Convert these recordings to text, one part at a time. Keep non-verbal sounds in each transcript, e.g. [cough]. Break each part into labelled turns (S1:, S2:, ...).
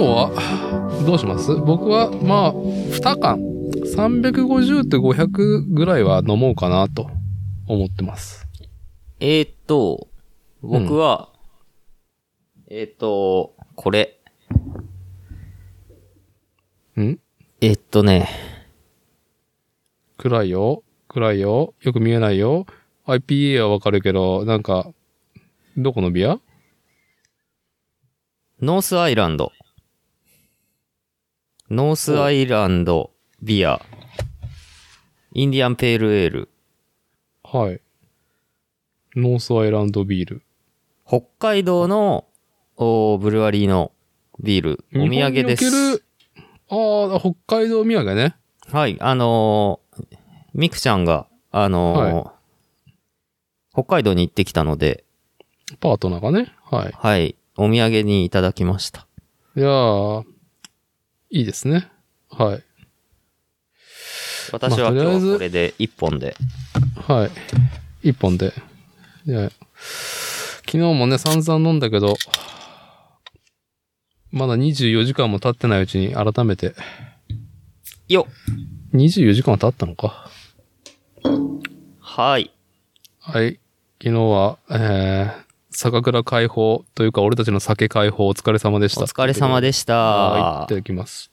S1: はどうします僕はまあ2缶350と500ぐらいは飲もうかなと思ってます。
S2: えーっと、僕は、えーっと、これ、
S1: ん
S2: えーっとね、
S1: 暗いよ暗いよよく見えないよ IPA はわかるけど、なんか、どこのビア
S2: ノースアイランド。ノースアイランドビア。インディアンペールエール。
S1: はい。ノースアイランドビール。
S2: 北海道のおーブルワリーのビール。お土産で
S1: 日本におけ
S2: す。
S1: る。ああ、北海道お土産ね。
S2: はい、あのーミクちゃんが、あのー北海道に行ってきたので、
S1: パートナーがね。はい。
S2: はい、お土産にいただきました。
S1: いやー、いいですね。はい。
S2: 私は
S1: まあとり
S2: 今
S1: あえ
S2: 日
S1: ず
S2: はこれで一本で。
S1: はい。一本で。いや、昨日もね、散々飲んだけど、まだ24時間も経ってないうちに改めて、
S2: よっ
S1: 24時間は経ったのか。
S2: はい。
S1: はい。昨日は、えー、酒蔵解放というか、俺たちの酒解放お疲れ様でした。
S2: お疲れ様
S1: でし
S2: でし
S1: はい。い
S2: た
S1: た。だきます。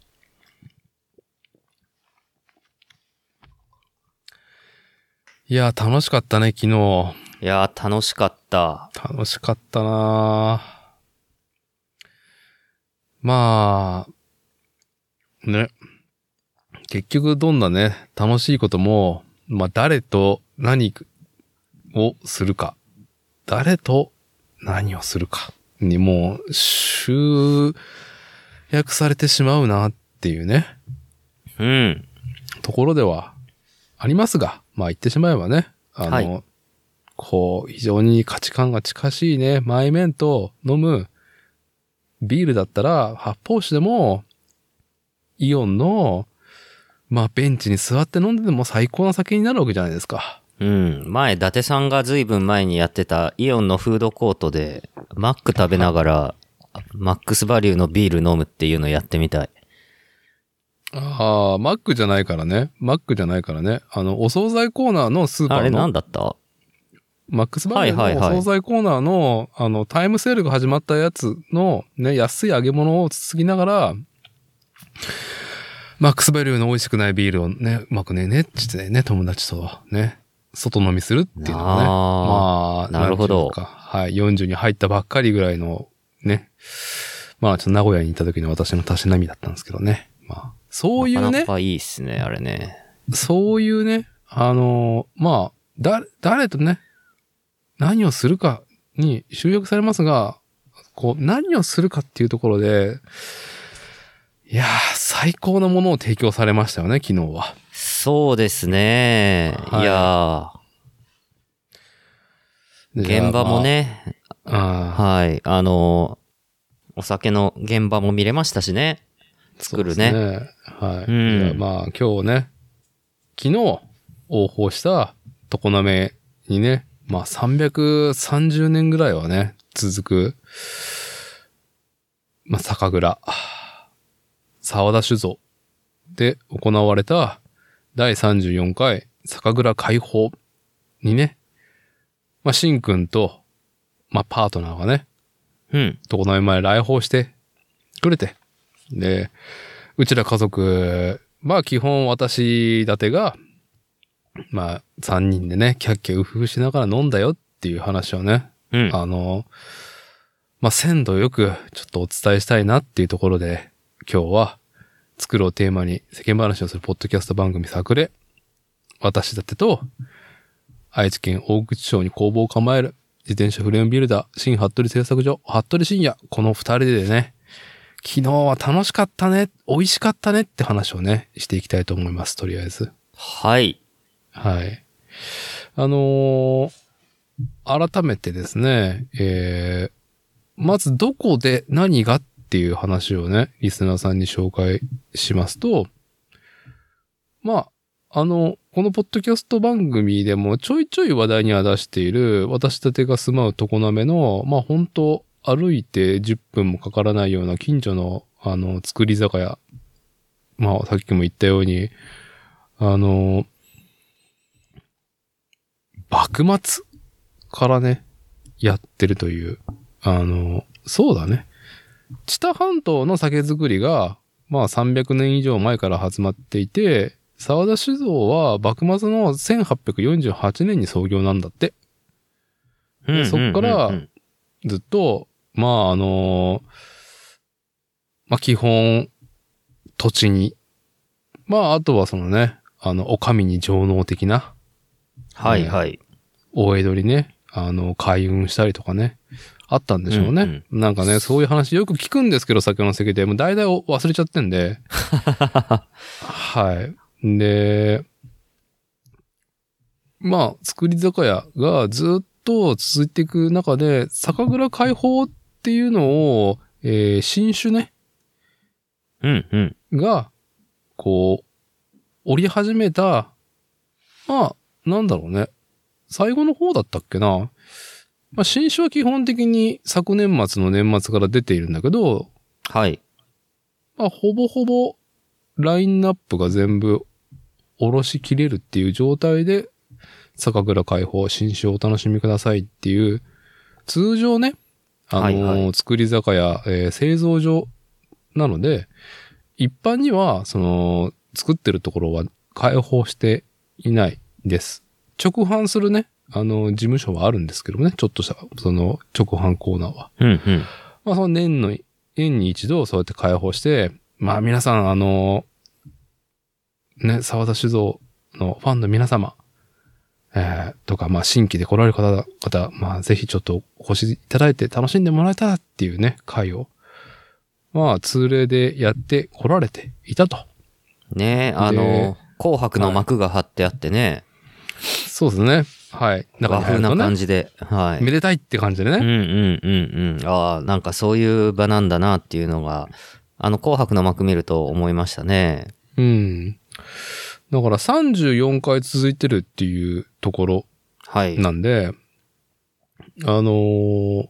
S1: いやー、楽しかったね、昨日。
S2: いやー、楽しかった。
S1: 楽しかったなあまあ、ね。結局どんなね、楽しいことも、まあ誰と何をするか、誰と何をするかにもう集約されてしまうなっていうね、
S2: うん。
S1: ところではありますが、まあ言ってしまえばね、あの、
S2: はい
S1: こう、非常に価値観が近しいね、前面と飲むビールだったら、発泡酒でも、イオンの、まあベンチに座って飲んでても最高な酒になるわけじゃないですか。
S2: うん。前、伊達さんがずいぶん前にやってたイオンのフードコートで、マック食べながら、マックスバリューのビール飲むっていうのやってみたい。
S1: ああ、マックじゃないからね。マックじゃないからね。あの、お惣菜コーナーのスーパ
S2: あ
S1: ー
S2: れな
S1: の
S2: ん、だった
S1: マックスバー
S2: はい
S1: ガー
S2: はいはい
S1: のお惣菜コーナーの、あの、タイムセールが始まったやつの、ね、安い揚げ物をつつきながら、マックスバリューの美味しくないビールをね、うまくねえね、ちってね、友達とね、外飲みするっていうのがね。
S2: あ
S1: まあ、
S2: なるほ
S1: なん
S2: ど
S1: ていうかはい、40に入ったばっかりぐらいの、ね。まあ、ちょっと名古屋に行った時の私のたしなみだったんですけどね。まあ、
S2: ー
S1: そういう
S2: なか
S1: ね
S2: な、かいいっすね、あれね。
S1: そういうね、あのーまあ、だ、誰とね、何をするかに集約されますが、こう、何をするかっていうところで、いやー、最高なものを提供されましたよね、昨日は。
S2: そうですね。
S1: はい
S2: いや
S1: で
S2: ー、現場も。ね、
S1: じゃあまあ、あー
S2: はい。あのー、お酒の現場も見れましたしね。作るね
S1: そうですねはい。
S2: うん
S1: じゃあまあ、今日ね、昨日、応報した常滑にね、まあ、330年ぐらいはね、続く、まあ、酒蔵、沢田酒造で行われた第34回酒蔵解放にね、まあ、しんくんと、まあ、パートナーがね、
S2: うん。
S1: 床の上まで来訪してくれて、で、うちら家族、まあ基本私だてが、まあ3人でね、キャッキャウフフしながら飲んだよっていう話をね、
S2: うん。
S1: あの、まあ鮮度よくちょっとお伝えしたいなっていうところで、今日は作ろうテーマに世間話をするポッドキャスト番組作れ、私だてと、愛知県大口町に工房を構える自転車フレームビルダー、新服部製作所、服部深也、この二人でね、昨日は楽しかったね、美味しかったねって話をね、していきたいと思います、とりあえず。
S2: はい。
S1: はい。あのー改めてですね、えー、まずどこで何がっていう話をね、リスナーさんに紹介しますと、まあ、あの、このポッドキャスト番組でもちょいちょい話題には出している、私たてが住まう常滑の、まあ本当歩いて10分もかからないような近所のあの、作り酒屋。まあ、さっきも言ったように、あの、幕末からね、やってるという、あの、そうだね。知多半島の酒造りが、まあ300年以上前から始まっていて、沢田酒造は幕末の1848年に創業なんだって。
S2: うんうんうんうん
S1: そっからずっと、まああのまあ基本、土地に、まああとはそのね、あの、お上に上納的な、
S2: はいはい。
S1: 大江戸にね、あの、開運したりとかね、あったんでしょうね。
S2: うん
S1: なんかね、そういう話よく聞くんですけど、酒の席で。もう大体お忘れちゃってんで。はい。で、まあ、造り酒屋がずっと続いていく中で、酒蔵開放っていうのを、えー新酒ね、
S2: うんうん。
S1: が、こう、折り始めた、まあ、なんだろうね。最後の方だったっけな。まあ、新種は基本的に昨年末の年末から出ているんだけど、
S2: はい。
S1: まあ、ほぼほぼ、ラインナップが全部、おろしきれるっていう状態で、酒蔵開放、新酒をお楽しみくださいっていう、通常ね、あのー
S2: はいは
S1: 作り酒屋、えー製造所なので、一般には、その、作ってるところは開放していないです。直販するね、あの、事務所はあるんですけどね、ちょっとした、その、直販コーナーは。
S2: うんうん。
S1: まあその年の、年に一度そうやって開放して、まあ皆さんあの、ね、沢田酒造のファンの皆様、えー、とか、まあ新規で来られる方々、まあぜひちょっとお越しいただいて楽しんでもらえたらっていうね、会を、まあ通例でやって来られていたと。
S2: ねえ、あ
S1: で
S2: の、紅白の幕が張ってあってね、
S1: そうですね。はい。中
S2: 和
S1: に入る
S2: 風
S1: とね
S2: な感じで、はい。
S1: めでたいって感じで
S2: う
S1: ね。
S2: んうんうんうん。ああ、なんかそういう場なんだなっていうのが、あの、紅白の幕見ると思いましたね。
S1: うん。だから34回続いてるっていうところ
S2: はい。
S1: なんで、あのー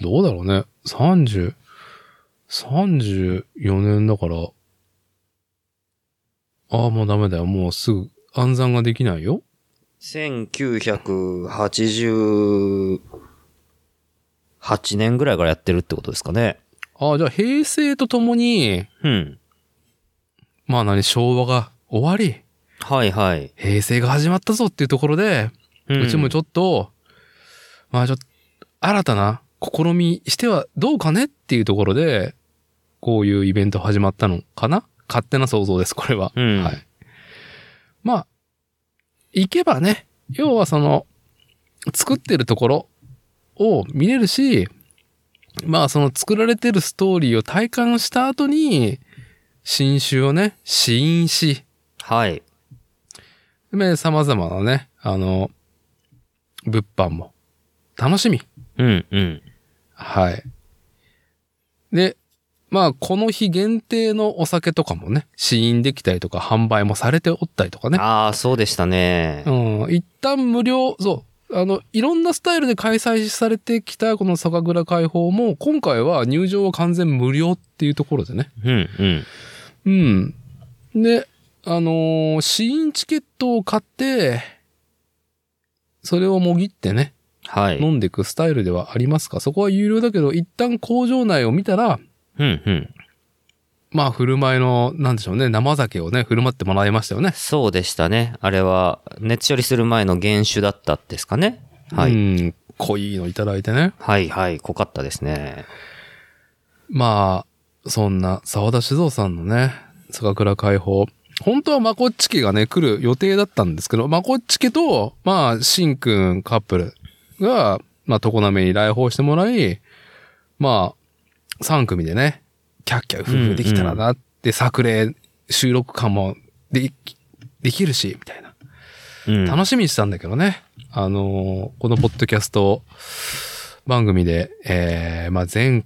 S1: どうだろうね。30、34年だから、ああ、もうダメだよ。もうすぐ暗算ができないよ。
S2: 1988年ぐらいからやってるってことですかね。
S1: ああ、じゃあ平成とともに、
S2: うん。
S1: まあ何、昭和が終わり、
S2: はいはい。
S1: 平成が始まったぞっていうところで、
S2: う
S1: うんちもちょっと、まあちょっと、新たな試みしてはどうかねっていうところで、こういうイベント始まったのかな勝手な想像です、これは。
S2: うん
S1: はい。まあ、行けばね、要はその、作ってるところを見れるし、まあその作られてるストーリーを体感した後に、新種をね、試飲し、
S2: はい。
S1: で様々なね、あの、物販も楽しみ。
S2: うんうん。
S1: はい。で、まあこの日限定のお酒とかもね、試飲できたりとか販売もされておったりとかね。
S2: ああ、そうでしたね。
S1: うん、一旦無料、そう、あの、いろんなスタイルで開催されてきたこの酒蔵開放も、今回は入場は完全無料っていうところでね。
S2: うんうん。
S1: うん。で、あのー試飲チケットを買って、それをもぎってね、
S2: はい。うん
S1: 飲んでいくスタイルではありますかそこは有料だけど、一旦工場内を見たら、
S2: うん。
S1: まあ、振る舞いの、なんでしょうね、生酒をね、振る舞ってもらいましたよね。
S2: そうでしたね。あれは、熱処理する前の原酒だったんですかね。は
S1: う
S2: い。
S1: ん、濃いのいただいてね。
S2: はいはい。濃かったですね。
S1: まあ、そんな沢田酒造さんのね、酒蔵開放。本当はまこっち家がね、来る予定だったんですけど、まこっち家と、まあ、しんくんカップルが、まあ、常滑に来訪してもらい、まあ、3組でね、キャッキャ夫婦できたらなって、作例、収録感もでき、できるし、みたいな。
S2: うん。
S1: 楽しみにしたんだけどね。あのーこのポッドキャスト番組で、えー、まあ、前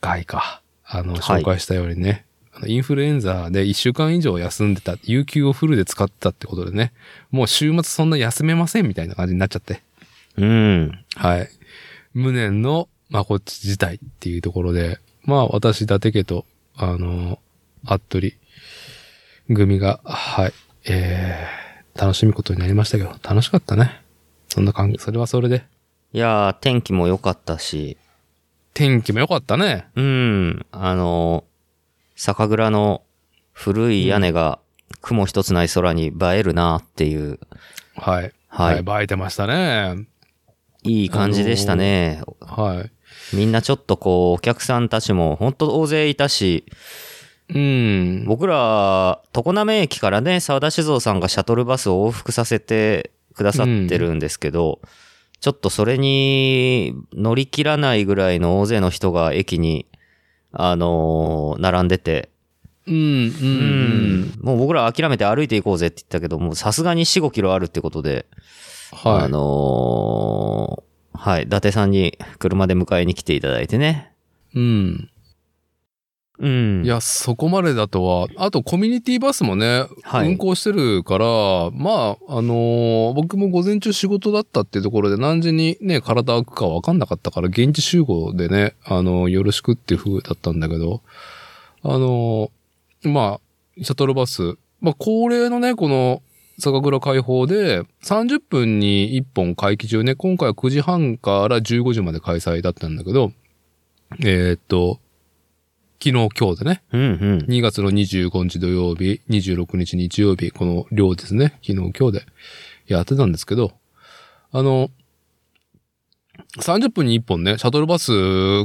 S1: 回か、あの、
S2: はい
S1: 紹介したようにね、あのインフルエンザで1週間以上休んでた、有給をフルで使ってたってことでね、もう週末そんな休めませんみたいな感じになっちゃって。
S2: うん。
S1: はい。無念の、まあ、こっち自体っていうところで、まあ、私、伊達家と、あの、服部組が、はい、えー、楽しむことになりましたけど、楽しかったね。そんな感じ、それはそれで。
S2: いやー、天気も良かったし、
S1: 天気も良かったね。
S2: うん、あの、酒蔵の古い屋根が雲一つない空に映えるなっていう、
S1: はい。
S2: はい
S1: はい、映えてましたね。
S2: いい感じでしたね。
S1: はい。
S2: みんなちょっとこう、お客さんたちも本当大勢いたし、
S1: うん。
S2: 僕ら、常滑駅からね、沢田酒造さんがシャトルバスを往復させてくださってるんですけど、ちょっとそれに乗り切らないぐらいの大勢の人が駅に、あのー並んでて、
S1: うん、うん、うん。
S2: もう僕ら諦めて歩いていこうぜって言ったけど、もうさすがに4、5キロあるってことで、
S1: はい。
S2: あのーはい、伊達さんに車で迎えに来ていただいてね。
S1: うん。
S2: うん。
S1: いや、そこまでだとは。あと、コミュニティバスもね、
S2: はい
S1: 運行してるから、まあ、あのー僕も午前中仕事だったっていうところで、何時にね、体空くか分かんなかったから、現地集合でね、あのーよろしくっていう風だったんだけど、あのーまあ、シャトルバス、まあ、恒例のね、この、酒蔵開放で、30分に1本会期中ね、今回は9時半から15時まで開催だったんだけど、えーっと、昨日今日でね、
S2: うんうん。
S1: 2月の25日土曜日、26日日曜日、この量ですね。昨日、今日でやってたんですけど、あの、30分に1本ね、シャトルバス、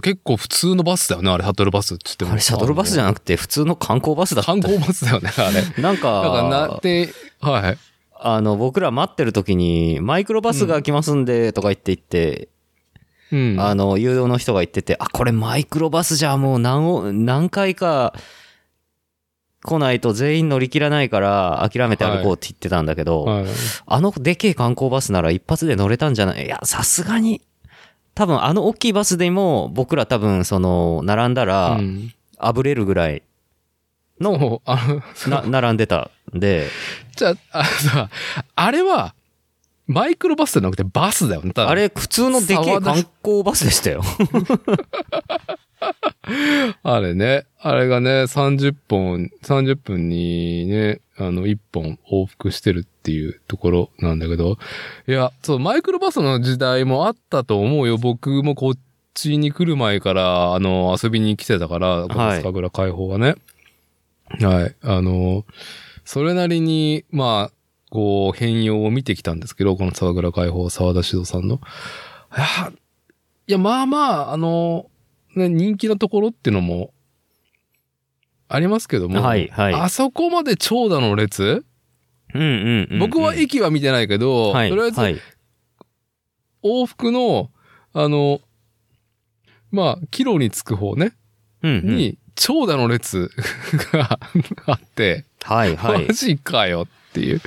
S1: 結構普通のバスだよね、あれ、シャトルバスって言っても。
S2: あれ、シャトルバスじゃ
S1: ん
S2: なくて、普通の観光バスだった。
S1: 観光バスだよね、あれ。だ
S2: [laughs] なん
S1: からな
S2: か
S1: っ、て、はい。
S2: あの、僕ら待ってる時に、マイクロバスが来ますんで、とか言って言って、
S1: うん。
S2: あの、誘導の人が言ってて、あ、これマイクロバスじゃもう何を、何回か来ないと全員乗り切らないから、諦めて歩こうって言ってたんだけど、
S1: はい、
S2: あのでけえ観光バスなら一発で乗れたんじゃないいや、さすがに。多分あの大きいバスでも、僕ら多分その、並んだら
S1: う、ん
S2: あぶれるぐらいの、
S1: もう、あの、 [laughs]
S2: な、並んでたんで、
S1: じゃあ、あのさ、あれは、マイクロバスじゃなくてバスだよね、ただ
S2: あれ、普通のでけえ観光バスで
S1: [laughs]
S2: したよ。
S1: あれね、あれがね、30本、30分にね、あの、1本往復してるっていうところなんだけど、いや、そう、マイクロバスの時代もあったと思うよ。僕もこっちに来る前から、あの、遊びに来てたから、この
S2: はい
S1: 酒倉開放はね。はい。あの、それなりに、まあ、こう、変容を見てきたんですけど、この沢倉解放、沢田指導さんの。いや、いやまあまあ、あの、ね、人気のところっていうのも、ありますけども、
S2: はい、は
S1: あそこまで長蛇の列、
S2: い。うんうんうん。
S1: 僕は
S2: 一
S1: 駅は見てないけど、
S2: はい、
S1: とりあえず
S2: はい。
S1: 往復の、あの、まあ、キロに着く方ね、
S2: うんうん。
S1: に、長蛇の列が [laughs] あって、
S2: はい、はい
S1: マ。ジかよっていう。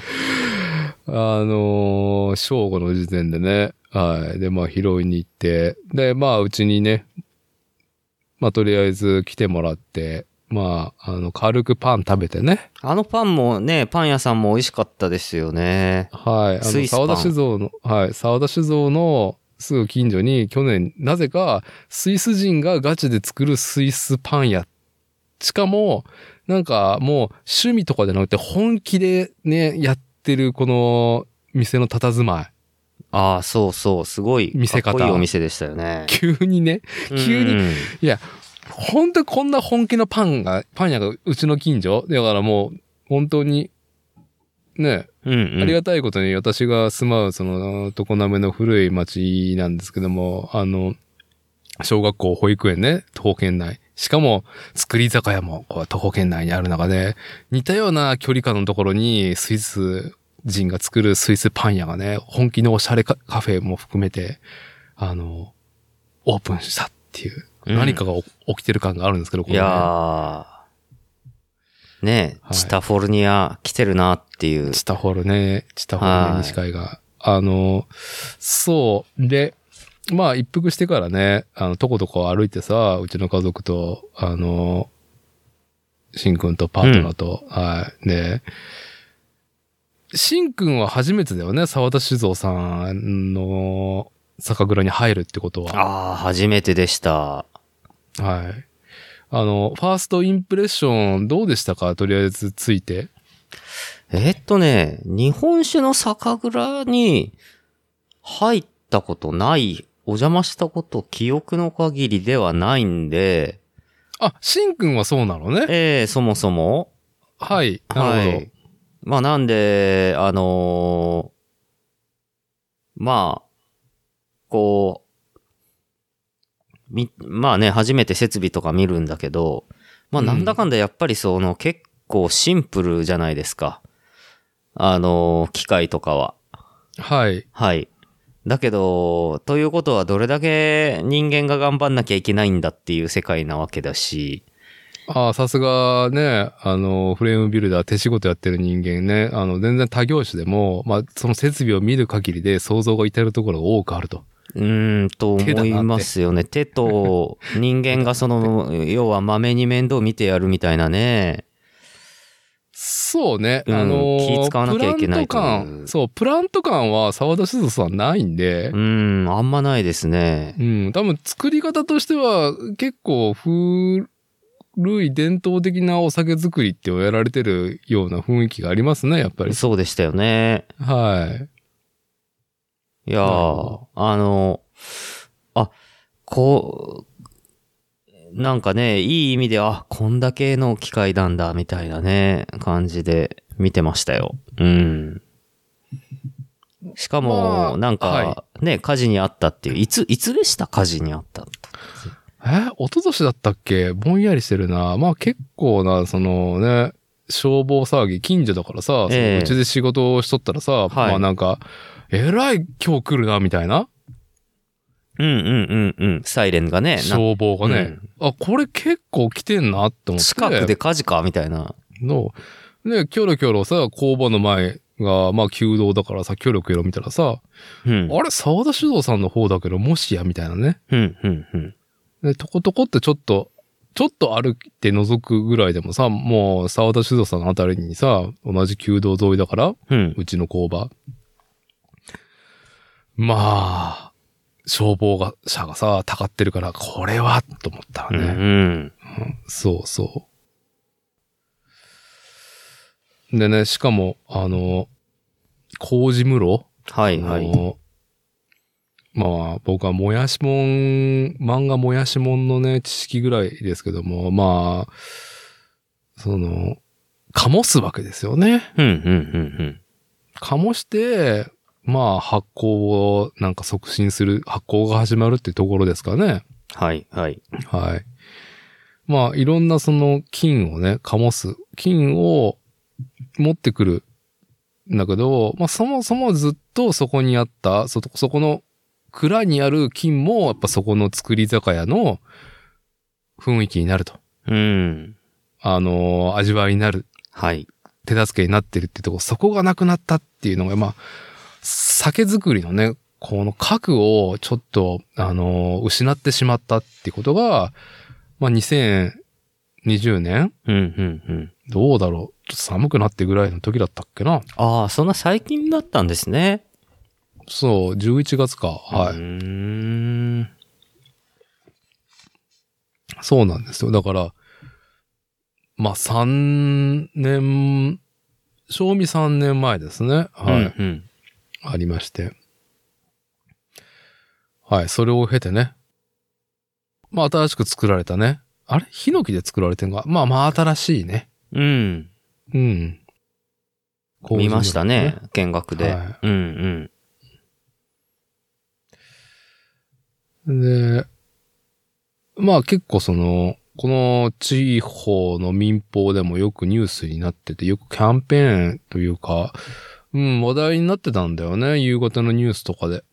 S1: あのー正午の時点でね。はい。で、まあ、拾いに行って、で、まあ、うちにね、まあ、とりあえず来てもらって、まあ、あの、軽くパン食べてね。
S2: あのパンもね、パン屋さんも美味しかったですよね。
S1: はい。あ
S2: ス
S1: の、
S2: イスパン
S1: 沢田酒造の、はい。沢田酒造のすぐ近所に、去年、なぜか、スイス人がガチで作るスイスパン屋。しかも、なんか、もう、趣味とかじゃなくて、本気でね、やってる、この、店の佇まい。
S2: ああ、そうそう、すごい。
S1: 見せ方
S2: かっこいいお店でしたよね。
S1: 急にね、 [laughs] 急に
S2: うんうん
S1: 本当にこんな本気のパンが、パン屋がうちの近所だからもう、本当に、ね、
S2: うんうん。
S1: ありがたいことに私が住まう、その、常滑の古い町なんですけども、あの、小学校、保育園ね、徒歩圏内。しかも、造り酒屋も、こう、徒歩圏内にある中で、似たような距離感のところに、スイス人が作るスイスパン屋がね、本気のおしゃれカカフェも含めて、あの、オープンしたっていう、
S2: うん
S1: 何かが起起きてる感があるんですけど、こ
S2: い
S1: のね
S2: やーねえ、
S1: はい
S2: チタフォルニア来てるなっていう。
S1: チタホルね、チタホル
S2: は
S1: ね、
S2: い
S1: 西海が。あの、そう。で、まあ一服してからね、あの、とことこ歩いてさ、うちの家族と、あの、しんくんとパートナーと、はい。で、しんくんは初めてだよね、沢田酒造さんの酒蔵に入るってことは。
S2: ああ、初めてでし
S1: は
S2: た。
S1: い。あの、ファーストインプレッションどうでしたかとりあえずついて。
S2: えーっとね、日本酒の酒蔵に入ったことない、お邪魔したこと記憶の限りではないんで、
S1: あ、しんくんはそうなのね。
S2: えー、そもそも、
S1: はい。な
S2: は
S1: るほ
S2: い。まあなんで、あのーまあ、こう、み、まあね、初めて設備とか見るんだけど、まあ
S1: うん
S2: なんだかんだやっぱりその結構シンプルじゃないですか。あのー機械とかは。
S1: ど。はい。
S2: はい。だけど、ということはどれだけ人間が頑張んなきゃいけないんだっていう世界なわけだし、
S1: ああ、さすがね、あの、フレームビルダー手仕事やってる人間ね、あの、全然他業種でも、まあ、その設備を見る限りで想像が至るところが多くあると。
S2: うーんと
S1: 手だな
S2: 思
S1: って
S2: いますよね。手と人間が
S1: [laughs]
S2: その、要は豆に面倒見てやるみたいなね。
S1: そうね、
S2: うん
S1: あの、
S2: 気使わなきゃいけない
S1: プラン
S2: と
S1: ト
S2: いう
S1: 感、そう、プラント感は沢田静さんないんで
S2: う、ーん、あんまないですね。
S1: うん、多分作り方としては結構古い伝統的なお酒作りってをやられてるような雰囲気がありますね、やっぱり。
S2: そうでしたよね。
S1: はい。
S2: いや
S1: なる
S2: ー
S1: ほ、
S2: あの、あ、こう、なんかね、いい意味で、あ、こんだけの機械なんだ、みたいなね、感じで見てましたよ。うん。しかも、
S1: まあ
S2: なんか、
S1: は
S2: ね、火事にあったっていう、いつ、いつでした火事にあったって
S1: えー、一昨年だったっけぼんやりしてるな。まあ結構な、そのね、消防騒ぎ、近所だからさ、そ
S2: ええ
S1: のうちで仕事をしとったらさ、まあなんか、えらい今日来るな、みたいな
S2: うんうんうんうん。サイレンがね、なん
S1: 消防がね、あ、これ結構来てんなって思って。
S2: 近くで火事かみたいな。
S1: の、ね、キョロキョロさ、工場の前が、まあ、弓道だからさ、キョロキョロ見たらさ、
S2: うん。
S1: あれ、沢田酒造さんの方だけど、もしや、みたいなね。
S2: うんうんうん。
S1: で、とことこってちょっと、ちょっと歩いて覗くぐらいでもさ、もう、沢田酒造さんのあたりにさ、同じ弓道沿いだから、
S2: うん。
S1: うちの工場。まあ、消防が車がさ、たかってるから、これは、と思ったわ
S2: う
S1: ね。
S2: ん。
S1: そうそう。でね、しかも、あの、麹室、
S2: はいは
S1: あ
S2: い。
S1: の、まあ、僕はもやしもん、漫画もやしもんのね、知識ぐらいですけども、まあ、その、かもすわけですよね。
S2: うんうんうん
S1: かもして、まあ、発酵をなんか促進する、発酵が始まるってところですかね。
S2: うん。はいはい。
S1: はい。まあ、いろんなその菌をね、醸す。菌を持ってくるんだけど、まあ、そもそもずっとそこにあった、そ、そこの蔵にある菌も、やっぱそこの造り酒屋の雰囲気になると。
S2: うん。
S1: あのー味わいになる、
S2: はい。
S1: 手助けになってるってとこ、そこがなくなったっていうのが、まあ、酒造りのね、この核をちょっと、あのー失ってしまったってことが、まあ、2020年
S2: うんうんうん。
S1: どうだろうちょっと寒くなってぐらいの時だったっけな
S2: ああ、そんな最近だったんですね。
S1: そう、11月か。はい。
S2: うーん。
S1: そうなんですよ。だから、まあ、3年、賞味3年前ですね。はい。
S2: うんうん。
S1: ありまして。はい、それを経てね。まあ、新しく作られたね。あれヒノキで作られてんがまあまあ、新しいね。
S2: うん。
S1: うん。
S2: 見ましたね。見学で。
S1: は
S2: うん
S1: で、まあ結構その、この地方の民放でもよくニュースになってて、よくキャンペーンというか、うん、話題になってたんだよね。夕方のニュースとかで。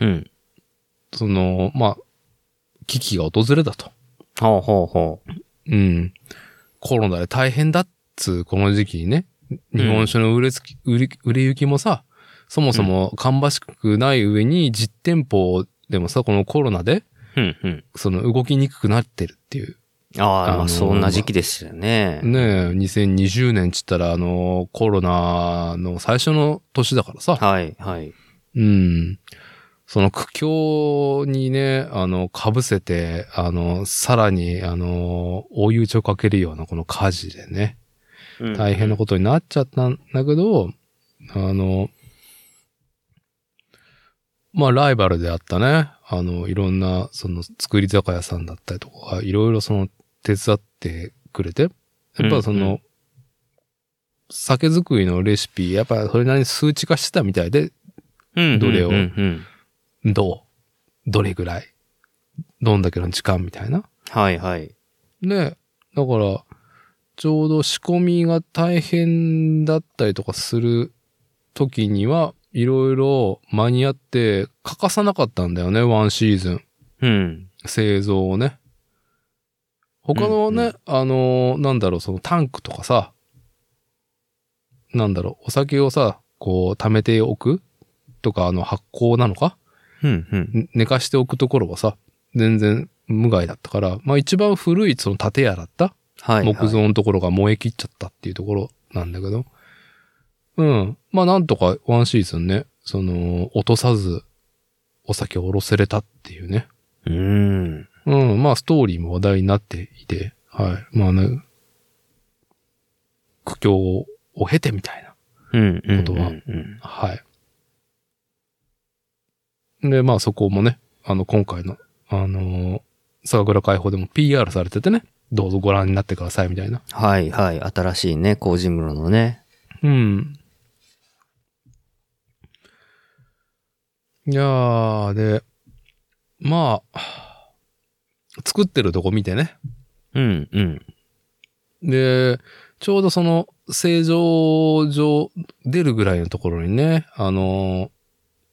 S2: うん。うん。
S1: その、まあ、危機が訪れたと。
S2: ほうほうほう。
S1: うん。コロナで大変だっつう、この時期にね。日本酒の売れつき、売れ、売れ行きもさ、そもそも芳しくない上に実店舗でもさ、このコロナで、
S2: うんうん。
S1: その動きにくくなってるっていう。
S2: ああ、
S1: あ
S2: ま
S1: の
S2: あ
S1: ー
S2: そんな時期ですよね。
S1: ねえ、2020年ちったら、あの、コロナの最初の年だからさ。
S2: はいはい。
S1: うん。その苦境にね、あの、被せて、あの、さらに、あの、追い打ちをかけるようなこの火事でね、
S2: うん
S1: 大変なことになっちゃったんだけど、あの、まあ、ライバルであったね、あの、いろんな、その、作り酒屋さんだったりとか、いろいろその、手伝ってくれて、やっぱその、
S2: うんう
S1: 酒造りのレシピ、やっぱそれなりに数値化してたみたいで、
S2: うん
S1: どれを
S2: うんうん
S1: どうどれぐらいどんだけの時間みたいな。
S2: はいはい。
S1: ねだから、ちょうど仕込みが大変だったりとかする時には、いろいろ間に合って欠かさなかったんだよね、ワンシーズン。
S2: うん。
S1: 製造をね。他のね、
S2: うんう
S1: あのー、なんだろう、そのタンクとかさ、なんだろう、お酒をさ、こう、溜めておくとか、あの、発酵なのか
S2: うんうん。
S1: ね寝かしておくところはさ、全然無害だったから、まあ一番古いその建屋だった
S2: はい、はい。
S1: 木造のところが燃え切っちゃったっていうところなんだけど、うん。まあなんとかワンシーズンね、その、落とさずお酒をおろせれたっていうね。
S2: うん。
S1: うん。まあストーリーも話題になっていて、はい。まあね、苦境を経てみたいな。
S2: うんうん。
S1: ことは
S2: うんうん
S1: はい。で、まあそこもね、あの、今回の、あのー、酒蔵解放でも PR されててね、どうぞご覧になってくださいみたいな。
S2: はいはい。新しいね、麹室のね。
S1: うん。いやー、で、まあ、作ってるとこ見てね。
S2: うんうん。
S1: で、ちょうどその、正常上出るぐらいのところにね、あの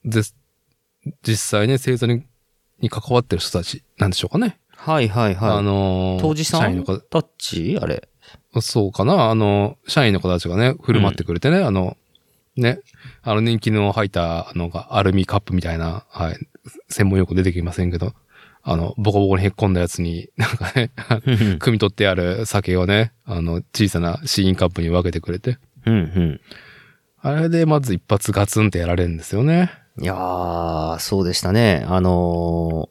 S1: ー、ぜ実際ね、製造にに関わってる人たちなんでしょうかね。
S2: はいはいはい。
S1: あのー
S2: 当時さ
S1: 社員
S2: ん
S1: の
S2: タ
S1: 子、
S2: ッチあれ。
S1: そうかな、あのー、社員の子たちがね、振る舞ってくれてね、あの、ね、あの人気の入った、あのが、アルミカップみたいな、はい、専門用語出てきませんけど、あの、ボコボコにへっこんだやつに、なんかね、
S2: うんうん
S1: 汲み取ってある酒をね、あの、小さな試飲カップに分けてくれて、
S2: うん
S1: あれでまず一発ガツンってやられるんですよね。
S2: うん。いやー、そうでしたね。あの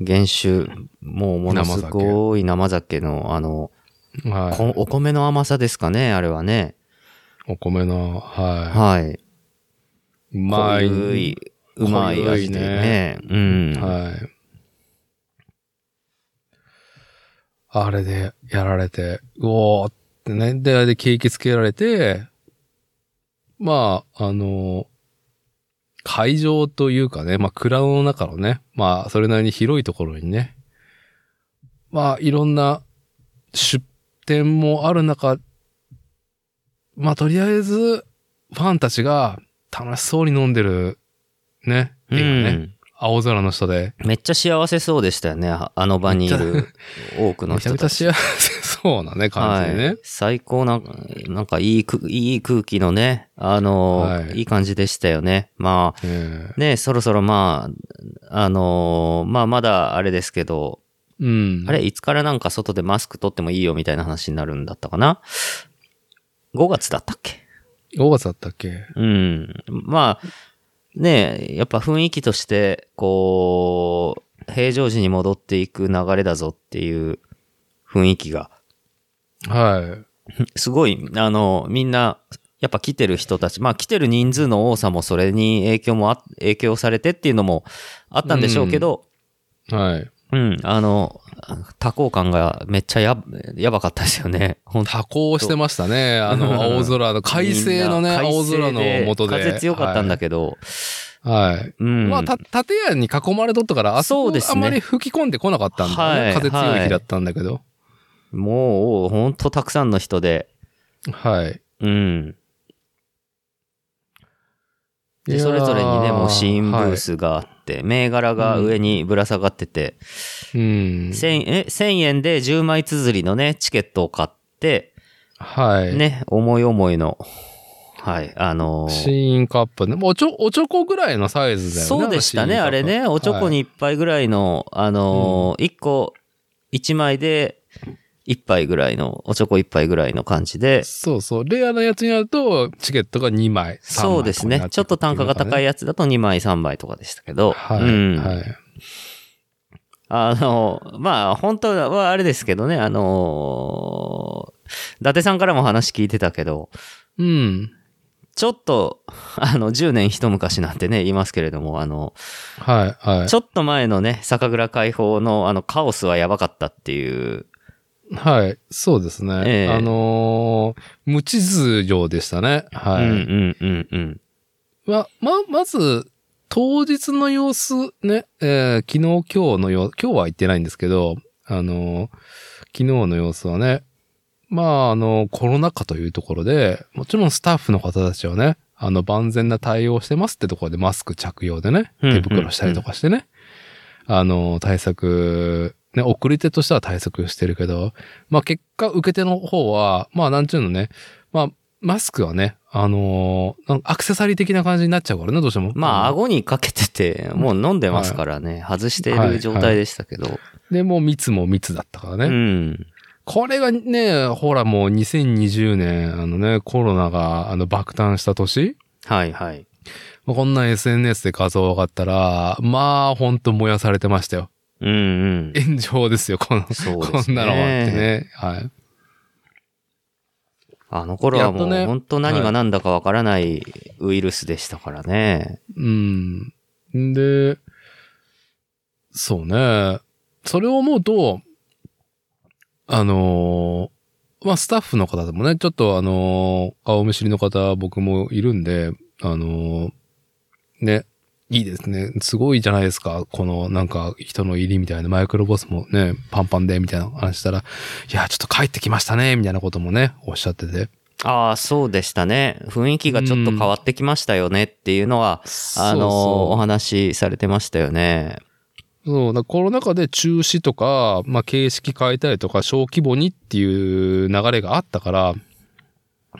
S2: ー、原酒、もうものすごい生酒の、あの、
S1: は
S2: こお米の甘さですかね、あれはね。
S1: い。お米の、は
S2: は
S1: い。
S2: い。
S1: うま
S2: 濃
S1: い。
S2: い、うまい味でね。うん。
S1: はい。あれでやられて、うおーってね。で、で、景気つけられて、まあ、あの、会場というかね、まあ、蔵の中のね、まあ、それなりに広いところにね、まあ、いろんな出店もある中、まあ、とりあえず、ファンたちが楽しそうに飲んでる、ね、絵
S2: う
S1: がね、
S2: ん。
S1: 青空の下で。
S2: めっちゃ幸せそうでしたよね。ああの場にいる多くの
S1: めちゃ
S2: 人
S1: めちゃ幸
S2: たち。
S1: せ [laughs] そうなね、感じで
S2: は
S1: ね
S2: い。。最高な、なんかいいく、いい空気のね、あの、
S1: はい
S2: い、い感じでしたよね。まあ、
S1: ええ
S2: ね、そろそろまあ、あのまあまだあれですけど、
S1: うん。
S2: あれ、いつからなんか外でマスク取ってもいいよみたいな話になるんだったかな ?5 月だったっけ
S1: ?5 月だったっけ
S2: うん。まあ、ねやっぱ雰囲気として、こう、平常時に戻っていく流れだぞっていう雰囲気が、
S1: は
S2: すごい、あの、みんな、やっぱ来てる人たち、まあ来てる人数の多さもそれに影響もあ、影響されてっていうのもあったんでしょうけど、
S1: い。はい。
S2: うん、あの、多幸感がめっちゃや、やばかったですよね。本当
S1: 多幸してました
S2: [laughs]
S1: ね。あの、青空の、快晴のね、
S2: みんな
S1: 青空
S2: 快晴
S1: の下で。
S2: 風強かったんだけど、
S1: ど。はい。
S2: うん。
S1: まあ、た、建屋に囲まれとったから、あそ
S2: そう
S1: こ
S2: ですね
S1: あんまり吹き込んでこなかったんだよ
S2: は
S1: ね。
S2: い
S1: 風強い日だったんだけど。
S2: もう、ほんとたくさんの人で、
S1: はい。
S2: うん。
S1: い
S2: で、
S1: やー
S2: それぞれにね、もう試飲ブ
S1: は
S2: ー
S1: い
S2: スがあって、銘柄が上にぶら下がってて、
S1: うん。
S2: 千え1000円で10枚綴りのね、チケットを買って、
S1: はい。
S2: ね、思い思いの、はい、あのー
S1: シーンカップね。もうおちょ、おちょこぐらいのサイズだよね。
S2: そうでしたね、
S1: あ
S2: あ
S1: の試
S2: れ
S1: 飲カップ
S2: ね、おちょこに一杯ぐらいの、あのー一個、一枚で、一杯ぐらいの、おちょこ一杯ぐらいの感じで、
S1: そうそう。レアなやつになると、チケットが2枚、3枚
S2: そうですね。ちょっと単価が高い
S1: や
S2: やつだと2枚3枚とかでしたけど、
S1: はい、
S2: うん。
S1: はい。
S2: あの、まあ、本当はあれですけどね、あの伊達さんからも話聞いてたけど、
S1: うん。
S2: ちょっと、 [laughs] あの、10年一昔なんてね、言いますけれども、あの、
S1: はい、はい。
S2: ちょっと前のね、酒蔵解放のあの、カオスはやばかったっていう、
S1: はい、そうですね。
S2: ええ
S1: あのー無秩序でしたね。はい。
S2: うんうんうんうん。
S1: ま、ま、まず、当日の様子ね、えー昨日、今日の様今日は行ってないんですけど、あのー昨日の様子はね、まあ、あの、コロナ禍というところで、もちろんスタッフの方たちはね、あの、万全な対応してますってところでマスク着用でね、
S2: うん
S1: 手袋したりとかしてね、あの、対策、ね、送り手としては対策してるけど、まあ結果、受け手の方は、まあなんちゅうのね、まあ、マスクはね、あのーなんかアクセサリー的な感じになっちゃうからね、どうしても。
S2: まあ、
S1: あの、
S2: 顎にかけてて、もう飲んでますからね、外してる状態でしたけど、
S1: で、もう密も密だったからね。
S2: うん。
S1: これがね、ほらもう2020年、あのね、コロナが、あの、爆誕した年
S2: はいはい。
S1: まあこんな SNS で画像上がったら、まあ、ほんと燃やされてましたよ。
S2: うんうん。
S1: 炎上ですよ、この、
S2: そうです
S1: こ
S2: ね。
S1: んなのはってね。はい。
S2: あの頃はも
S1: やっと
S2: う
S1: ね
S2: 本当何が何だかわからないウイルスでしたからね。
S1: うん。で、そうね。それを思うと、あのーまあ、スタッフの方でもね、ちょっとあのー顔見知りの方僕もいるんで、あのーね、いいですね。すごいじゃないですか。このなんか人の入りみたいな、マイクロボスもね、パンパンでみたいな話したら、いや、ちょっと帰ってきましたね、みたいなこともね、おっしゃってて。
S2: ああ、そうでしたね。雰囲気がちょっと変わってきましたよねっていうのは、あのーお話しされてましたよね。
S1: そう、だからコロナ禍で中止とか、まあ、形式変えたりとか、小規模にっていう流れがあったから、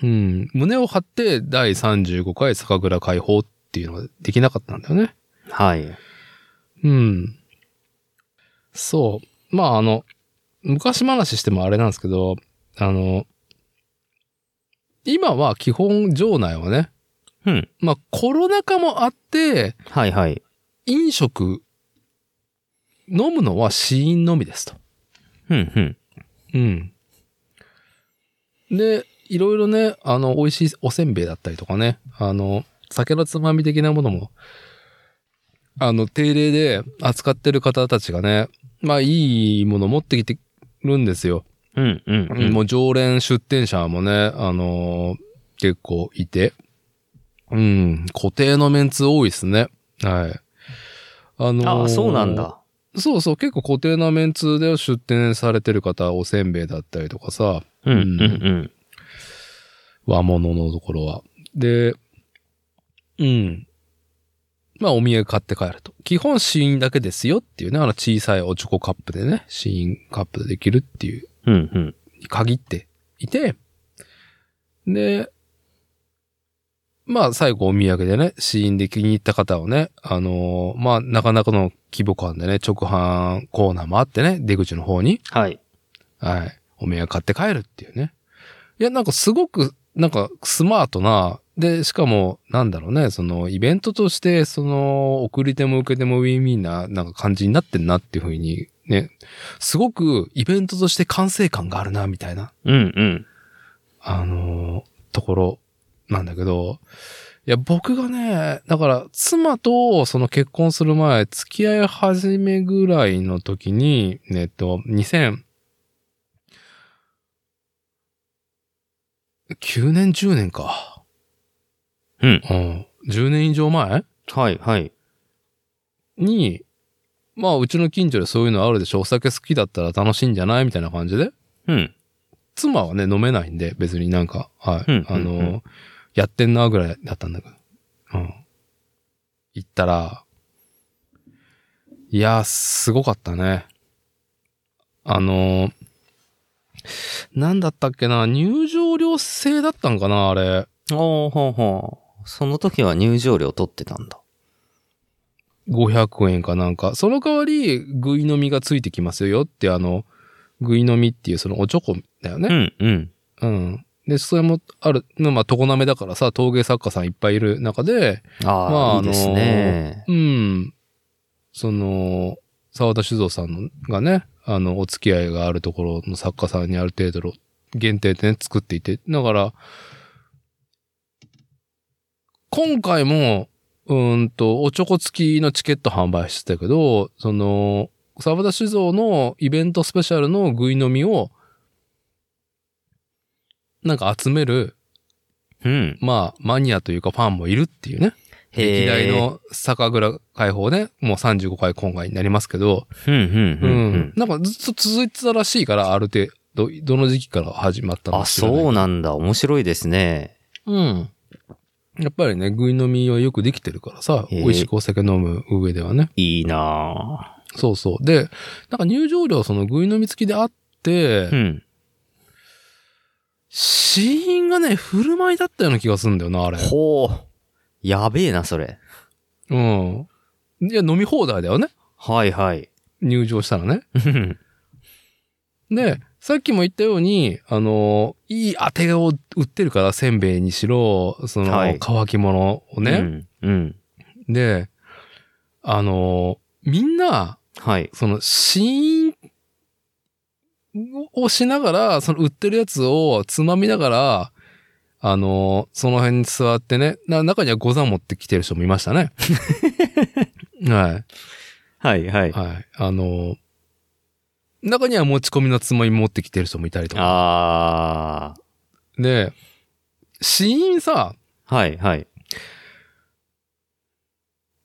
S1: うん、胸を張って第35回酒蔵解放っていうのができなかったんだよね。
S2: はい。
S1: うん。そう。まあ、あの、昔話してもあれなんですけど、あの、今は基本場内はね、
S2: うん。
S1: まあ、コロナ禍もあって、
S2: はいはい。
S1: 飲食、飲むのは死因のみですと。
S2: うんうん。
S1: うん。で、いろいろね、あの、美味しいおせんべいだったりとかね、あの、酒のつまみ的なものも、あの、定例で扱ってる方たちがね、まあ、いいもの持ってきてるんですよ。
S2: うんうん、うん。
S1: もう常連出店者もね、あのー結構いて。うん、固定のメンツ多いですね。はい。あのー
S2: ああ、そうなんだ。
S1: そうそう、結構固定なメンツで出店されてる方、おせんべいだったりとかさ、
S2: うんうんうん。
S1: 和物のところは。で、うん。まあ、お土産買って帰ると。基本、試飲だけですよっていうね、あの小さいおチョコカップでね、試飲カップでできるっていう、
S2: うんうん。
S1: に限っていて、で、まあ、最後お土産でね、試飲で気に入った方をね、あのーまあ、なかなかの規模感でね、直販コーナーもあってね、出口の方に、
S2: はい。
S1: はい。お土産買って帰るっていうね。いや、なんかすごく、なんかスマートな、で、しかも、なんだろうね、その、イベントとして、その、送り手も受け手もウィンウィンな、なんか感じになってんなっていうふうに、ね、すごくイベントとして完成感があるな、みたいな、
S2: うんうん。
S1: あのーところなんだけど、いや、僕がね、だから、妻と、その結婚する前、付き合い始めぐらいの時に、ねえっと、2009年、10年か。
S2: うん。
S1: うん。10年以上前
S2: はいはい。
S1: に、まあ、うちの近所でそういうのあるでしょ。お酒好きだったら楽しいんじゃないみたいな感じで。
S2: うん。
S1: 妻はね、飲めないんで、別になんか、はい。
S2: うん
S1: あの、
S2: うんうん
S1: やってんなぐらいだったんだけど。うん。行ったら、いやー、すごかったね。あのー、なんだったっけな、入場料制だったんかな、あれ。
S2: おーほうほう。その時は入場料取ってたんだ。
S1: 500円かなんか。その代わり、ぐい飲みがついてきますよって、あの、ぐいのみっていうそのおちょこだよ
S2: う
S1: ね。
S2: ん、うん。
S1: うん。で、それもある、まあ、床滑だからさ、陶芸作家さんいっぱいいる中で、
S2: ああ、
S1: まあ
S2: いいですね。
S1: うん。その、沢田酒造さんのがね、あの、お付き合いがあるところの作家さんにある程度の限定でね、作っていて。だから、今回も、うーんと、おちょこ付きのチケット販売してたけど、その、沢田酒造のイベントスペシャルのぐい飲みを、なんか集める、
S2: うん。
S1: まあ、マニアというかファンもいるっていうね。
S2: へ
S1: 歴
S2: え
S1: 代。の酒蔵開放ね、もう35回今回になりますけど、
S2: うん、うん、
S1: う。
S2: うんん。
S1: なんかずっと続いてたらしいから、ある程度、どの時期から始まったの
S2: あ、そう
S1: う。
S2: なんだ。面白いですね。
S1: うん。やっぱりね、ぐい飲みはよくできてるからさ、
S2: へえ
S1: 美味しくお酒飲む上ではね。
S2: いいな
S1: そうそう。で、なんか入場料そのぐい飲み付きであって、
S2: ぁうん。
S1: 死因がね、振る舞いだったような気がするんだよな、あれ。
S2: ほう。やべえな、それ。
S1: うん。いや、飲み放題だよね。
S2: はい、 [laughs] はい。
S1: 入場したらね。
S2: うん
S1: で、さっきも言ったように、あの、いい当てを売ってるから、せんべいにしろ、その、
S2: はい
S1: 乾き物をね。。
S2: うん。うん。
S1: で、あの、みんな、
S2: はい。
S1: その、シーンをしながら、その売ってるやつをつまみながら、あの、その辺に座ってね、な中にはござ持ってきてる人もいました
S2: [laughs]
S1: ね。はい。
S2: はい、はい。
S1: はい。あの、中には持ち込みのつまみ持ってきてる人もいたりとか。
S2: あ
S1: で、死因さ、
S2: あ。はい、はい。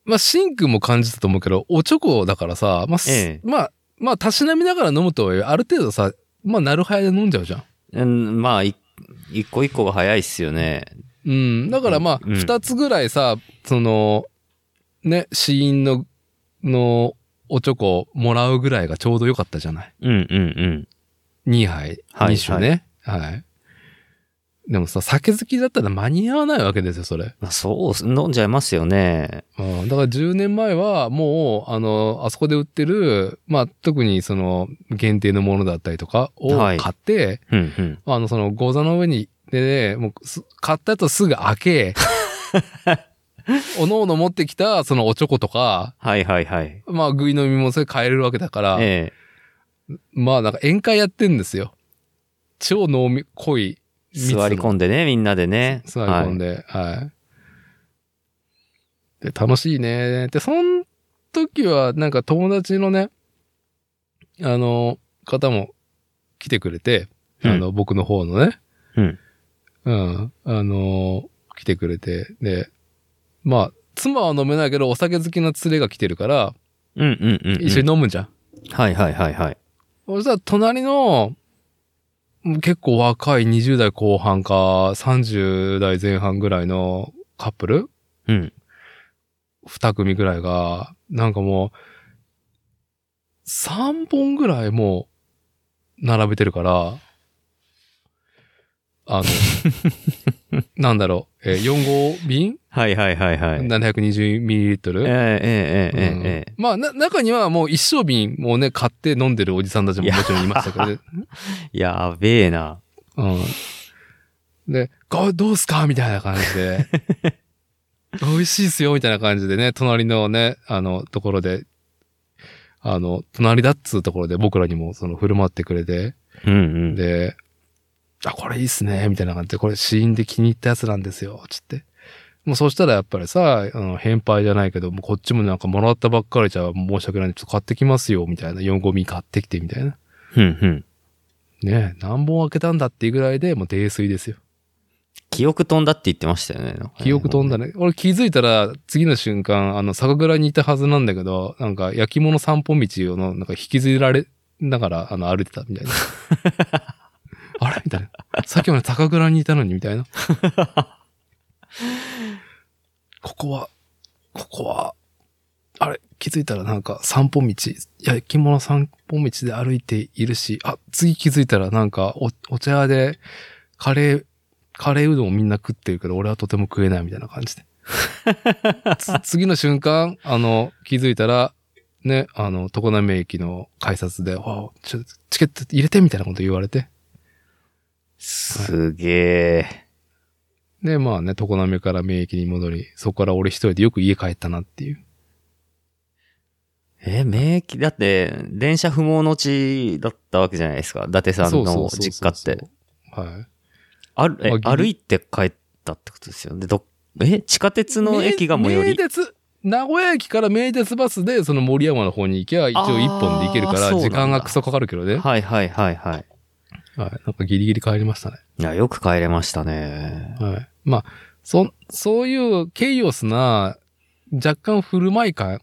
S1: まあ、シンクも感じたと思うけど、おチョコだからさ、まあ、す
S2: ええ
S1: まあ、まあ、たしなみながら飲むとはいえ、ある程度さ、まあ、なるはやで飲んじゃうじゃん。
S2: うん、まあ、い一個一個が早いっすよね。
S1: うん。だからまあ、
S2: うん
S1: 二つぐらいさ、その、ね、死因の、の、おチョコもらうぐらいがちょうどよかったじゃない。
S2: うん、うん、うん。
S1: 2杯、
S2: はい
S1: 2種ね。はい。でもさ、酒好きだったら間に合わないわけですよ、それ。
S2: まあ、そうっす、飲んじゃいますよね。
S1: うん、だから10年前はもう、あの、あそこで売ってる、まあ、特にその、限定のものだったりとかを
S2: は
S1: 買
S2: い
S1: って、
S2: うん、うん。
S1: あの、その、ゴザの上に、でね、もうす、買ったやつをすぐ開
S2: [laughs]
S1: け、おのおの持ってきた、そのおチョコとか、
S2: はい、はい、はい。
S1: まあ、食い飲みもそれ買えるわけだから、
S2: ええ。
S1: まあ、なんか宴会やってんですよ。超濃み、濃い密の。
S2: 座り込んでね、みんなでね。
S1: 座り込ん
S2: で。
S1: で、はい。で、楽しいね。で、その時は、なんか友達のね、あの、方も来てくれて、あの、僕の方のね、
S2: うん。
S1: うん、あの、来てくれて、で、まあ、妻は飲めないけど、お酒好きな連れが来てるから、
S2: うん、うん、うんうん。
S1: 一緒に飲むじゃん。
S2: はい、はい、はい、はい。
S1: そしたら、隣の、結構若い20代後半か30代前半ぐらいのカップル
S2: うん。
S1: 二組ぐらいが、なんかもう、三本ぐらいもう、並べてるから、あの、
S2: [laughs]
S1: なんだろう、えー、4号瓶、
S2: はい、はい、はい、はい。ええ
S1: ?720ml?
S2: ええええええ
S1: まあ、な、中にはもう一升瓶をね、買って飲んでるおじさんたちももちろんいましたけどね、
S2: やべえな。
S1: うん。で、これどうすかみたいな感じで。 [laughs] 美味しいっすよみたいな感じでね、隣のね、あの、ところで、あの、隣だっつうところで僕らにもその振る舞ってくれて、
S2: うんうん。
S1: で、あ、これいいっすねみたいな感じで、これ死因で気に入ったやつなんですよ、つって。もうそしたらやっぱりさ、あの、返杯じゃないけど、もうこっちもなんかもらったばっかりじゃ申し訳ないんで、ちょっと買ってきますよ、みたいな。4ゴミ買ってきて、みたいな。
S2: うんうん。
S1: ねえ何本開けたんだっていうぐらいで、もう泥酔ですよ。
S2: 記憶飛んだって言ってましたよね。
S1: 記憶飛んだ
S2: ね。
S1: ね。俺気づいたら、次の瞬間、あの、酒蔵にいたはずなんだけど、なんか、焼き物散歩道をの、なんか引きずられながら、あの、歩いてたみ [laughs] たいな。あれみたいな。さっきまで酒蔵にいたのに、みたい [laughs] な。ここは、ここは、あれ気づいたらなんか散歩道、焼き物散歩道で歩いているし、あ、次気づいたらなんかお、お茶屋でカレー、カレーうどんをみんな食ってるけど、俺はとても
S2: [laughs]
S1: 食えないみたいな感じで。つ次の瞬間、あの、気づいたら、ね、あの、常滑駅の改札で、おちょチケット入れてみたいなこと言われて。
S2: すげえ。
S1: で、まあね、常滑から名駅に戻り、そこから俺一人でよく家帰ったなっていう。
S2: え、名機、だって、電車不毛の地だったわけじゃないですか。伊達さん
S1: そうそ
S2: の
S1: うそう
S2: 実
S1: そ
S2: 家
S1: う
S2: って。。
S1: はい。
S2: ある、え
S1: まあギリ
S2: 歩いて帰ったってことですよね。ど、え、地下鉄の駅が最寄
S1: 名
S2: り。
S1: 鉄、名古屋駅から名鉄バスで、その森山の方に行けば、一応一本で行けるか
S2: あー
S1: ら、
S2: そうなんだ
S1: 時間がクソかかるけどね。は
S2: はいはいはいはい。
S1: い。なんかギリギリ帰りましたね。
S2: いや、よく帰れましたね。
S1: はい。まあ、そ、そういうケイオスな、若干振る舞い感、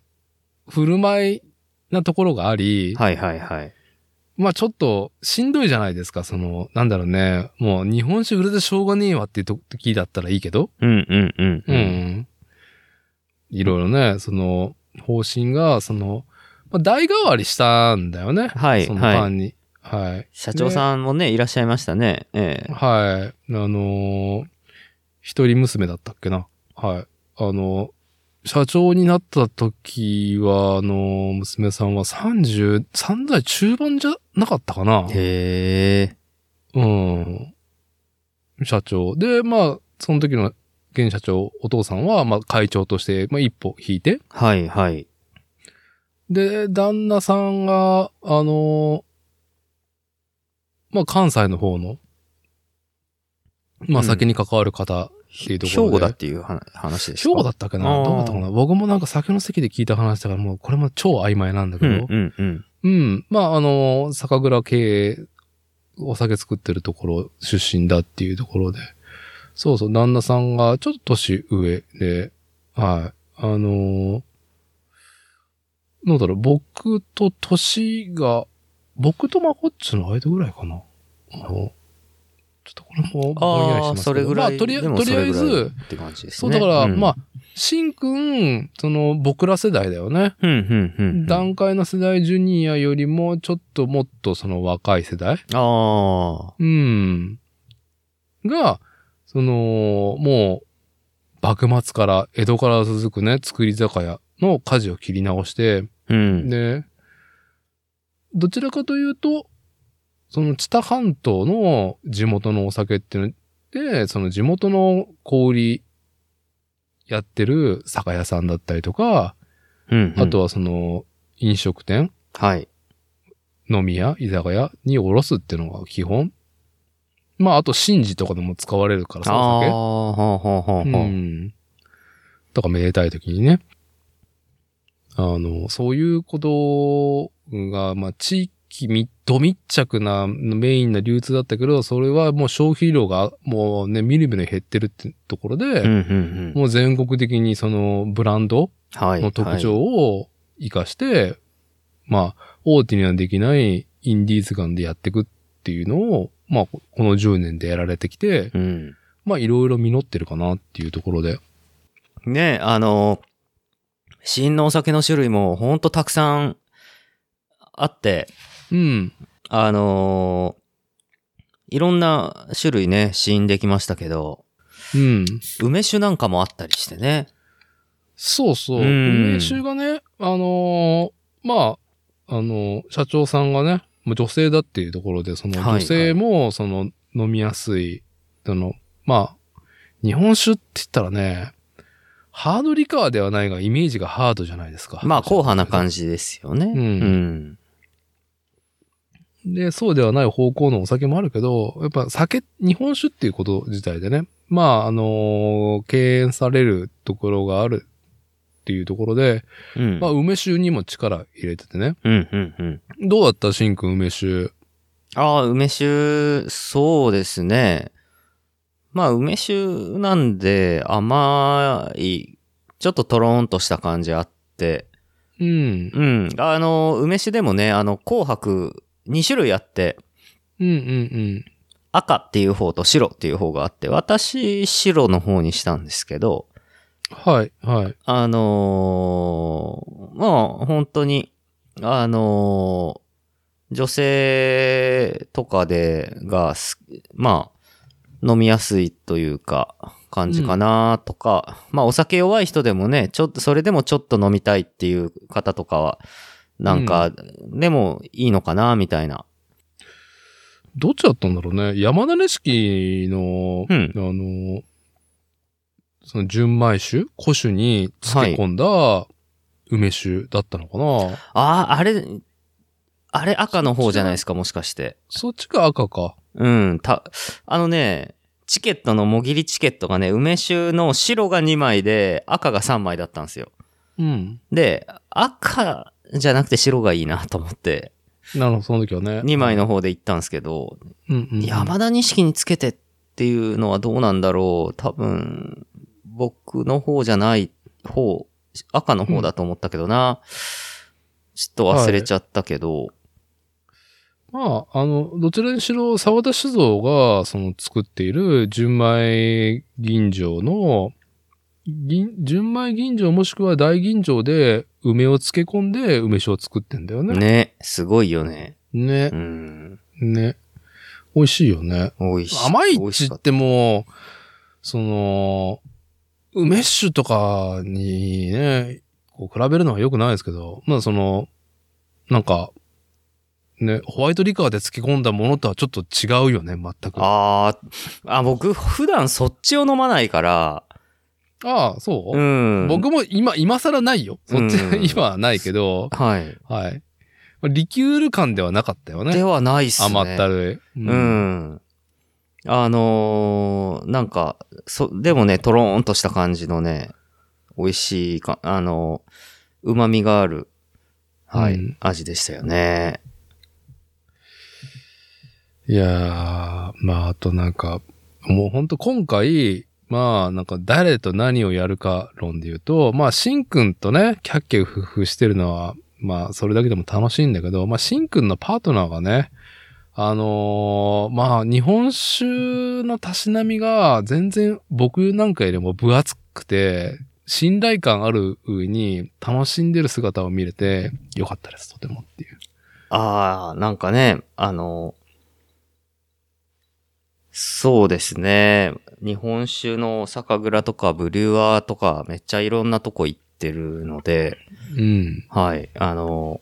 S1: 振る舞いなところがあり、
S2: はいはいはい。
S1: まあちょっとしんどいじゃないですか、その、なんだろうね、もう日本酒売れてしょうがねえわっていう時だったらいいけど、
S2: うんうんうん。
S1: うん。。いろいろね、その、方針が、その、まあ、代替わりしたんだよね。
S2: はい
S1: その
S2: はい
S1: 間に。はい。
S2: 社長さんもね、いらっしゃいましたね。ええ。
S1: はい。あのー一人娘だったっけな。はい。あのー社長になった時は、あのー娘さんは33代中盤じゃなかったかな。
S2: へえ。
S1: うん。社長。で、まあ、その時の現社長、お父さんは、まあ、会長として、まあ、一歩引いて。
S2: はいはい。
S1: で、旦那さんが、あのーまあ、関西の方の、ま
S2: う
S1: あ、
S2: ん
S1: 酒に関わる方っていうところで、
S2: 兵庫だっていう話話です
S1: 兵
S2: か
S1: 庫だったっけな
S2: あー
S1: どうだったかな僕もなんか酒の席で聞いた話だから、もうこれも超曖昧なんだけ
S2: う
S1: ど。
S2: んうんうん。
S1: うん。まあ、あの、酒蔵経営、お酒作ってるところ出身だっていうところで。そうそう、旦那さんがちょっと年上で、はい。あの、なんだろう、僕と年が、僕とマホッチの間ぐらいかな。あのちょっとこれもぼんやりしま
S2: あ
S1: すけ
S2: あ、
S1: ど。
S2: それぐらい。
S1: まあ、とりあえ
S2: で
S1: ず、
S2: も
S1: と
S2: そ
S1: りあ
S2: れ
S1: え
S2: ぐらい
S1: ず
S2: っ、て感じです
S1: そ
S2: ね。
S1: う、だから、
S2: ん
S1: まあ、、しんくん、その、僕ら世代だよね。
S2: うんうんうんうん。
S1: 段階の世代ジュニアよりもちょっともっとその若い世代
S2: ああ。
S1: うん。が、その、もう、幕末から、江戸から続くね、作り酒屋の舵を切り直して、
S2: うん。
S1: で、どちらかというと、その知多半島の地元のお酒っていうので、その地元の小売りやってる酒屋さんだったりとか、
S2: うんうん
S1: あとはその飲食店、
S2: はい。
S1: 飲み屋、居酒屋におろすっていうのが基本。まあ、あと、神事とかでも使われるから
S2: あ
S1: さ、
S2: あ
S1: お
S2: ー、
S1: 酒。
S2: ほうほうほう
S1: う
S2: ほう。
S1: ん。とか、めでたい時にね。あの、そういうことが、まあ、地域密、ど密着なメインな流通だったけど、それはもう消費量がもうね、みるみる減ってるってところで、
S2: うんうんうん。
S1: もう全国的にそのブランド
S2: はい。
S1: の特徴を活かして、まあ、大手にはできないインディーズ感でやっていくっていうのを、まあ、この10年でやられてきて、
S2: はい。うん。
S1: まあ、いろいろ実ってるかなっていうところで。
S2: ねえ、あの、新のお酒の種類もほんとたくさんあって、
S1: うん。
S2: あのいろんな種類ね、試飲できましたけど、
S1: うん。
S2: 梅酒なんかもあったりしてね。
S1: そうそう。
S2: うん
S1: 梅酒がね、あのーまあ、あのー社長さんがね、まあ女性だっていうところで、その
S2: はい
S1: 女性も、その、飲みやすい、その、まあ、日本酒って言ったらね、ハードリカーではないが、イメージがハードじゃないですか。
S2: まあ、硬派な
S1: じ。
S2: 感じですよね。
S1: ん
S2: うん。
S1: で、そうではない方向のお酒もあるけど、やっぱ酒、日本酒っていうこと自体でね、まあ、あのー敬遠されるところがあるっていうところで、
S2: うん。
S1: まあ、梅酒にも力入れててね。
S2: うん、うん、うん。
S1: どうだったしんくん、梅酒。
S2: ああ、梅酒、そうですね。まあ、梅酒なんで甘い、ちょっとトローンとした感じあって、
S1: うん。
S2: うん。あの、梅酒でもね、あの、紅白2種類あって、
S1: うんうん
S2: 赤っていう方と白っていう方があって、私、白の方にしたんですけど、
S1: うん。はい、はい。
S2: あのーまあ、本当に、あのー女性とかで、がす、まあ、飲みやすいというか、感じかなとか、まあお酒弱い人でもね、ちょっと、それでもちょっと飲みたいっていう方とかは、なんか、でもいいのかなみたいな。
S1: どっちだったんだろうね。山田錦の、
S2: うん
S1: あの、その純米酒古酒に漬け込んだ梅酒だったのかな、
S2: ああ、あれ、あれ赤の方じゃないですか、もしかして。
S1: そっちが赤か。
S2: うん、た、あのね、チケットのもぎりチケットがね、梅酒の白が2枚で赤が3枚だったんですよ。
S1: うん。
S2: で、赤じゃなくて白がいいなと思って、
S1: なるほど、その時はね。
S2: 2枚の方で行ったんですけど、
S1: うんうん。
S2: 山田錦につけてっていうのはどうなんだろう。多分、僕の方じゃない方、赤の方だと思ったけどな。ちょっと忘れちゃったけど、
S1: まあ、あの、どちらにしろ、沢田酒造が、その作っている純米吟醸の、銀純米吟醸もしくは大吟醸で梅を漬け込んで梅酒を作ってんだよね。
S2: ね、すごいよね。
S1: ね
S2: う。ん。
S1: ね。美味しいよね。
S2: 美味しい。
S1: 甘い
S2: 美
S1: っ
S2: 味
S1: ち
S2: しか
S1: っ
S2: って
S1: もう、その、梅酒とかにね、こう比べるのは良くないですけど、まあその、なんか、ね、ホワイトリカーで漬け込んだものとはちょっと違うよね、全く。
S2: たあーあ、僕、普段そっちを飲まないから、
S1: ああ、そうう、
S2: ん。
S1: 僕も今、今更ないよ。そっち、
S2: うん
S1: 今はないけど、
S2: はい。
S1: はい。まあリキュール感ではなかったよ
S2: で
S1: ね。
S2: はないっすね。
S1: 甘ったるい。う
S2: う。ん。あのーなんか、そ、でもね、とろーんとした感じのね、美味しいか、あのー、旨味がある、はい、
S1: うん
S2: 味でしたよね。
S1: いやー、まあ、あとなんか、もうほんと今回、まあ、なんか誰と何をやるか論で言うと、まあ、しんくんとね、キャッキャフフしてるのは、まあ、それだけでも楽しいんだけど、まあ、しんくんのパートナーがね、あのーまあ、日本酒のたしなみが全然僕なんかよりも分厚くて、信頼感ある上に楽しんでる姿を見れて、よかったです、とてもっていう。
S2: ああ、なんかね、あのーそうですね。日本酒の酒蔵とかブリュワーとかめっちゃいろんなとこ行ってるので、
S1: うん。
S2: はい。あの、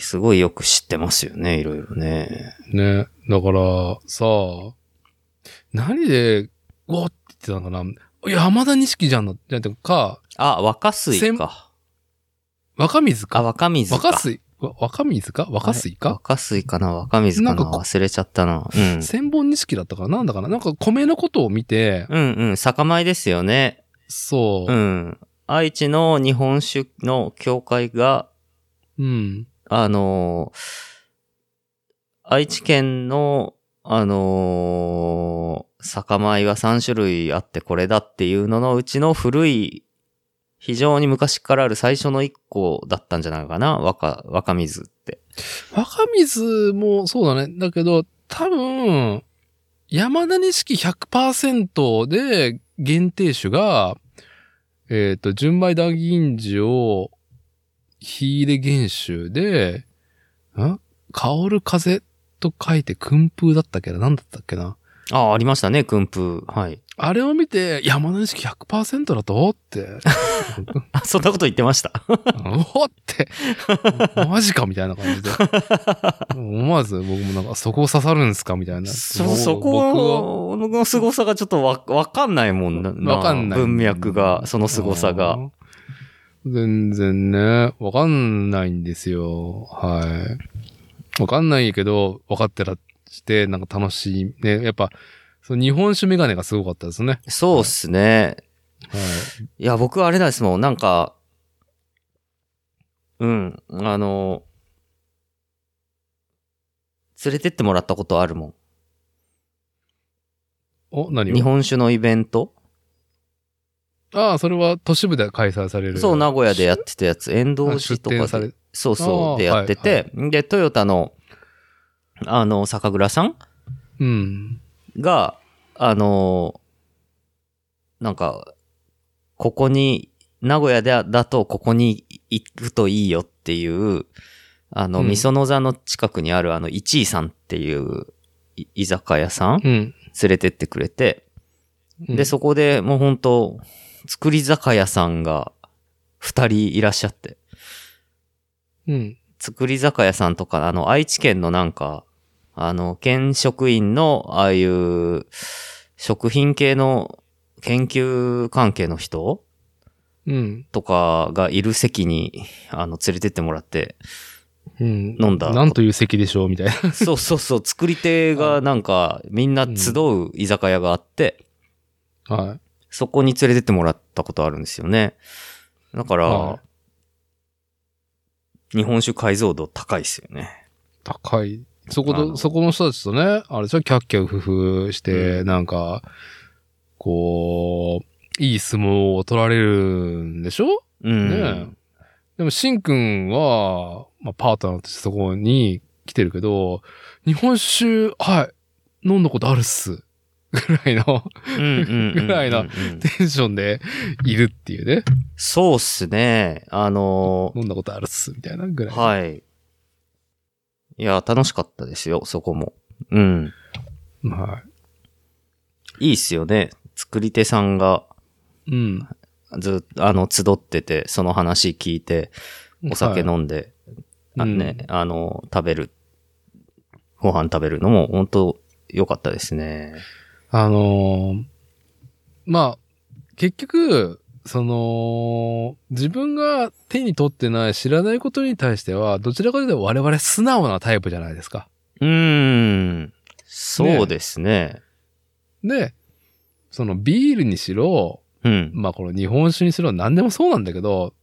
S2: すごいよく知ってますよね、いろいろね。
S1: ね。だから、さあ、何で、うわって言ってたのかないや、山田錦じゃんの、じゃなくてか、
S2: あ、若水か。
S1: 若水か。
S2: あ、若水か。
S1: 若水、わ若水か若水
S2: あれ
S1: か
S2: 若水かな若水かな
S1: なんかこ
S2: 忘れちゃったな。うん。
S1: 千本錦だったかななんだかななんか米のことを見て、
S2: うんうん。酒米ですよね。
S1: そう
S2: う、ん。愛知の日本酒の協会が、
S1: うん。
S2: あの愛知県の、あの酒米は3種類あってこれだっていうののうちの古い、非常に昔からある最初の1個だったんじゃないかな若、若水って。
S1: 若水もそうだね。だけど、多分、山田錦100%で限定種が、えっ、と、純米大吟醸、火入れ原酒で、ん香る風と書いて訓風だったっけな何だったっけな
S2: ああ、ありましたね、訓風。はい。
S1: あれを見て、山田錦100%だとって、
S2: あ、そんなこと言ってました。
S1: おって、マジかみたいな感じで。思わず僕もなんか、そこを刺さるんですかみたいな。
S2: そ、
S1: もう
S2: そこの凄さがちょっとわ、わかんないもんな。
S1: 僕はわかんない。
S2: 文脈が、その凄さ
S1: う
S2: が。
S1: ん。全然ね、わかんないんですよ。はい。わかんないけど、わかってらして、なんか楽しい。ね、やっぱ、その日本酒メガネがすごかったですね。
S2: そうっすね。
S1: はい。
S2: いや、僕はあれなんですもん。なんか、うん、あの、連れてってもらったことあるも
S1: お、何
S2: ん。
S1: を
S2: 日本酒のイベント
S1: ああ、それは都市部で開催される。
S2: そう、名古屋でやってたやつ、遠藤寺と
S1: 出
S2: か
S1: 店され
S2: で、そう
S1: あ
S2: そ
S1: ー
S2: う、でやってて、で、トヨタの、あの、酒蔵さん
S1: うん。
S2: が、あの、なんか、ここに、名古屋でだとここに行くといいよっていう、あの、
S1: うん
S2: みその座の近くにあるあの、一位さんっていうい居酒屋さん
S1: うん。
S2: 連れてってくれて、
S1: うん
S2: で、そこでもう本当作り酒屋さんが二人いらっしゃって。
S1: うん。
S2: 作り酒屋さんとか、あの、愛知県のなんか、あの、県職員の、ああいう、食品系の研究関係の人
S1: うん。
S2: とかがいる席に、あの、連れてってもら
S1: [laughs]
S2: って、
S1: うん。
S2: 飲んだ
S1: なんという席でしょうみたいな。
S2: そうそうそう、作り手がなんか、みんな集う居酒屋があって、
S1: [laughs] はい。
S2: そこに連れてってもらったことあるんですよね。だか
S1: は
S2: ら
S1: い、
S2: 日本酒解像度高いですよね。
S1: 高い。そこ
S2: あ
S1: と、
S2: の
S1: そこの人たちとね、あれじゃキャッキャウフフして、なんか、こう、いい相撲を取られるんでしょ
S2: うん。
S1: ねでも、しんくんは、まあ、パートナーとしてそこに来てるけど、日本酒、はい、飲んだことあるっす。ぐらいの [laughs]
S2: うんうんうん
S1: ぐらい
S2: [laughs]
S1: な
S2: うんうん
S1: テンションでいるっていうね。
S2: そうっすね。あの
S1: 飲んだことあるっす、みたいなぐらい。
S2: はい。いや、楽しかったですよ、そこも。うん。
S1: はい
S2: いっすよね。作り手さんが
S1: い。うん。
S2: ずっと、あの、集ってて、その話聞いて、お酒飲んで、
S1: は
S2: あ
S1: い
S2: のね、あの、食べる、ご飯食べるのも、本当良かったですね。
S1: あのーまあ、結局、その、自分が手に取ってない知らないことに対しては、どちらかというと我々素直なタイプじゃないですか。
S2: うーん。そうですね。
S1: で、そのビールにしろ、
S2: うん。
S1: まあこの日本酒にしろ何でもそうなんだけど、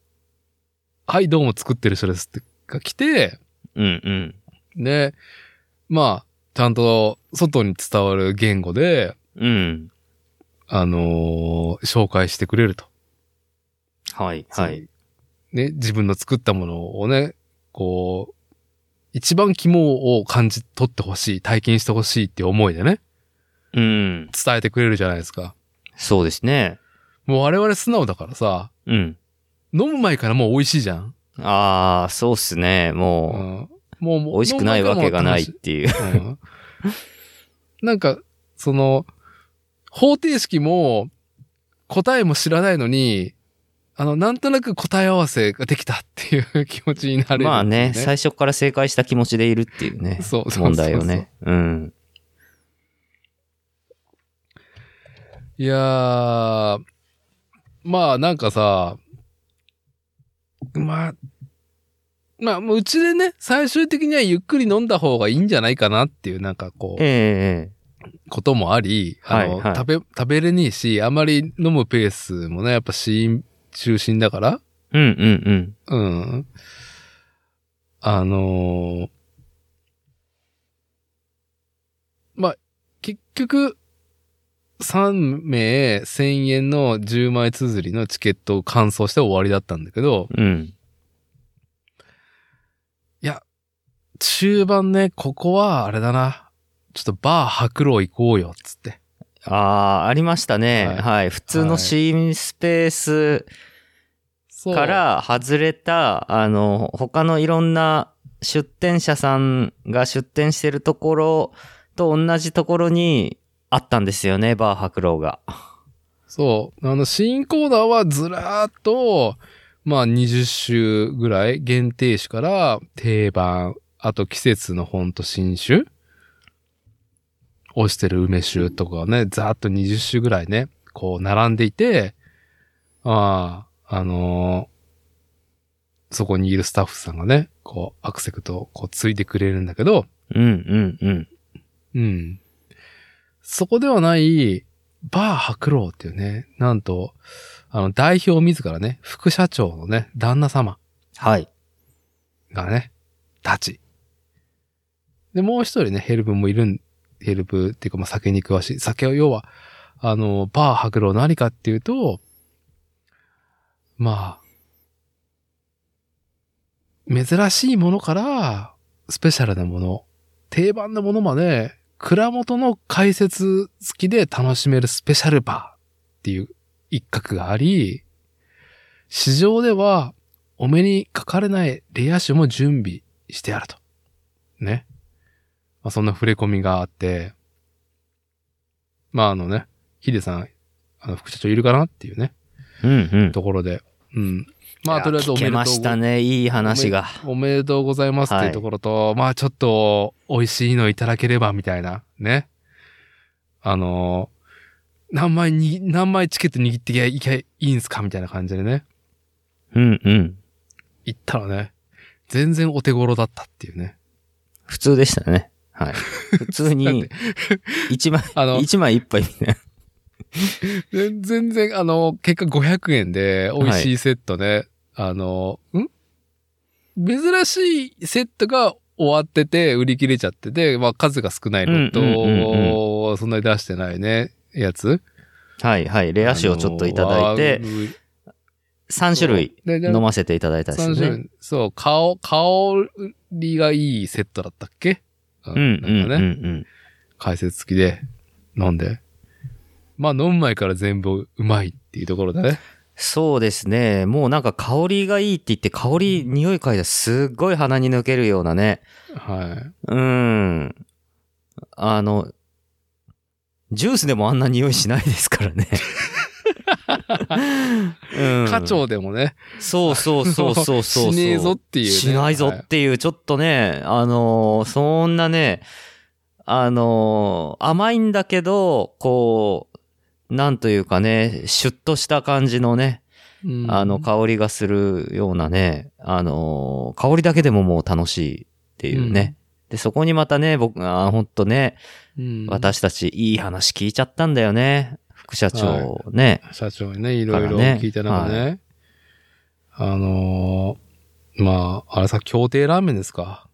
S1: はい、どうも作ってる人ですってが来て、
S2: うんうん。
S1: で、まあ、ちゃんと外に伝わる言語で、
S2: うん。
S1: あのー紹介してくれると。
S2: はい、はい。
S1: ね、自分の作ったものをね、こう、一番肝を感じ取ってほしい、体験してほしいっていう思いでね、
S2: うん。
S1: 伝えてくれるじゃないですか。
S2: そうですね。
S1: もう我々素直だからさ、
S2: うん。
S1: 飲む前からもう美味しいじゃん。
S2: ああ、そうっすね。
S1: う
S2: も
S1: ん、もう、
S2: う、美味しくないわけがないっていう。
S1: うんなん [laughs] か、その、方程式も、答えも知らないのに、あの、なんとなく答え合わせができたっていう気持ちになれる、
S2: まあね、
S1: 最
S2: 最初から正解した気持ちでいるっていうね。
S1: そうそうそうそう
S2: 問題をね。うん。
S1: いやー、まあなんかさ、まあ、まあもううちでね、最終的にはゆっくり飲んだ方がいいんじゃないかなっていうなんかこう、
S2: ええ
S1: こともあり、あの、
S2: はいはい
S1: 食べ、食べれねえし、あまり飲むペースもね、やっぱ死因中心だから、
S2: ええうんうんうん。
S1: うん。あのーまあ、結局、3名1000円の10枚綴りのチケットを完走して終わりだったんだけど、
S2: うん。
S1: 中盤ね、ここはあれだな。ちょっとバー白露行こうよ、つって。
S2: ああ、ありましたね。
S1: は
S2: はいい。普通のシーンスペース
S1: そう。
S2: から外れた、あの、他のいろんな出店者さんが出店してるところと同じところにあったんですよね、バー白狼が。
S1: そう。あの、新コーナーはずらーっと、まあ、20種ぐらい、限定種から定番、あと季節のほんと新種押してる梅酒とかね、ざーっと20種ぐらいね、こう並んでいて、ああ、あのーそこにいるスタッフさんがね、こう、アクセクト、こう、ついてくれるんだけど、
S2: うんうんうん。
S1: うん。そこではない、バー白狼っていうね、なんと、あの、代表自らね、副社長のね、旦那様
S2: はい。
S1: がね、立ち。で、もう一人ね、ヘルプもいるん、ヘルプっていうか、まあ、酒に詳しい。酒を、要は、あの、バー白狼何かっていうと、まあ、珍しいものから、スペシャルなもの、定番のものまで、蔵元の解説付きで楽しめるスペシャルバーっていう一角があり、市場ではお目にかかれないレア種も準備してあると。ね。まあ、そんな触れ込みがあって、まああのね、ヒデさんあの、副社長いるかなっていうね、
S2: うんうん。
S1: ところで。うん。まあ、とりあえずお
S2: 聞
S1: め
S2: け
S1: でとう
S2: ましたね。いい話が。
S1: おめでとうございますっていうところと、まあちょっと美味しいのいただければみたいな、ね。あのー何枚に、何枚チケット握ってきゃいけいいんすかみたいな感じでね。
S2: うんうん。
S1: 行ったらね、全然お手頃だったっていうね。
S2: 普通でしたね。はい。普通
S1: [laughs]
S2: に、一枚、
S1: あの、
S2: 一枚一杯みたいな。
S1: 全然、あの、結果500円で美味しいセットね。あの、ん珍しいセットが終わってて、売り切れちゃってて、まあ数が少ないのと、
S2: うんうん
S1: そんなに出してないね、やつ。
S2: はいはい。レア酒をちょっといただいて、3種類飲ませていただいたんです
S1: 三
S2: よ
S1: 種
S2: ね。
S1: 類。そう、香、香りがいいセットだったっけう
S2: うんうんうん
S1: なん
S2: う
S1: かね、
S2: ん。
S1: 解説付きで飲んで。まあ飲む前から全部うまいっていうところだね。
S2: そうですね。もうなんか香りがいいって言って、香り、匂い嗅いだらすっごい鼻に抜けるようなね。
S1: はい。
S2: うん。あの、ジュースでもあんな匂いしないですか
S1: [laughs]
S2: らね。うん、
S1: 課長でもね。
S2: そうそうそうそうそうそう。
S1: しねえぞっていうね
S2: しないぞっていう、ちょっとね、あのーそんなね、あのー甘いんだけど、こう、なんというかね、シュッとした感じのね、
S1: うん
S2: あの、香りがするようなね、あのー香りだけでももう楽しいっていうね。で、そこにまたね、僕、あーほんとね、
S1: うん
S2: 私たちいい話聞いちゃったんだよね。副社長ね。
S1: 社長にね、いろいろ
S2: からね
S1: 聞いた中ね。あのーまあ、あれさ、協定ラーメンですか。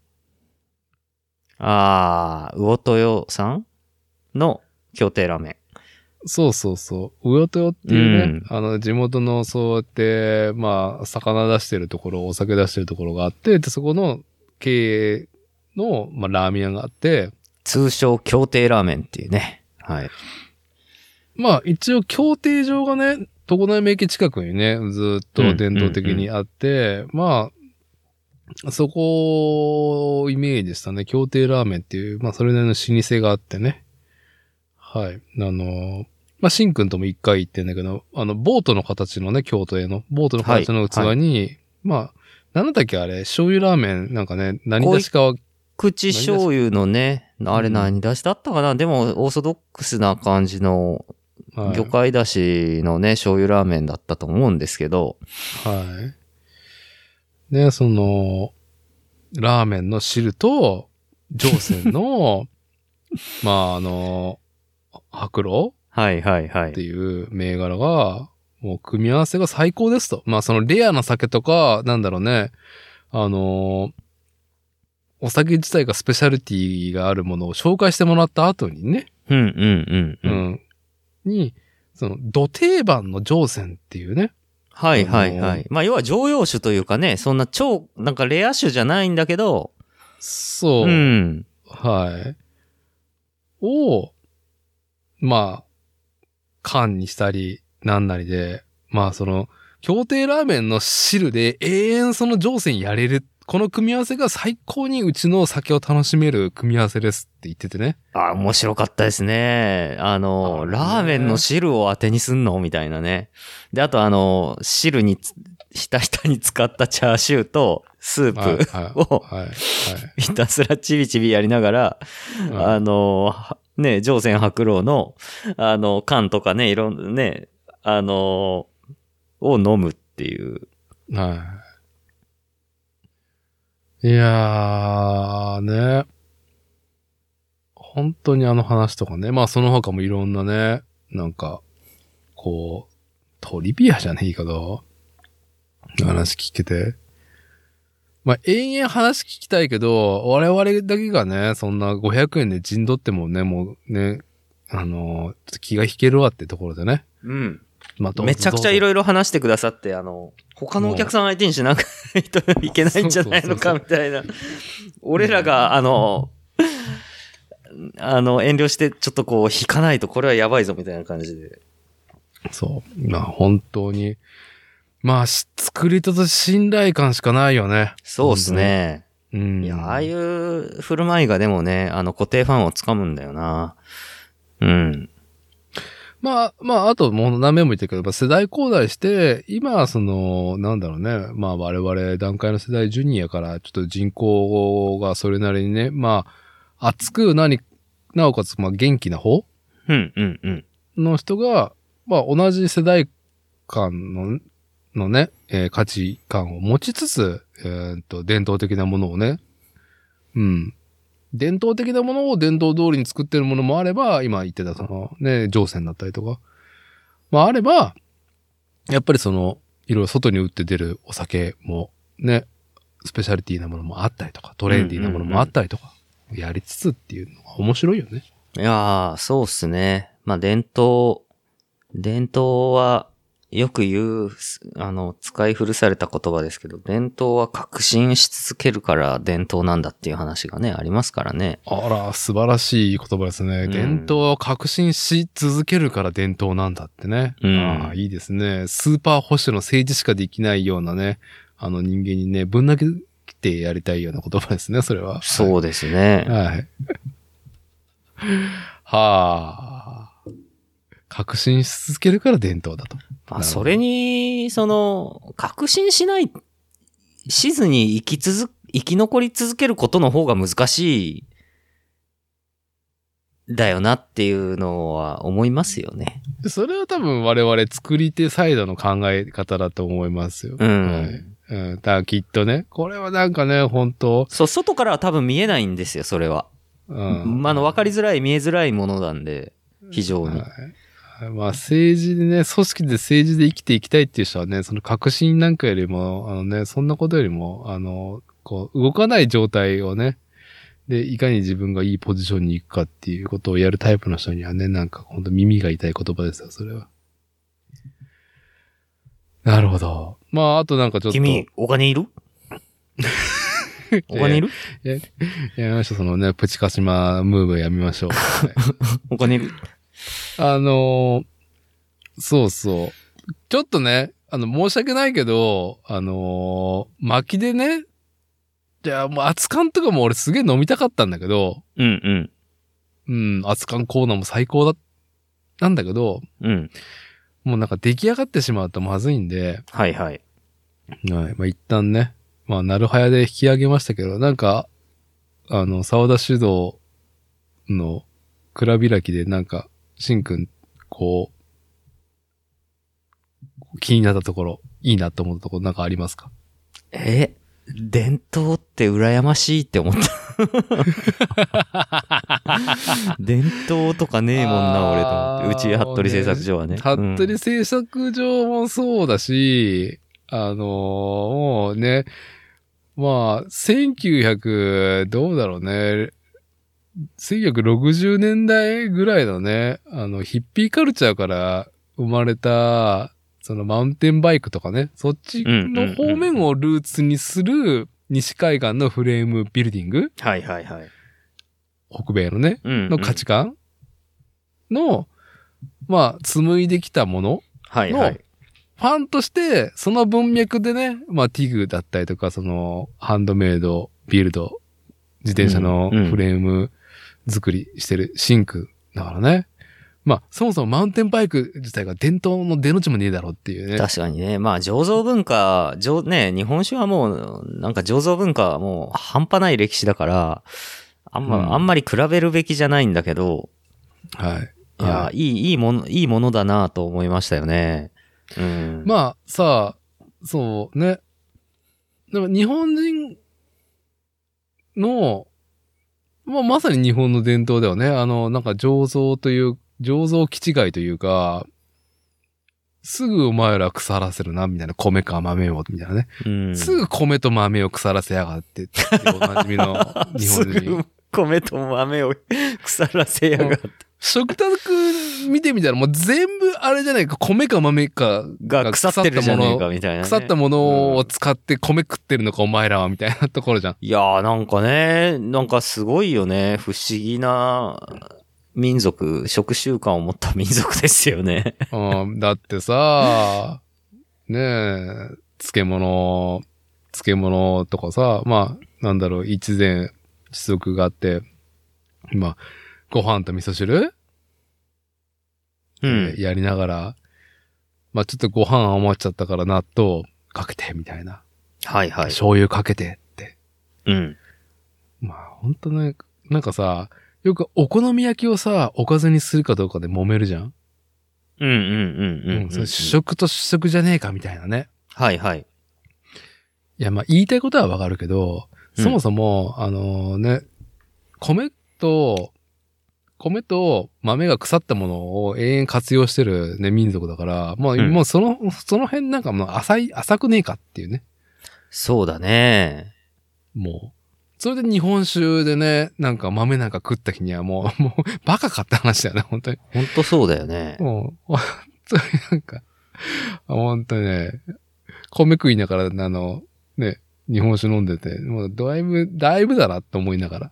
S2: ああ、魚豊さんの協定ラーメン。
S1: そうそうそう。魚豊っていうね、
S2: うん
S1: あの、地元の、そうやって、まあ、魚出してるところ、お酒出してるところがあって、で、そこの経営の、まあ、ラーメン屋があって、
S2: 通称協定ラーメンっていうね。はい。
S1: まあ、一応、協定場がね、床内名駅近くにね、ずっと伝統的にあって、まあ、そこをイメージしたね、協定ラーメンっていう、まあ、それなりの老舗があってね。はい。あの、まあ、シンくんとも一回行ってんだけど、あの、ボートの形のね、京都への、ボートの形の器に、
S2: はい
S1: まあ、なんだったっけあれ、醤油ラーメン、なんかね、何出しかは、
S2: 口醤油のね、あれ
S1: うん
S2: 何出しだったかな、でも、オーソドックスな感じの、
S1: はい
S2: 魚介だしのね、醤油ラーメンだったと思うんですけど、
S1: はい。で、その、ラーメンの汁と、上船
S2: [laughs]
S1: の、まあ、あの、白露
S2: はいはいは
S1: って
S2: い。
S1: いう銘柄が、もう組み合わせが最高ですと。まあ、そのレアな酒とか、なんだろうね、あの、お酒自体がスペシャルティがあるものを紹介してもらった後にね、
S2: うんうんう
S1: う
S2: んうん。
S1: ん。に、その、土定番の上船っていうね、
S2: はいはいは
S1: あの
S2: い。まあ、要は常用酒というかね、そんな超、なんかレア酒じゃないんだけど、
S1: そうう、
S2: ん。
S1: はい。を、まあ、缶にしたり、なんなりで、まあその、協定ラーメンの汁で永遠その上線やれる。この組み合わせが最高にうちの酒を楽しめる組み合わせですって言っててね。
S2: あ、面白かったですね。あの、
S1: あね
S2: ラーメンの汁を当てにすんのみたいなね。で、あとあの、汁につ、ひたひたに使ったチャーシューと、ス
S1: はい、
S2: ープ
S1: はい、
S2: を、
S1: はい、
S2: ひたすらちびちびやりながら、
S1: はい
S2: [laughs] あの、はね、上船白老の、あの、缶とかね、いろんなね、あの、を飲むっていう。
S1: うん。はい。いやー、ね。本当にあの話とかね。まあその他もいろんなね、なんか、こう、トリビアじゃねえけど、話聞けて。まあ延々話聞きたいけど、我々だけがね、そんな500円で陣取ってもね、もうね、あのちょっと気が引けるわってところでね。
S2: うん。
S1: まあ、どうぞ
S2: めちゃくちゃいろいろ話してくださって、あの、他のお客さん相手にしなきゃいと [laughs] いけないんじゃない
S1: そうそうそ
S2: のか
S1: うそう
S2: みたいな。俺らが、あの、あの、遠慮して、ちょっとこう、引かないと、これはやばいぞ、みたいな感じで。
S1: そう。まあ本当に。まあし作り手と信頼感しかないよね。
S2: そうですね。
S1: うん。。
S2: いや、ああいうう振る舞いがでもね、あの、固定ファンをつかむんだよな。うん。
S1: まあ、まあ、あともう何面も言ってるけど、やっぱ世代交代して、今、その、なんだろうね、まあ我々段階の世代ジュニアから、ちょっと人口がそれなりにね、まあ、熱く、なに、なおかつ、まあ元気な方
S2: うん、うん、うん。
S1: の人が、まあ同じ世代間の、のね、えー価値観を持ちつつ、えーっと、伝統的なものをね、うん。伝統的なものを伝統通りに作ってるものもあれば、今言ってたそのね、情勢だったりとか、まああれば、やっぱりその、いろいろ外に打って出るお酒もね、スペシャリティなものもあったりとか、トレンディーなものもあったりとか、やりつつっていうのが面白いよね。
S2: いやー、そうっすね。まあ、伝統、伝統は、よく言う、すあの、使い古された言葉ですけど、伝統は革新し続けるから伝統なんだっていう話がね、ありますからね。
S1: あら、素晴らしい言葉ですね。
S2: うん
S1: 伝統を革新し続けるから伝統なんだってね。
S2: うん
S1: ああいいですね。スーパー保守の政治しかできないようなね、あの人間にね、ぶん投げてやりたいような言葉ですね、それは。
S2: そうですね。
S1: はい。 [laughs] はあ。革新し続けるから伝統だと。
S2: ま
S1: なるほど
S2: あ、それに、その、確信しない、しずに生き続、生き残り続けることの方が難しい、だよなっていうのは思いますよね。
S1: それは多分我々作り手サイドの考え方だと思いますよ。
S2: うん
S1: はいうん、だからきっとね、これはなんかね、本当
S2: そう、外からは多分見えないんですよ、それは。
S1: うん。
S2: まああの、わかりづらい、見えづらいものなんで、非常に。
S1: はい。まあ政治でね、組織で政治で生きていきたいっていう人はね、その革新なんかよりも、あのね、そんなことよりも、あの、こう、動かない状態をね、で、いかに自分がいいポジションに行くかっていうことをやるタイプの人にはね、なんか本当耳が痛い言葉ですよ、それは。なるほど。まあ、あとなんかちょっと。
S2: 君、お金 [laughs] いるお金いる
S1: やめましょう、そのね、プチカシマムーブやめ
S2: [laughs]
S1: ましょう。はい
S2: お金いる
S1: あのーそうそう。ちょっとね、あの、申し訳ないけど、あのー巻きでね、じゃあもう熱燗とかも俺すげえ飲みたかったんだけど、
S2: うんう
S1: う
S2: ん。
S1: ん、熱燗コーナーも最高だ、なんだけど、
S2: うん。
S1: もうなんか出来上がってしまうとまずいんで、
S2: はいはい。
S1: はい。まあ、一旦ね、まあ、なるはやで引き上げましたけど、なんか、あの、沢田指導の蔵開きで、なんか、しんくん、こう、気になったところ、いいなと思ったところ、なんかありますか
S2: え、伝統って羨ましいって思 [laughs] った。伝統とかねえもんな、俺と思って。うち、
S1: あー
S2: 服部製作所はね。
S1: 服
S2: うん
S1: 部製作上もそうだし、あのーもうね、まあ、1900、どうだろうね、1960年代ぐらいのね、あの、ヒッピーカルチャーから生まれた、そのマウンテンバイクとかね、そっちの方面をルーツにする西海岸のフレームビルディング
S2: はいはいはい。
S1: 北米のね、
S2: うん
S1: の価。値観の、まあ、紡いできたもの
S2: はいはい。
S1: ファンとして、その文脈でね、まあ、ティグだったりとか、その、ハンドメイド、ビルド、自転車の
S2: うんうん
S1: フレーム作りしてるシンクだからね。まあ、そもそもマウンテンバイク自体が伝統の出のちもねえだろうっていうね。
S2: 確かにね。まあ、醸造文化、醸ね、日本酒はもう、なんか醸造文化はもう半端ない歴史だから、あんま、
S1: うん
S2: あんまり比べるべきじゃないんだけど、
S1: はい。
S2: いや、いい、いいもの、いいものだなと思いましたよね。うん。あ、
S1: まあ、さあ、そうね。でも日本人の、まあ、まさに日本の伝統だよね。あの、なんか醸造という、醸造気違いというか、すぐお前ら腐らせるな、みたいな。米か豆を、みたいなね。
S2: うん、
S1: すぐ米と豆を腐らせやがってって、おなじみ
S2: [laughs]
S1: の日本
S2: す
S1: 人
S2: ぐ。米と
S1: [laughs]
S2: 豆を腐らせやがって。
S1: 食卓見てみたらもう全部あれじゃないか、米か豆か
S2: が腐ってるじゃねえかみたいな、ね。
S1: 腐ったものを使って米食ってるのかお前らはみたいなところ
S2: [laughs]
S1: じゃん。
S2: いやーなんかね、なんかすごいよね。不思議な民族、食習慣を持った民族ですよね。
S1: うん、だってさ、ねえ、漬物、漬物とかさ、まあ、なんだろう、一膳、一足があって、まあ、ご飯と味噌汁
S2: うん
S1: やりながら、まあちょっとご飯余っちゃったから納豆かけてみたいな。
S2: はいはい。
S1: 醤油かけてって。
S2: うん。
S1: まあ本当ね、なんかさ、よくお好み焼きをさ、おかずにするかどうかで揉めるじゃん、
S2: うんうんうんうんうん。
S1: それ主食と主食じゃねえかみたいなね。
S2: はいはい。
S1: いや、まあ言いたいことはわかるけど、
S2: うん
S1: そもそも、あのね、米と、米と豆が腐ったものを永遠活用してるね、民族だから、もう、
S2: うん
S1: もうその、その辺なんかもう浅い、浅くねえかっていうね。
S2: そうだね。
S1: もう。それで日本酒でね、なんか豆なんか食った日にはもう、もう、バカかって話だよね、本当に。
S2: ほんとそうだよね。
S1: もう、本 [laughs] 当になんか、あ本当にね、米食いながら、あの、ね、日本酒飲んでて、もうだいぶ、だいぶだなって思いながら。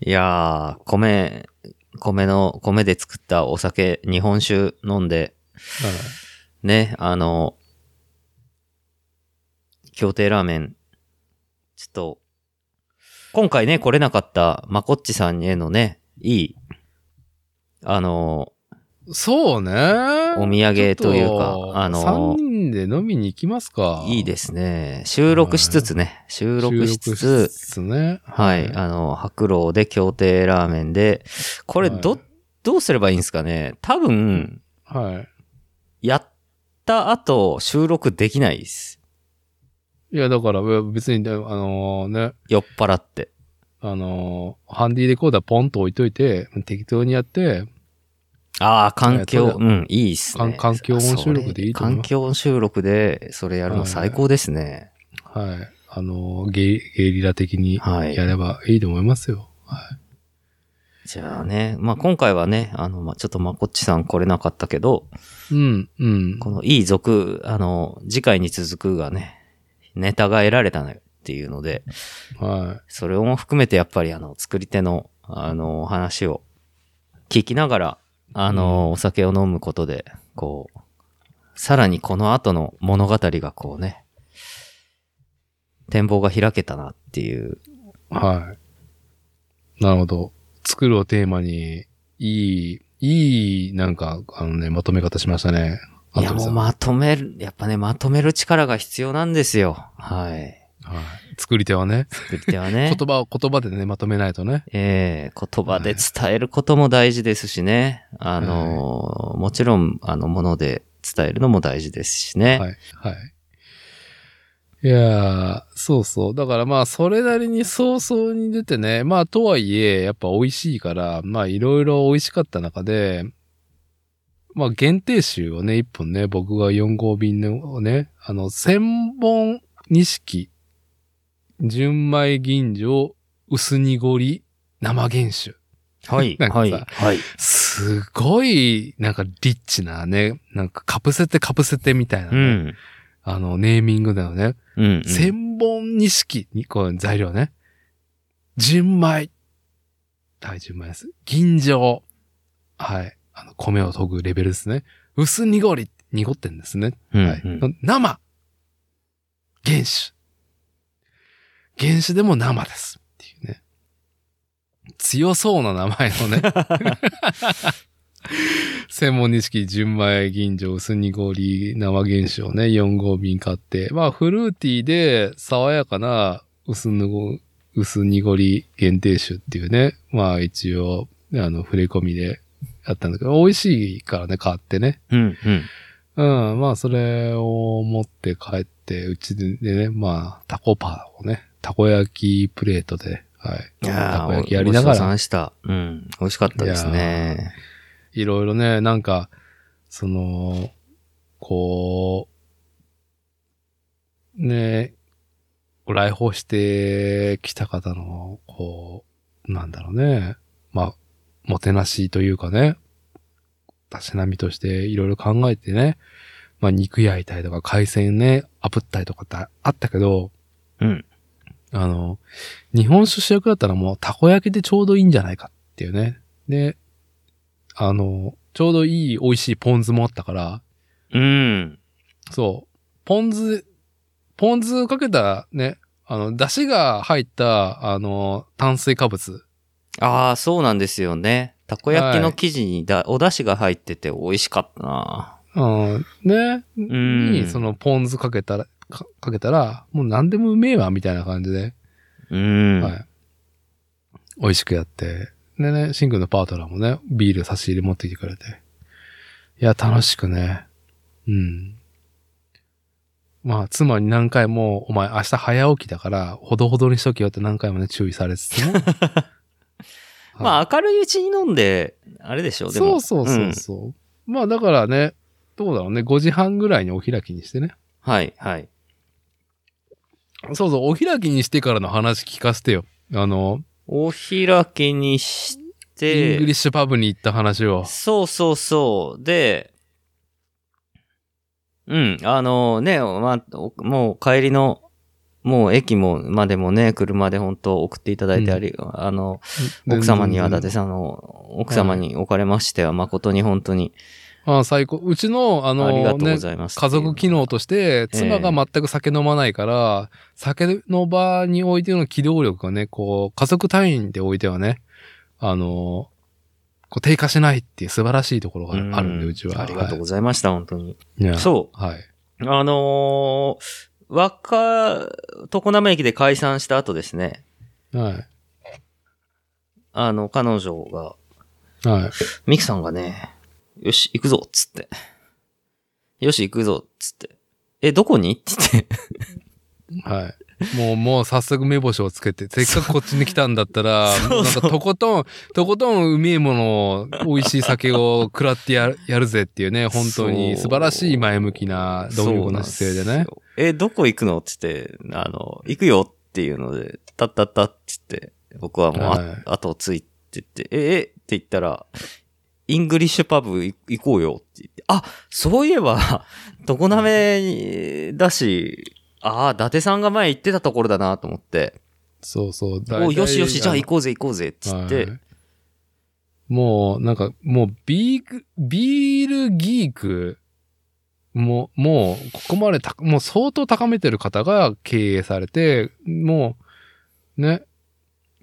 S2: いやー、米、米の、米で作ったお酒、日本酒飲んで、ね、あの、協定ラーメン、ちょっと、今回ね、来れなかったまこっちさんへのね、いい、あの、
S1: そうね。
S2: お土産というかあの
S1: 3人で飲みに行きますか。
S2: いいですね。収録しつつね、収録しつ
S1: 収録
S2: つ
S1: し、つつね。
S2: はい、あの、白老で協定ラーメンで、これど、
S1: はい
S2: どうすればいいんですかね多分、
S1: はい。
S2: やった後、収録できないです。
S1: いや、だから、いや別に、あのね、
S2: 酔っ払って。
S1: あのハンディレコーダーポンと置いといて、適当にやって、
S2: ああ、環
S1: い
S2: 境
S1: や、そ
S2: うん、いいっすね。
S1: 環環境音収録でいいと思い
S2: 環
S1: ます
S2: 境音収録で、それやるの最高ですね。
S1: はい。あのゲゲリラ的に
S2: はい
S1: やればいいと思いますよ。
S2: じゃあね、まあ今回はね、あの、まあちょっとまこっちさん来れなかったけど、
S1: うん、うん。
S2: このいい続、あの、次回に続くがね、ネタが得られたっていうので、
S1: は
S2: それも含めてやっぱりあの、作り手の、あの、お話を聞きながら、あの、お酒を飲むことで、こう、さらにこの後の物語がこうね、展望が開けたなっていう。
S1: い。はい。なるほど。作るをテーマに、いい、いい、なんか、あのね、まとめ方しましたね。
S2: いや
S1: アントニー
S2: も
S1: さ
S2: うんまとめる、やっぱね、まとめる力が必要なんですよ。はい。
S1: はい。作り手はね、
S2: 作り手は
S1: [laughs]
S2: ね
S1: 言。葉を言葉でね、まとめないとね。
S2: ええ言葉で伝えることも大事ですしね。あの、もちろん、あの、もので伝えるのも大事ですしね。
S1: はい。はい。いやー、そうそう。だからまあ、それなりに早々に出てね、まあ、とはいえ、やっぱ美味しいから、まあ、いろいろ美味しかった中で、まあ、限定集をね、1本ね、僕が4号便のね、あの、千本錦、純米吟醸、薄濁り、生原酒。
S2: はい、
S1: [laughs] なんか
S2: はい、
S1: さ
S2: はい。
S1: すごい、なんかリッチなね、なんかかぶせてかぶせてみたいな、
S2: う
S1: ね
S2: ん。
S1: あの、ネーミングだよね。
S2: うん、うん。
S1: 千本錦に、こう、材料ね。純米。はい、純米です。銀醸。はい。あの、米を研ぐレベルですね。薄濁り。濁ってんですね。
S2: うん
S1: はい。生。原酒。原酒でも生です。っていうね。強そうな名前の
S2: [laughs]
S1: ね。専門錦純米吟醸薄濁り生原酒をね、4号瓶買って。まあ、フルーティーで爽やかな薄濁薄濁り限定酒っていうね。まあ、一応、あの、触れ込みでやったんだけど、美味しいからね、買ってね。
S2: うん、うん。
S1: うん、まあ、それを持って帰って、うちでね、まあ、タコパをね、たこ焼きプレートで、はい。たこ焼きやりなが
S2: ごちそうさ
S1: ら、
S2: ました。うん。美味しかったですね。
S1: いろいろね、なんか、その、こう、ね、ご来訪してきた方の、こう、なんだろうね、まあ、もてなしというかね、たしなみとしていろいろ考えてね、まあ肉焼いたりとか海鮮ね、炙ったりとかってあったけど、
S2: うん。
S1: あの、日本酒主役だったらもうたこ焼きでちょうどいいんじゃないかっていうね。で、あの、ちょうどいい美味しいポン酢もあったから、
S2: うん。
S1: そう、ポン酢、ポン酢かけたね、あの、出汁が入った、あの、炭水化物。
S2: ああ、そうなんですよね。たこ焼きの生地にだ、お出汁が入ってて美味しかったな
S1: うん。ね。
S2: ん
S1: に、その、ポン酢かけたら、かかけたら、もう何でもうめえわ、みたいな感じで、
S2: うん。
S1: はい。美味しくやって。でね、シンくんのパートナーもね、ビール差し入れ持ってきてくれて。いや、楽しくね。うん。まあ、妻に何回も、お前明日早起きだから、ほどほどにしとけよって何回もね、注意されつつも。
S2: まあ明るいうちに飲んで、あれでしょ、
S1: [laughs]
S2: で
S1: そう
S2: も。
S1: そうそうそう。まあ、だからね、どうだろうね、5時半ぐらいにお開きにしてね。
S2: はい、はい。
S1: そうそう、お開きにしてからの話聞かせてよ。あの、
S2: お開きにし
S1: イン
S2: て
S1: グリ、ッシュパブに行った話を。
S2: そうそうそう。で、うん、あのね、まあ、おもう帰りの、もう駅も、までもね、車で本当送っていただいてあり、あの、奥様には、伊達さんの、奥様におかれましては、誠に本当に、
S1: あ最高。うちの、あ
S2: ありが
S1: の、
S2: とうご
S1: ね、
S2: ざいます。
S1: 家族機能として、妻が全く酒飲まないから、酒の場においての機動力がね、こう、家族単位でおいてはね、あの、こう低下しないっていう素晴らしいところがあるんで、うちは。
S2: ありがとう
S1: う
S2: ございました、本当に。
S1: ございます。
S2: そう。
S1: はい。
S2: あのー、若、常滑駅で解散した後ですね、
S1: はい。
S2: あの、彼女が、
S1: はい。
S2: ミキさんがね、よし、行くぞ、っつって。よし、行くぞ、っつって。え、どこにって言って。
S1: はい。もう、もう早速目星をつけて、せっかくこっちに来たんだったら、
S2: [laughs] そう
S1: もうなん
S2: そ
S1: か
S2: うそう
S1: とことん、とことんうめえものを、美味しい酒を食らってやるやるぜっていうね、本当に
S2: そう
S1: 素晴らしい前向きな、貪欲な姿勢でね。
S2: そうなんすよえ、どこ行くのって言って、あの、行くよっていうので、たったったって言って、僕はもうあ、
S1: はい
S2: 後をついてって、え、えって言ったら、イングリッシュパブ行行こうよって言って、あ、そういえば、 [laughs] 常滑にだし、ああ、伊達さんが前行ってたところだなと思って、
S1: そうそう。大体
S2: およしよし、じゃあ行こうぜ行こうぜって言って、
S1: はいもう、なんか、もう、ビーク、ビールギーク、もう、もう、ここまでた、もう相当高めてる方が経営されて、もう、ね、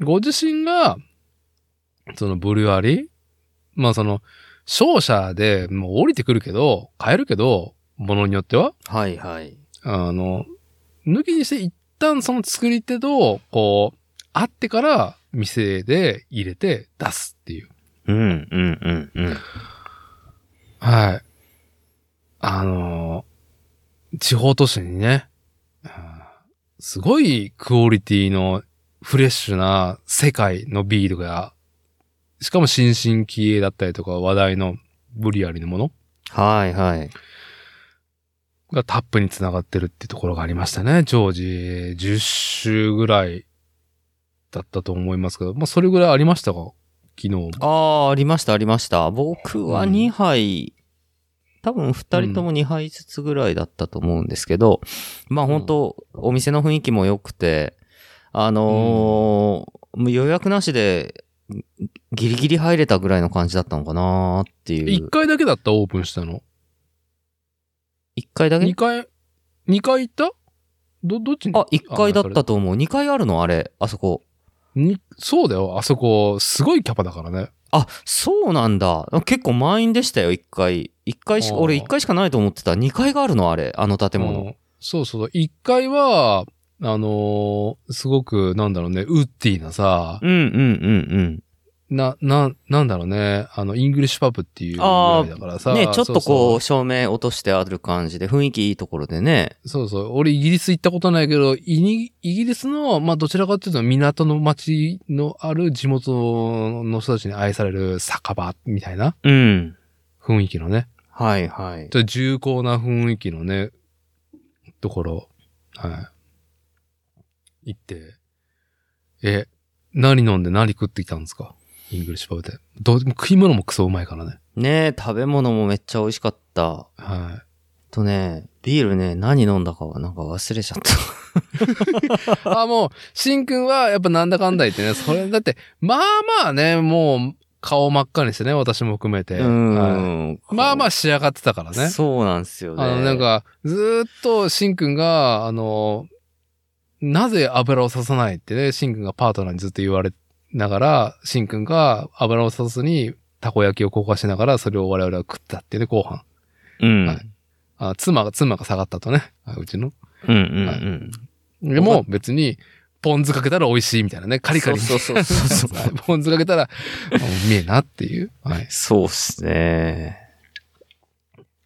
S1: ご自身が、そのブルワリーまあその、商社でもう降りてくるけど、買えるけど、ものによっては、
S2: はいはい。
S1: あの、抜きにして一旦その作り手と、こう、会ってから店で入れて出すっていう。
S2: うん、うん、うん、うん。
S1: はい。あの、地方都市にね、うんすごいクオリティのフレッシュな世界のビールが、しかも新進気鋭だったりとか話題のブリアリのもの
S2: はいはい。
S1: がタップにつながってるってところがありましたね。常時10週ぐらいだったと思いますけど、まあそれぐらいありましたか昨日。
S2: ああ、ありました、ありました。僕は
S1: うん
S2: 2杯、多分2人とも2杯ずつぐらいだったと思うんですけど、まあ本当、お店の雰囲気も良くて、あのーもう予約なしで、ギリギリ入れたぐらいの感じだったのかなーってい
S1: 1
S2: う。
S1: 回だけだったオープンしたの。
S2: 1回だけ
S1: 2回、2回行ったど、どっちに
S2: あ、1回だったと思う。2回あるのあれ、あそこ。
S1: にそうだよ。あそこ、すごいキャパだからね。
S2: あ、そうなんだ。結構満員でしたよ、1回。1回しか、
S1: あー
S2: 俺1回しかないと思ってた。2回があるのあれ、あの建
S1: う
S2: 物。
S1: んそうそう。1回は、あのーすごく、なんだろうね、ウッディなさ、
S2: うんうんうんうん。
S1: な、な、なんだろうね、あの、イングリッシュパブっていうぐらいだからさ。
S2: ね、ちょっと
S1: そう
S2: こ、
S1: そう
S2: 照明落としてある感じで、雰囲気いいところでね。
S1: そうそう。俺、イギリス行ったことないけど、イニイギリスの、まあ、どちらかというと、港の町のある地元の人たちに愛される酒場みたいな
S2: うん。
S1: 雰囲気のね。
S2: はいはい。
S1: ちょっと重厚な雰囲気のね、ところ、はい。行って、え、何飲んで何食ってきたんですかイングリッシュパブで。どう、食い物もクソうまいからね。
S2: ね食べ物もめっちゃ美味しかった。
S1: は
S2: とね、ビールね、何飲んだかはなんか忘れちゃった。
S1: い。あ、もう、しんくんはやっぱなんだかんだ言って
S2: [laughs]
S1: ね、それ、だって、まあまあね、もう、顔真っ赤にしてね、私も含め [laughs] て。は
S2: ん。
S1: い、まあま
S2: あ
S1: あ仕上がってたからね。
S2: そうなんですよね。
S1: あの、なん、か、ずーっと、しんくんが、あの、なぜ油を刺さないってね、しんくんがパートナーにずっと言われながら、しんくんが油をささずに、たこ焼きを焦がしながら、それを我々は食ったっていうね、後半。
S2: うん。
S1: はいあ妻が、妻が下がったとね。あうちの。
S2: うんうん
S1: でも、別に、ポン酢かけたら美味しいみたいなね。カリカリ。
S2: そうそうそうそう
S1: [laughs]
S2: そう
S1: はいポン酢かけたら、あうめえなっていう。は
S2: うん
S1: い。。
S2: そうっすね。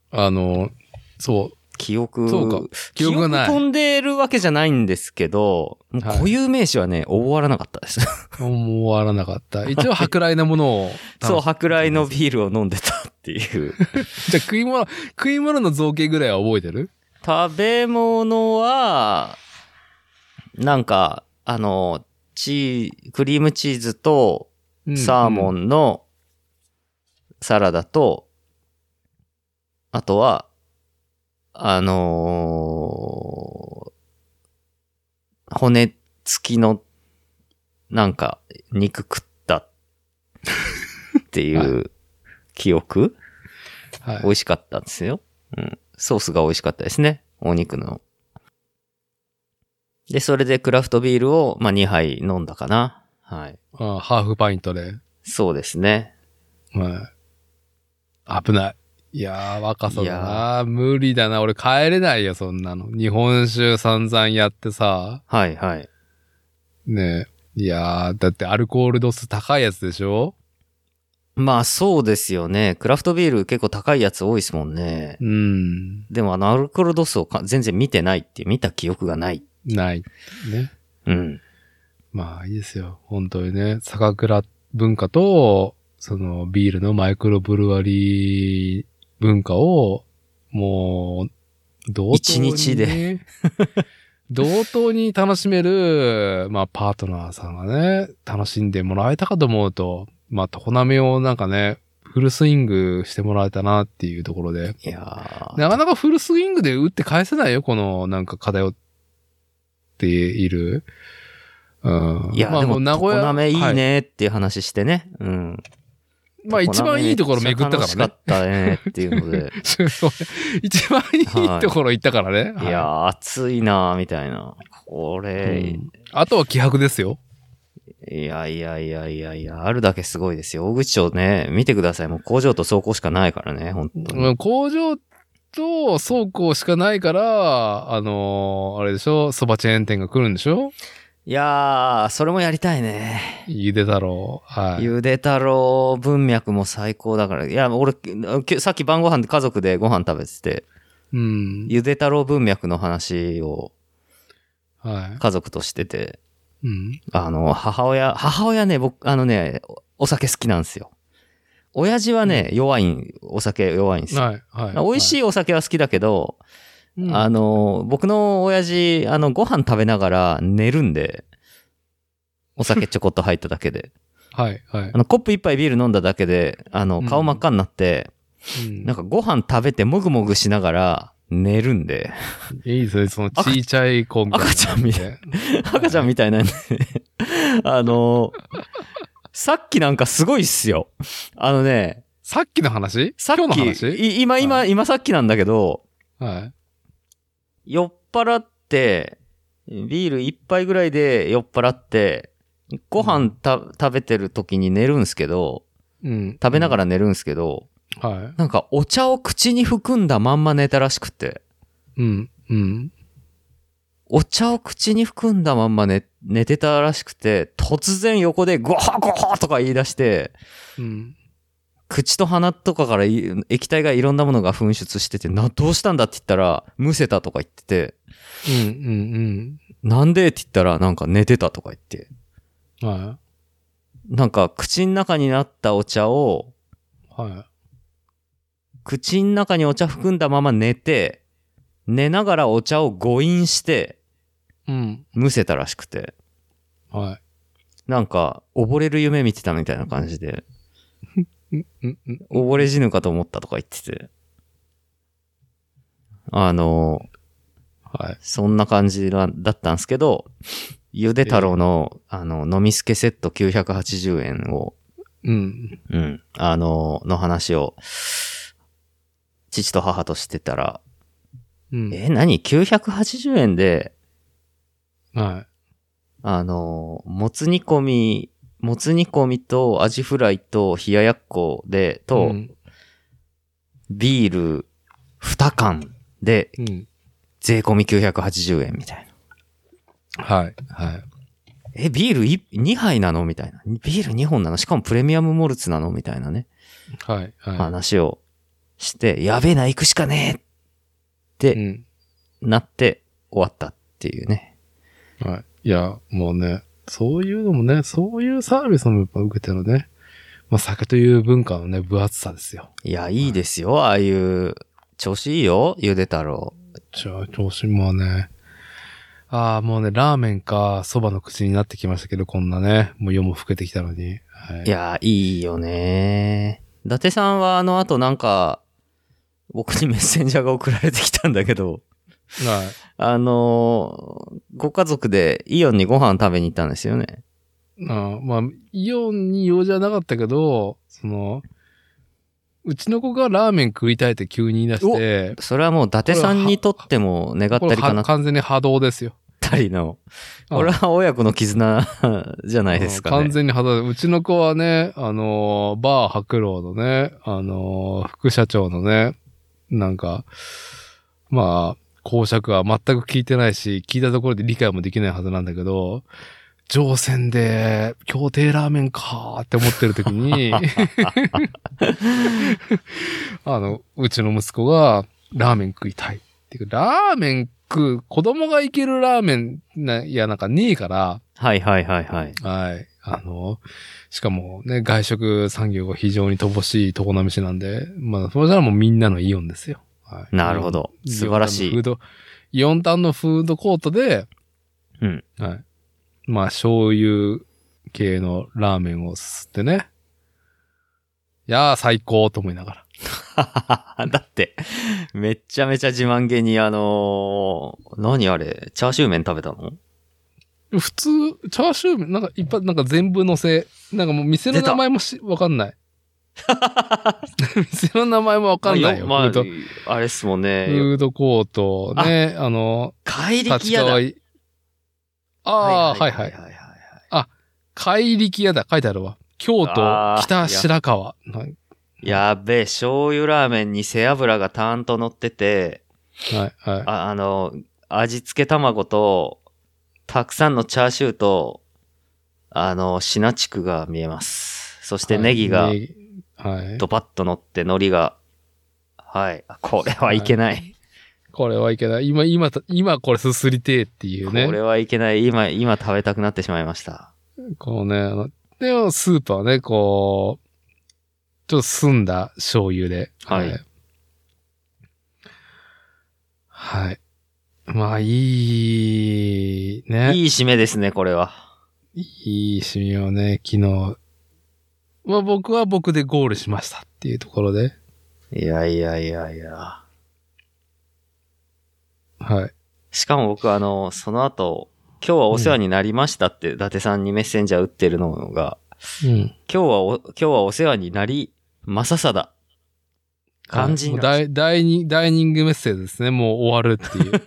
S1: あの、そう、
S2: 記憶。
S1: そうか記憶がない
S2: 記飛んでるわけじゃないんですけど、もう
S1: はい
S2: 固有名詞はね、覚わらなかっ
S1: [laughs]
S2: たです。
S1: 思わらなかった。一応、舶来なものを。
S2: そう、舶来のビールを飲んでたっ
S1: [laughs]
S2: ていう。
S1: じゃあ食い物、食い物の造形ぐらいは覚えてる
S2: 食べ物は、なんか、あの、チー、クリームチーズと、サーモ
S1: ン。
S2: ンのサラダと、あとは、あのー骨付きの、なんか、肉食ったってい
S1: は
S2: う記憶、
S1: はい
S2: 美味しかったんですよ。うん。ソースが美味しかったですね。お肉の。で、それでクラフトビールを、まあ、2杯飲んだかな。はい。
S1: ああハーフパイントで。
S2: そうですね。
S1: はい。危ない。いやー、若さ
S2: い
S1: だ
S2: や
S1: な。無理だな。俺帰れないよ、そんなの。日本酒散々やってさ。
S2: はいはい。
S1: ねえ。いやー、だってアルコール度数高いやつでしょ
S2: まあそうですよね。クラフトビール結構高いやつ多いですもんね。
S1: うん。
S2: でもあのアルコール度数をか全然見てないっていう、見た記憶がない。
S1: ない。ね。
S2: うん。
S1: まあ、いいですよ。本当にね。酒蔵文化と、その、ビールのマイクロブルワリー文化を、もう、同等に、ね。
S2: 一日で。
S1: 同等に楽しめる、まあ、パートナーさんがね、楽しんでもらえたかと思うと、まあ、常滑をなんかね、フルスイングしてもらえたなっていうところで。
S2: いやー
S1: なかなかフルスイングで打って返せないよ、この、なんか偏っている。うん。
S2: いや、
S1: まあ
S2: でも、
S1: 名古屋
S2: 常滑い
S1: はいい
S2: ねっていう話してね。うん。
S1: まあ、一番いいところめくったか
S2: 楽し
S1: ら
S2: か
S1: ね。
S2: ったねっていうので。
S1: 一番いいところ行ったからね。
S2: い
S1: [laughs] はい
S2: やー、暑いなーみたいな。これ
S1: う、んあとは気迫ですよ。
S2: いやいやいやいやいや、あるだけすごいですよ。大口町ね、見てください。もう工場と走行しかないからね、本当に。
S1: うん工場と倉庫しかないから、あのーあれでしょ、蕎麦チェーン店が来るんでしょ
S2: いやー、それもやりたいね。
S1: ゆで太郎。はい。
S2: ゆで太郎文脈も最高だから。いや、俺、きゅさっき晩ご飯で家族でご飯食べてて、
S1: うん。
S2: ゆで太郎文脈の話を
S1: は
S2: 家族としてて、
S1: い。うん。
S2: あの、母親、母親ね、僕、あのね、おお酒好きなんですよ。親父はね、弱いん、お酒弱いんですよ。
S1: はい。はい。
S2: 美味しいお酒は好きだけど、
S1: はい。うん
S2: あの、僕の親父、あの、ご飯食べながら寝るんで、お酒ちょこっと入っただけで。
S1: はい。はい
S2: あ。の、コップ一杯ビール飲んだだけで、あの、顔真っ赤になって、
S1: うん
S2: なんかご飯食べてもぐもぐしながら寝るんで、
S1: いいですね、そのちいちゃい子みたいな。
S2: 赤ちゃんみた
S1: いな。
S2: [laughs] 赤ちゃんみたいなんで、 [laughs] あの、さっきなんかすごいっすよ。あのね、
S1: さっきの話
S2: さっ
S1: 今日の
S2: き、
S1: 話
S2: い今、今、今さっきなんだけど、
S1: はい。
S2: 酔っ払って、ビール一杯ぐらいで酔っ払って、ご飯た食べてる時に寝るんすけど、
S1: うん。
S2: 食べなが
S1: ら。
S2: ら寝るんすけど、
S1: は
S2: なんかお茶を口に含んだまんま寝たらしくて。
S1: い。うん。うん。
S2: お茶を口に含んだまんま寝、寝てたらしくて、突然横でゴホゴホとか言い出して、
S1: うん。
S2: 口と鼻とかからい液体がいろんなものが噴出してて、な、どうしたんだって言ったら、むせたとか言ってて、
S1: うん。うん。
S2: なんでって言ったら、なんか寝てたとか言って、
S1: うん。は
S2: なんか口の中になったお茶を、
S1: い。は
S2: 口の中にお茶含んだまま寝て、寝ながらお茶を誤飲して、
S1: い。うん。
S2: むせたらしくて、
S1: は
S2: なんか溺れる夢見てたみたいな感じで、
S1: い。うん。うん。うん
S2: 溺れ死ぬかと思ったとか言ってて。あの、
S1: はい。
S2: そんな感じなだったんですけど、ゆで太郎の、あの、飲みすけセット980円を、
S1: うん。
S2: うん、あの、の話を、父と母としてたら、
S1: うん。
S2: え、何 ?980 円で、
S1: は
S2: あの、もつ煮込みもつ煮込みとアジフライと冷ややっこで、と、
S1: うん
S2: ビール2缶で
S1: うん。
S2: 税込み980円みたいな。
S1: はい。はい。
S2: え、ビール2杯なのみたいな。ビール2本なのしかもプレミアムモルツなのみたいなね。
S1: はい。は
S2: 話をして、やべえな、行くしかねえ
S1: い。うん。
S2: なって終わったっていうね。
S1: はい。いや、もうね、そういうのもね、そういうサービスもやっぱ受けてるね。まあ、酒という文化のね、分厚さですよ。
S2: いや、いいですよ、ああいう。調子いいよ、ゆで太郎。
S1: じゃあ、調子もね、ああ、もうね、ラーメンか、蕎麦の口になってきましたけど、こんなね、もう夜も更けてきたのに。はい。
S2: いや、いいよね。伊達さんはあの後なんか、僕にメッセンジャーが送られてきたんだけど、
S1: はい。
S2: あのーご家族でイオンにご飯食べに行ったんですよね。
S1: ああまあ、イオンに用事はなかったけど、その、うちの子がラーメン食いたいって急に言い出して、
S2: それはもう伊達さんにとっても願っ
S1: これ
S2: たりかな
S1: は
S2: っ
S1: 完全に波動ですよ。
S2: たりの、これは親子
S1: [laughs]
S2: の絆じゃないですかね。
S1: うん完全に波動です。うちの子はね、あのー、バー白狼のね、あのー、副社長のね、なんか、まあ、公爵は全く聞いてないし、聞いたところで理解もできないはずなんだけど、乗船で、協定ラーメンかーって思ってる時に、あの、うちの息子が、ラーメン食いたい。っていうかラーメン食う、子供が行けるラーメンな、いや、なんかねえから、
S2: はいはいはいはい。
S1: はい。あの、しかもね、外食産業が非常に乏しい常滑市なんで、まあ、それならもうみんなのイオンですよ。はい、
S2: なるほど。
S1: イオン。
S2: 素晴らし
S1: イオンタウンのフード、イオンタウンのフー
S2: い。
S1: ドコートで、
S2: うん。
S1: はい。まあ、醤油系のラーメンを吸ってね。いやー、最高と思いながら。
S2: [laughs] だって、めっちゃめちゃ自慢げに、あのー何あれ、チャーシュー麺食べたの
S1: 普通、チャーシュー麺、なんかいっぱい、なんか全部乗せ。なんかもう店の名前もし、わかん
S2: [laughs]
S1: ない。店の名前もわかんないよ。
S2: まあ
S1: フード
S2: まあ、あれっすもんね。
S1: フードコートね、あの、
S2: 怪力
S1: 立
S2: 屋だ。
S1: 川い。ああ、はいはい。
S2: はい
S1: 怪力屋だ、書いてあるわ。京
S2: あ
S1: 都
S2: ー
S1: 北白川。はい。
S2: やべえ、醤油ラーメンに背脂がたーんと乗ってて、
S1: はい。はい
S2: ああの、味付け卵と、たくさんのチャーシューと、あの、シナチクが見えます。そしてネギが
S1: ネギはい。
S2: ドバッと乗って、海苔が、はい。あこれはいけない。
S1: これはいけない。今、今と、今これすすりてえっていうね
S2: こ。れはいけない。今、今食べたくなってしまいました。
S1: こうね、あの、でもスープはね、こう、ちょっと澄んだ醤油で。
S2: はい。
S1: はい。まあ、いい、ね。
S2: いい締めですね、これは。
S1: いい趣味をね、昨日、まあ僕は僕でゴールしましたっていうところで、
S2: いやいやいやいや。
S1: はい。
S2: しかも僕、あの、その後、今日はお世話になりましたって、伊達さんにメッセンジャー打ってるのが、
S1: うん。
S2: 今日はお、今日はお世話になり、まささだ。肝心
S1: もう
S2: な。
S1: 大、大人、大人気メッセージですね。もう終わるって [laughs] いう。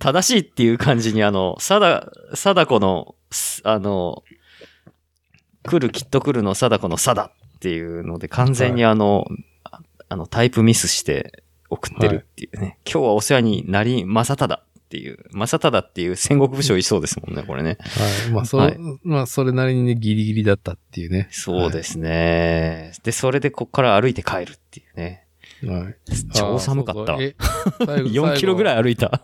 S2: 正しいっていう感じに、あの、さだ、さだこの、すあの、来るきっと来るのさだこのさだっていうので、完全にあの、ああの、タイプミスして送ってるっていうね。今日はお世話になり、まさただっていう、まさただっていう戦国武将いそうですもんね、これね。
S1: はい。まあ、そ、
S2: はいう
S1: まあ、それなりにね、ギリギリだったっていうね。
S2: そうですね。で、それでこっから歩いて帰るっていうね。
S1: はい。
S2: 超寒かった。4 [laughs]
S1: 4
S2: キロぐ
S1: い。
S2: らい歩いた。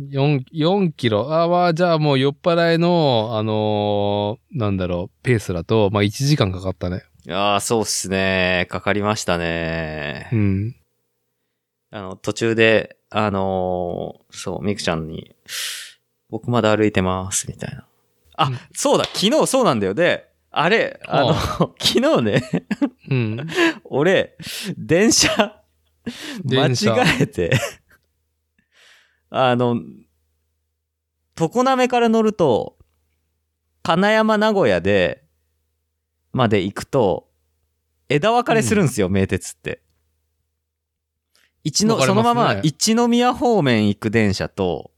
S1: 4、4キロ。あまあ、じゃあもう酔っ払いの、あのーなんだろう、ペースだと、まあ1時間かかったね。
S2: ああ、そうっすね。かかりましたね。
S1: うん。
S2: あの、途中で、あのーそう、ミクちゃんに、僕まだ歩いてます、みたいな。あ、
S1: うん
S2: そうだ、昨日そうなんだよ。で、あれ、あの、 [laughs] 昨日ね、
S1: うん。
S2: 俺、電車、間
S1: 電車
S2: 違えて、あの、常滑から乗ると、金山名古屋で、まで行くと、枝分かれするんですよ、名鉄って。一の、
S1: 分かれ
S2: その
S1: ますね
S2: まま一宮方面行く電車と、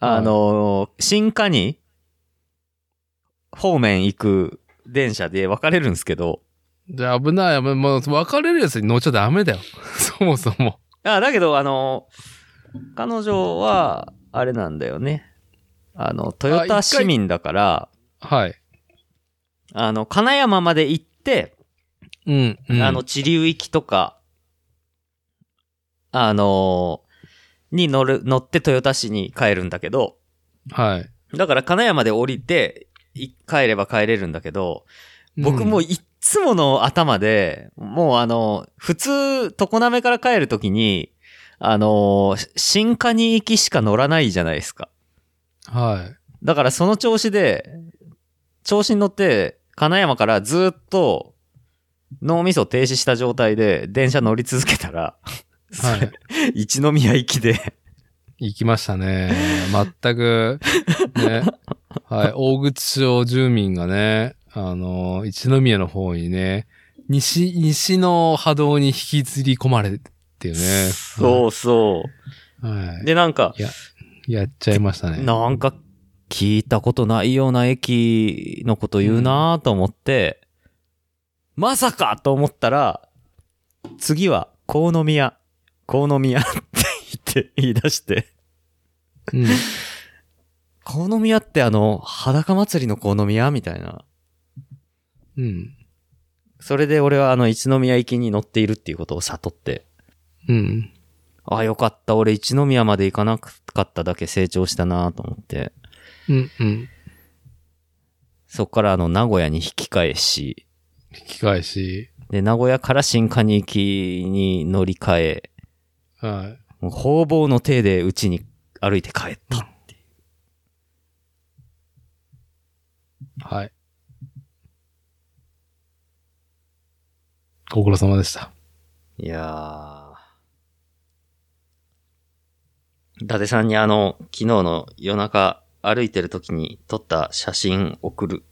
S2: あのー新加仁方面行く電車で分かれるんですけど、
S1: じゃあ危ない。もうもう別れるやつに乗っちゃダメだよ。 [laughs] そもそも。
S2: あだけど、あの、彼女は、あれなんだよね。あの、豊
S1: あ
S2: 田
S1: 一回
S2: 市民だから、
S1: はい。
S2: あの、金山まで行って、
S1: うん。うん、
S2: あの、、地流行きとか、あの、に乗る、乗って豊田市に帰るんだけど、
S1: はい。
S2: だから金山で降りて、い帰れば帰れるんだけど、僕も
S1: う
S2: ういっつもの頭で、もうあの、普通、常滑から帰るときに、あの、し新加に行きしか乗らないじゃないですか。
S1: ん、はい。
S2: だからその調子で、調子に乗って、金山からずっと、脳みそ停止した状態で電車乗り続けたら、
S1: は
S2: それ
S1: い。
S2: [laughs] 一宮行きで、
S1: 行きました
S2: [laughs]
S1: ね。全く、ね。はい。大口町住民がね、あの、一宮の方にね、西、西の波動に引きずり込まれてっていうね。
S2: そう
S1: は
S2: そ
S1: い。は
S2: う。で、なんか、
S1: い。やっちゃいましたね。
S2: なんか聞いたことないような駅のこと言うなと思って、まさかと思ったら、次は、コウノミヤ、コウノ [laughs] ミヤって言い出して、
S1: うん。
S2: コウノミヤってあの、裸祭りのコウノミヤみたいな。
S1: うん。
S2: それで俺はあの、一宮行きに乗っているっていうことを悟って、
S1: うん。
S2: ああ、よかった。俺、一宮まで行かなかっただけ成長したなと思って、
S1: うん。うん。
S2: そこからあの、名古屋に引き返し、
S1: 引き返し。
S2: で、名古屋から新加に行きに乗り換え、
S1: はい。
S2: もう方々の手でうちに歩いて帰った。
S1: はい。ご苦労様でした。
S2: いやー。伊達さんにあの、昨日の夜中歩いてる時に撮った写真送る。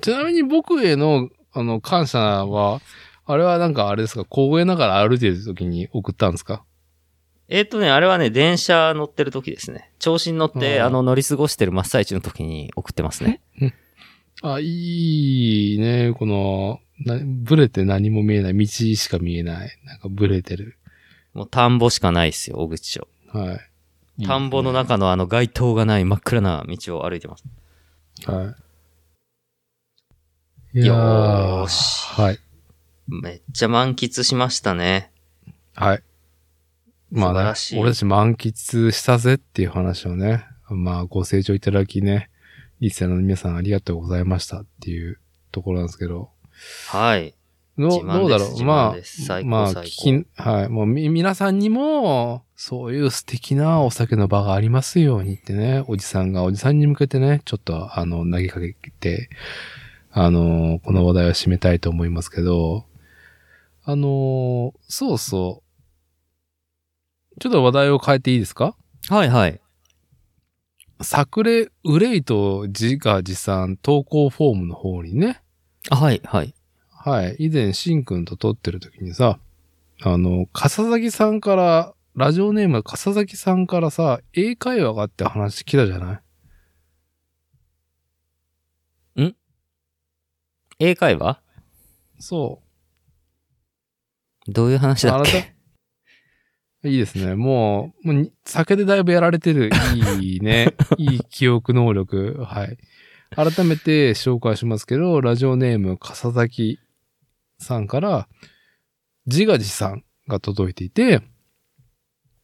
S1: ちなみに僕への、あの、感謝は、あれはなんかあれですか、公園ながら歩いてる時に送ったんですか
S2: えっ、とね、あれはね、電車乗ってる時ですね。調子に乗って、
S1: うん
S2: あの、乗り過ごしてる真っ最中の時に送ってますね。
S1: あ、いいね、この、なブレて何も見えない、道しか見えない。なんかブレてる。
S2: もう田んぼしかないですよ、小口町。
S1: はい。いいですね
S2: 田んぼの。中のあの街灯がない真っ暗な道を歩いてます。
S1: はい。いや
S2: よーし
S1: はい。
S2: めっちゃ満喫しましたね。
S1: はい。まあ
S2: 素晴
S1: ね
S2: らしい
S1: 俺たち満喫したぜっていう話をね、まあご清聴いただきね、リスナーの皆さんありがとうございましたっていうところなんですけど、
S2: はい。
S1: どう
S2: 自慢です
S1: どうだろ
S2: 自
S1: う
S2: 慢
S1: ま
S2: です最
S1: あ、
S2: 高
S1: まあ、
S2: 最
S1: 聞き、はい。もうみ、皆さんにも、そういう素敵なお酒の場がありますようにってね、おじさんがおじさんに向けてね、ちょっと、あの、投げかけて、あの、この話題を締めたいと思いますけど、あの、そうそう。ちょっと話題を変えていいですか
S2: はいはい。
S1: 作例、憂いと自画自賛投稿フォームの方にね、
S2: あはいはい。
S1: はい。以前、しんくんと撮ってる時にさ、あの、笠崎さんから、ラジオネーム笠崎さんからさ、英会話があって話来たじゃない
S2: 英会話
S1: そ
S2: どういう話だっ
S1: あな
S2: け
S1: う。いいですね。もう、もうに酒でだいぶやられてる。いいね。
S2: [laughs]
S1: いい記憶能力。はい。改めて紹介しますけど、ラジオネーム笠崎さんから、自画自賛が届いていて、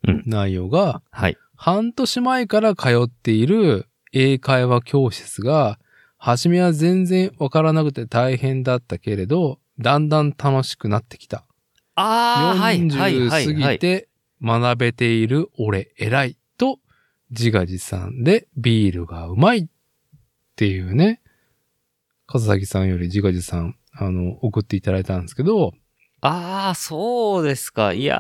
S2: うん
S1: 内容が、
S2: [laughs] はい。
S1: 半年前から通っている英会話教室が、初めは全然わからなくて大変だったけれど、だんだん楽しくなってきた。
S2: ああ、はいはい
S1: 40
S2: はい
S1: 過
S2: は
S1: ぎ
S2: い。
S1: て学べている俺偉いと自画自賛でビールがうまいっていうね、笠崎さんより自画自賛、あの、送っていただいたんですけど、
S2: ああ、そうですか。いや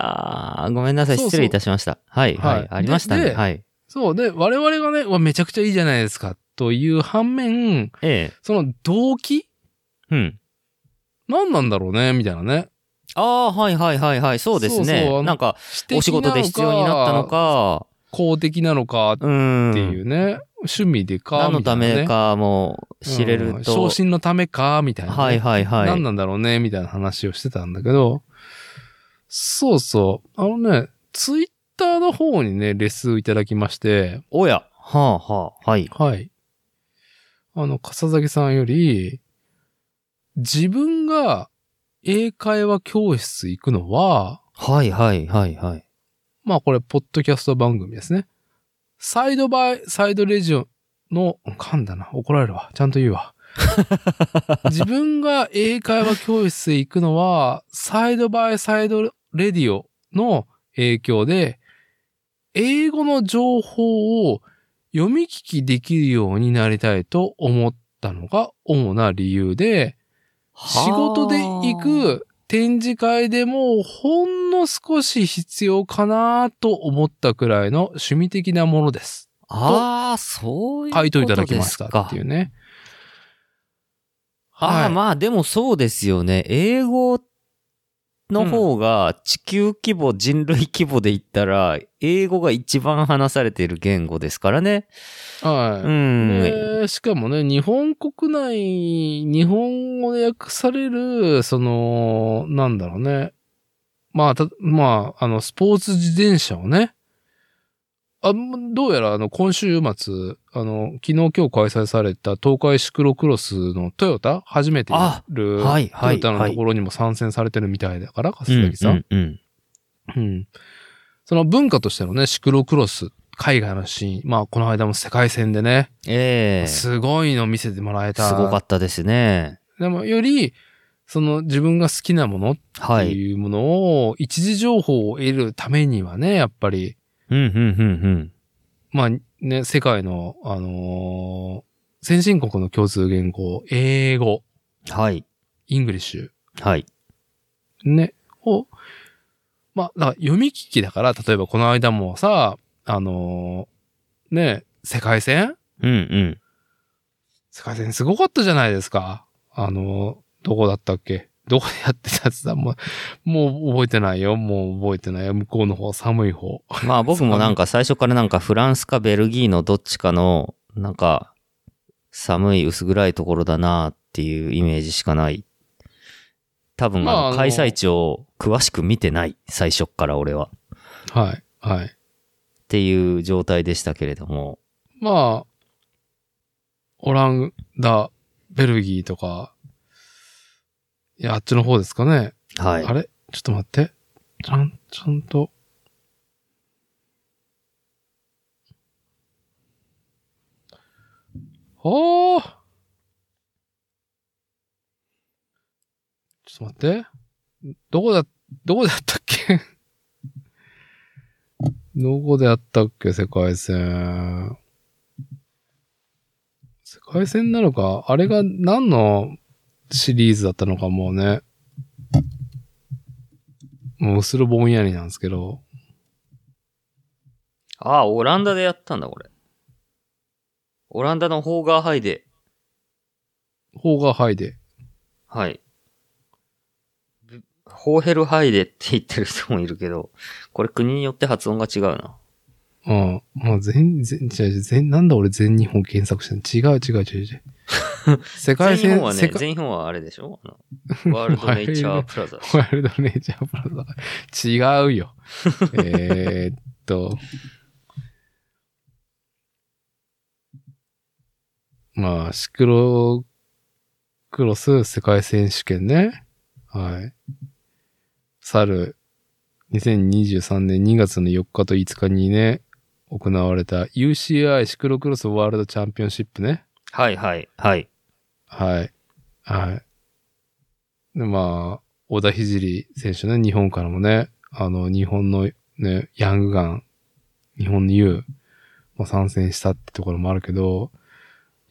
S2: ー、ごめんなさい。
S1: そうそう
S2: 失礼いたしました。はいは
S1: はい
S2: い。ありました
S1: で
S2: ね。
S1: で
S2: はい。
S1: そうで、我々がね、うわめちゃくちゃいいじゃないですかという反面、
S2: ええ。
S1: その動機
S2: うん。
S1: 何なんだろうねみたいなね。
S2: ああ、はいはいはいはい。そうです
S1: そうそうあ
S2: ね。
S1: の
S2: なんか、
S1: 私的
S2: お仕事で必要になったのか、
S1: 公的なのかっ
S2: うん。
S1: ていうね、趣味でか、
S2: 何の
S1: みた
S2: た
S1: いなね
S2: めかも知れると。
S1: うん昇進のためか、みたいなね、
S2: はいはいはい。
S1: 何なんだろうね、みたいな話をしてたんだけど、そうそう。あのね、ツイッターの方にね、レッスンいただきまして、
S2: おや。はあはあ。はい。
S1: はい。あの、笠崎さんより、自分が英会話教室行くのは、
S2: はいはいはいはい。
S1: まあこれ、ポッドキャスト番組ですね。サイドバイ、サイドレジオの、噛んだな、怒られるわ。ちゃんと言うわ。自分が英会話教室へ行くのは、サイドバイサイドレディオの影響で、英語の情報を読み聞きできるようになりたいと思ったのが主な理由で、仕事で行
S2: は
S1: く展示会でもほんの少し必要かなと思ったくらいの趣味的なものです。
S2: あ。ああ、そういうことですか。
S1: 回答いただきましたっていうね。
S2: ああ、
S1: はい
S2: まあでもそうですよね。英語の方が地球規模、人類規模で言ったら、英語が一番話されている言語ですからね。
S1: はい。
S2: うん。
S1: でしかもね、日本国内、日本語で訳される、その、なんだろうね。まあ、た、まあ、あの、スポーツ自転車をね。あ、どうやら、あの、今週末、あの、昨日今日開催された東海シクロクロスのトヨタ初めてやる、
S2: あはいはい
S1: トヨタのところにも参戦されてるみたいだから、笠崎さん。
S2: うん
S1: う
S2: うん
S1: ん。その文化としてのね、シクロクロス、海外のシーン、まあ、この間も世界戦でね、
S2: ええす
S1: すごいの見せてもらえた。
S2: ごかったですね。
S1: でも、より、その自分が好きなものっ
S2: は
S1: て
S2: い。
S1: いうものを、一時情報を得るためにはね、やっぱり、
S2: うん、うん、うん、
S1: まあね、世界の、あのー先進国の共通言語、英語、
S2: うん。はい。
S1: イングリッシュ、
S2: はい。
S1: ね、を、まあ、だから読み聞きだから、例えばこの間もさ、あのーね、世界戦
S2: うん、うん。
S1: 世界戦すごかったじゃないですか。あの、どこだったっけどこでやってたやつだもう、もう覚えてないよ。もう覚えてないよ。向こうの方、寒い方。
S2: まあ僕もなんか最初からなんかフランスかベルギーのどっちかの、なんか、寒い薄暗いところだなっていうイメージしかない。多分
S1: まあ
S2: あ
S1: あ
S2: の
S1: の
S2: 開催地を詳しく見てない、最初っから俺は。っ
S1: はい。はい。
S2: ていう状態でしたけれども。
S1: まあ、オランダ、ベルギーとか、いや、あっちの方ですかね。
S2: はい
S1: あ。れちょっと待って。ちゃん、ちゃんと。おーちょっと待って。どこだ、どこであったっけどこであったっけ世界戦。世界戦なのかあれが何のシリーズだったのかもうね。もううするぼんやりなんですけど、
S2: ああ、オランダでやったんだ、これ。オランダのホーガーハイで。
S1: ホーガーハイデ。
S2: はい。ぶホーヘルハイデって言ってる人もいるけど、これ国によって発音が違うな。
S1: うん。もう全、全、違う違う、全、なんだ俺全日本検索してんの違う違う違う違
S2: [laughs]
S1: う。世界
S2: 全日
S1: 戦、
S2: 本は
S1: 世
S2: ね、
S1: 界、
S2: 全日本はあれでしょあのワールドネイチャープ
S1: [laughs]
S2: ラザ。
S1: ワイルドネイチャープラザ。違うよ。えーっと。まあ、シクロクロス世界選手権ね。はい。去る2023年2月の4日と5日にね、行われた UCI シクロクロスワールドチャンピオンシップね。
S2: はいはいはい。
S1: はい。はい。で、まあ、小田聖選手ね、日本からもね、あの、日本のね、ヤングガン、日本の U も参戦したってところもあるけど、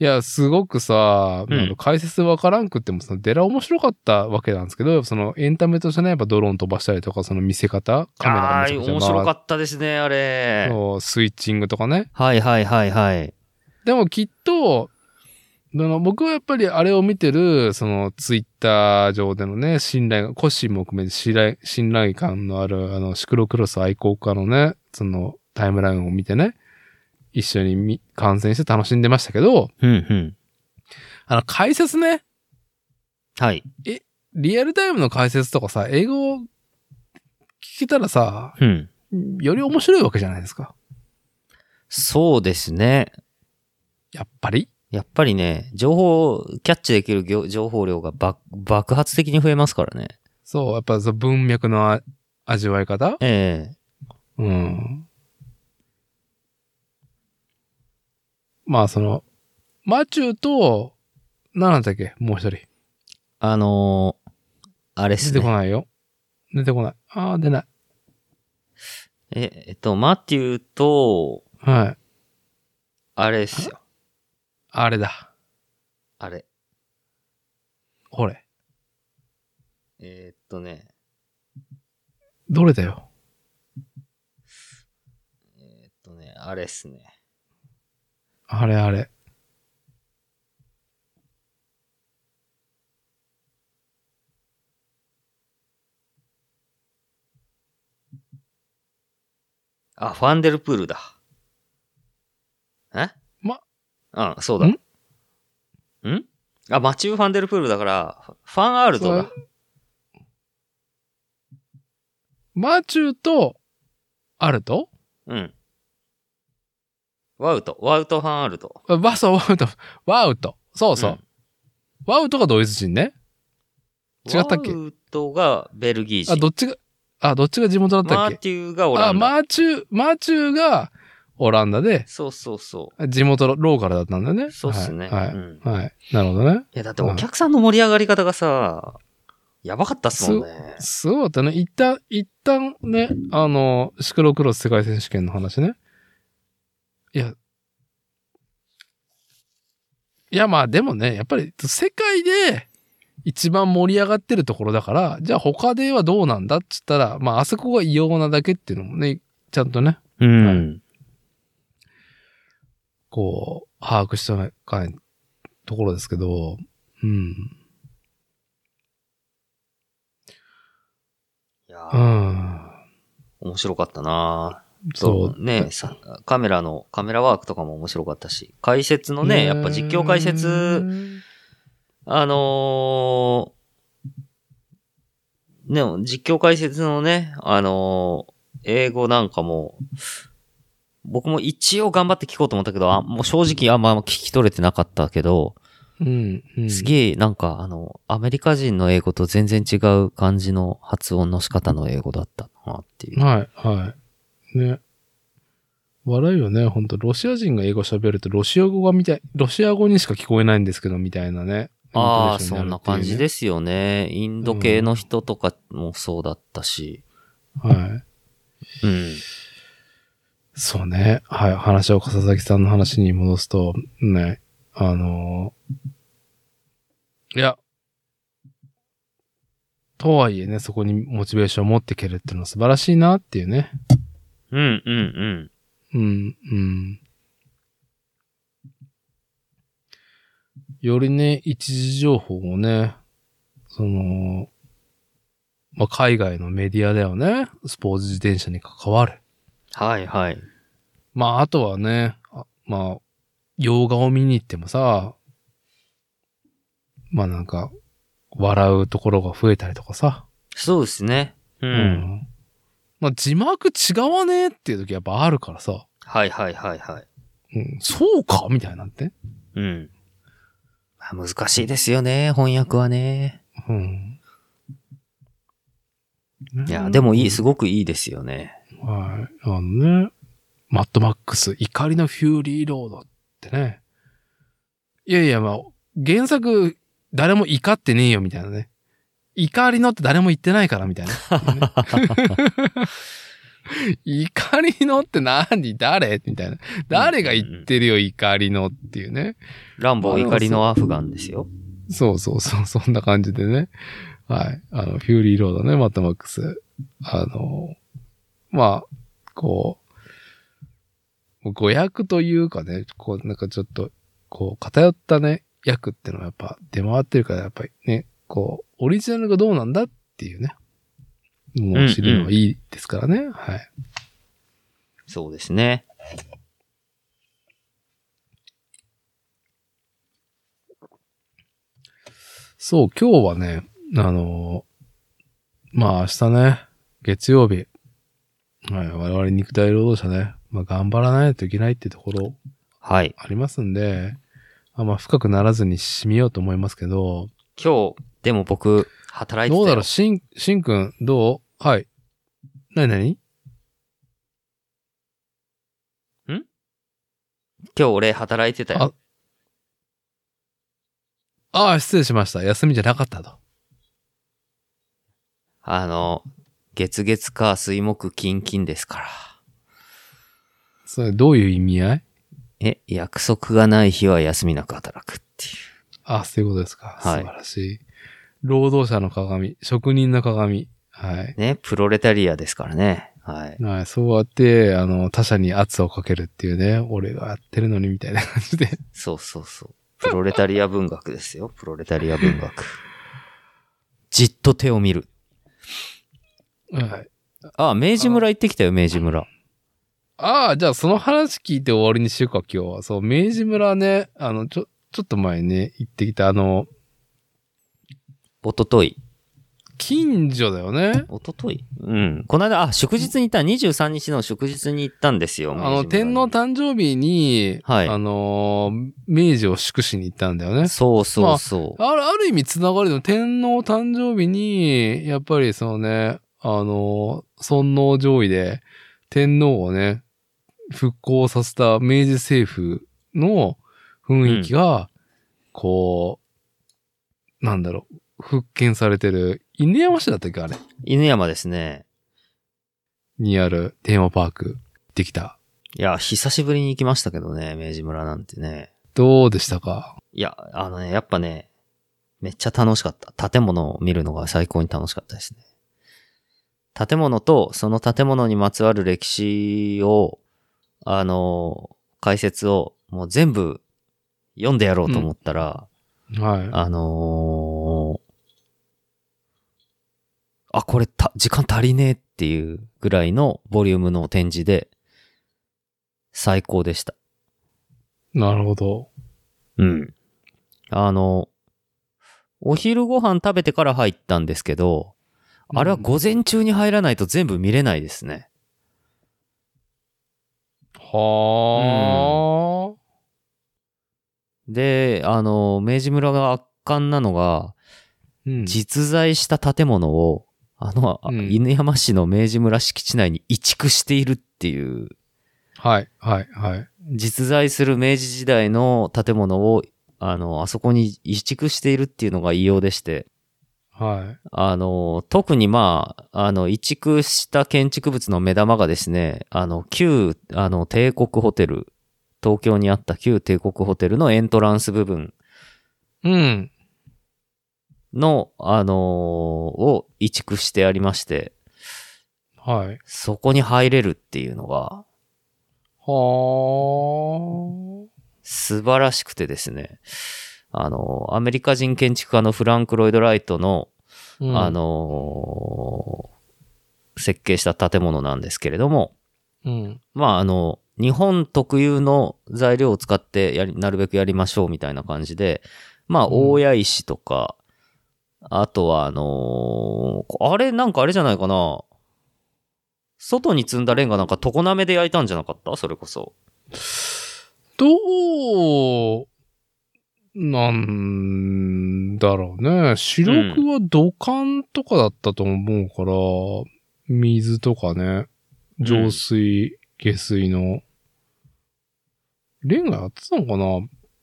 S1: いや、すごくさ、
S2: うん
S1: あの解説わからんくっても、その、デラ面白かったわけなんですけど、その、エンタメとしてね、やっぱドローン飛ばしたりとか、その見せ方、カメラが
S2: あ
S1: め
S2: あ
S1: ちゃ
S2: ー、
S1: くちゃ
S2: 面白か
S1: っ
S2: ったですね、あ
S1: た
S2: れ。
S1: そう、スイッチングとかね。
S2: はいはいはいはい。
S1: でもきっと、あの僕はやっぱりあれを見てる、そのツイッター上でのね、信頼が、コッシーも含めて信頼、信頼感のある、あの、シクロクロス愛好家のね、その、タイムラインを見てね、一緒に見観戦して楽しんでましたけど、
S2: うんうん。
S1: あの、解説ね、
S2: はい。
S1: リアルタイムの解説とかさ、英語を聞けたらさ、
S2: うん。
S1: より面白いわけじゃないですか。
S2: そうですね。
S1: やっぱり
S2: やっぱりね、情報、キャッチできるぎょ情報量が爆爆発的に増えますからね。
S1: そう、やっぱその文脈のあ味わい方
S2: ええ
S1: うん。まあ、その、マチューと、何なんだっけもう一人。
S2: あのーあれっす
S1: 出てこ
S2: ね。
S1: ないよ。出てこない。ああ、出ない。
S2: え、えっと、マティウと、
S1: はい。
S2: あれっすよ。
S1: あれだ。
S2: あれ。
S1: ほれ。
S2: えーっとね、
S1: どれだよ。
S2: えーっとね、あれっすね。
S1: あれあれ。
S2: あ、ファンデルプールだ。え
S1: ま、
S2: うん、そうだ。
S1: ん
S2: んあ、マチュー・ファンデルプールだから、フファン・アールドだ
S1: そ。マチューと、アルト
S2: うん。ワウト、ワウト・ファン・アールド。
S1: あバソ、ワウト。ワウト。そうそう。
S2: うん
S1: ワウトがドイツ人ね。違ったっけ
S2: ワウトがベルギー人。
S1: あ、どっちが、あ、どっちが地元だった
S2: マ
S1: っ
S2: ー
S1: け
S2: ティューがオラ
S1: あ、
S2: ンダ。
S1: マーチュー、マーチューがオランダで、
S2: そうそうそ
S1: 地元のローカルだったんだよね。
S2: う。そうっすね。
S1: はい。はい
S2: うん
S1: はい。なるほどね。
S2: いや、だってお客さんの盛り上がり方がさ、やばかったっすもんね。
S1: すごかったね。一旦、一旦ね、あの、シクロクロス世界選手権の話ね。いや。いや、まあでもね、やっぱり世界で一番盛り上がってるところだから、じゃあ他ではどうなんだっつったら、まああそこが異様なだけっていうのもね、ちゃんとね、う
S2: う。
S1: んこう、把握してないかないところですけど、うん。
S2: いうや、
S1: ん。
S2: 面白かったな
S1: そう。
S2: ねさカメラの、カメラワークとかも面白かったし、解説の
S1: え
S2: ね、やっぱ実況解説、、あのーね、実況解説のね、あのー英語なんかも、僕も一応頑張って聞こうと思ったけど、あもう正直あんま聞き取れてなかったけど、
S1: うん、うん。
S2: すげえ、なんか、あの、アメリカ人の英語と全然違う感じの発音の仕方の英語だったなっていう。
S1: はい、はい。ね。笑うよね、ほんと。ロシア人が英語喋ると、ロシア語がみたい、ロシア語にしか聞こえないんですけど、みたいなね。
S2: ああ、
S1: イントネーショ
S2: そ
S1: ン
S2: ん
S1: にる
S2: な
S1: っていうね
S2: 感じ。ですよね。インド系の人とかもそうだったし。
S1: はい。
S2: うん。
S1: そうね。はい。話を笠崎さんの話に戻すと、ね、あのーいや、とはいえね、そこにモチベーションを持っていけるっていうのは素晴らしいなっていうね。
S2: うん、うん、うん。
S1: うん、うん。よりね、一時情報をね、その、まあ、海外のメディアだよね。スポーツ自転車に関わる。
S2: はい、はい。
S1: まあ、あとはね、あまあ、洋画を見に行ってもさ、まあなんか、笑うところが増えたりとかさ。
S2: そうですね。うん。
S1: うまあ、字幕違わねえっていう時やっぱあるからさ、
S2: はい、はい、はい、はい。
S1: うん、そうかみたいになって。
S2: うん。まあ難しいですよね、翻訳はね。
S1: うん。
S2: いや、でもいい、す
S1: ご
S2: ごくいいですよね。
S1: はい。あのね、マッドマックス、怒りのフューリーロードってね。いやいや、まあ、原作、誰も怒ってねえよ、みたいなね。怒りのって誰も言ってないから、み
S2: [laughs]
S1: たいな。怒りのって何誰みたいな。誰が言ってるよ、怒りのっていうね。
S2: ランボー怒りのアフガンですよ。
S1: そうそうそう、 [laughs] そんな感じでね。はい。あの、フューリーロードね、マットマックス。あの、まあ、こう、誤訳というかね、こう、なんかちょっと、こう、偏ったね、訳ってのはやっぱ出回ってるから、やっぱりね、こう、オリジナルがどうなんだっていうね、もう知るのはいいですからね。はい。
S2: そうですね。
S1: そう、今日はね、あのーまあ明日ね、月曜日、はい、我々肉体労働者ね、まあ頑張らないといけないってところ
S2: はい。
S1: ありますんで、あまあ深くならずに締めようと思いますけど、
S2: 今日、でも僕、働いてた
S1: ど
S2: よ
S1: うだろう、しん、しんくん、どうはい。なになに
S2: 今日俺働いてたよ。
S1: ああ、失礼しました。休みじゃなかったと。
S2: あの、月月か水木金金ですから。
S1: それどういう意味合い
S2: え、約束がない日は休みなく働くっていう。
S1: あ、そういうことですか。素
S2: はい
S1: 晴らしい。労働者の鏡、職人の鏡。はい。
S2: ね、プロレタリアですからね。はい。
S1: はい、そうやって、あの、他者に圧をかけるっていうね、俺がやってるのにみたいな感じで。
S2: そうそうそう。プロレタリア文学ですよ。プロレタリア文学。じっと手を見る。
S1: はい。
S2: あ、明治村行ってきたよ、明治村。
S1: ああ、じゃあその話聞いて終わりにしようか、今日は。そう、明治村ね、あの、ちょ、ちょっと前にね、行ってきた、あの、
S2: おととい。
S1: 近所だよね。
S2: おとというん。この間、あ、祝日に行った、23日の祝日に行ったんですよ。
S1: あの、天皇
S2: 誕
S1: 誕生日に、
S2: はい
S1: あのー、明治を祝しに行ったんだよね。
S2: そうそうそう。
S1: ある、ある意味つながりの天皇誕生日に、やっぱりそのね、あの、尊王攘夷で天皇をね、復興させた明治政府の雰囲気が、こう、なんだろう、復権されてる、犬山市だったっけあれ
S2: 犬山ですね。
S1: にあるテーマパーク、できた。
S2: いや、久しぶりに行きましたけどね、明治村なんてね。
S1: どうでしたか
S2: いや、あのね、やっぱね、めっちゃ楽しかった。建物を見るのが最高に楽しかったですね。建物と、その建物にまつわる歴史を、あの、解説を、もう全部読んでやろうと思ったら、
S1: は
S2: あのーあ、これた、時間足りねえっていうぐらいのボリュームの展示で、最高でした。
S1: い。なるほど。
S2: うん。あの、お昼ご飯食べてから入ったんですけど、あれは午前中に入らないと全部見れないですね。
S1: は
S2: で、あの、明治村が圧巻なのが、
S1: ーうん。
S2: 実在した建物を、あの、あ
S1: うん
S2: 犬山市の明治村敷地内に移築しているっていう、
S1: はい、はい、はい。
S2: 実在する明治時代の建物を、あの、あそこに移築しているっていうのが異様でして、
S1: はい。
S2: あの、特にまあ、あの、移築した建築物の目玉がですね、あの、旧、あの、帝国ホテル、東京にあった旧帝国ホテルのエントランス部分
S1: うん。
S2: の、あのを移築してありまして、
S1: はい。
S2: そこに入れるっていうのが
S1: は
S2: 素晴らしくてですね、あのアメリカ人建築家のフランク・ロイド・ライトの、
S1: あ、
S2: あ、の設計した建物なんですけれども、
S1: うん。
S2: まあ、あの、日本特有の材料を使ってやり、なるべくやりましょうみたいな感じで、まあ、
S1: うん
S2: 大谷石とか、あとは、あのーあれ、なんかあれじゃないかな。外に積んだレンガなんか常滑で焼いたんじゃなかったそれこそ。
S1: どう、なんだろうね。主力は土管とかだったと思うから、水とかね、浄水、下水の。レンガやってたのかな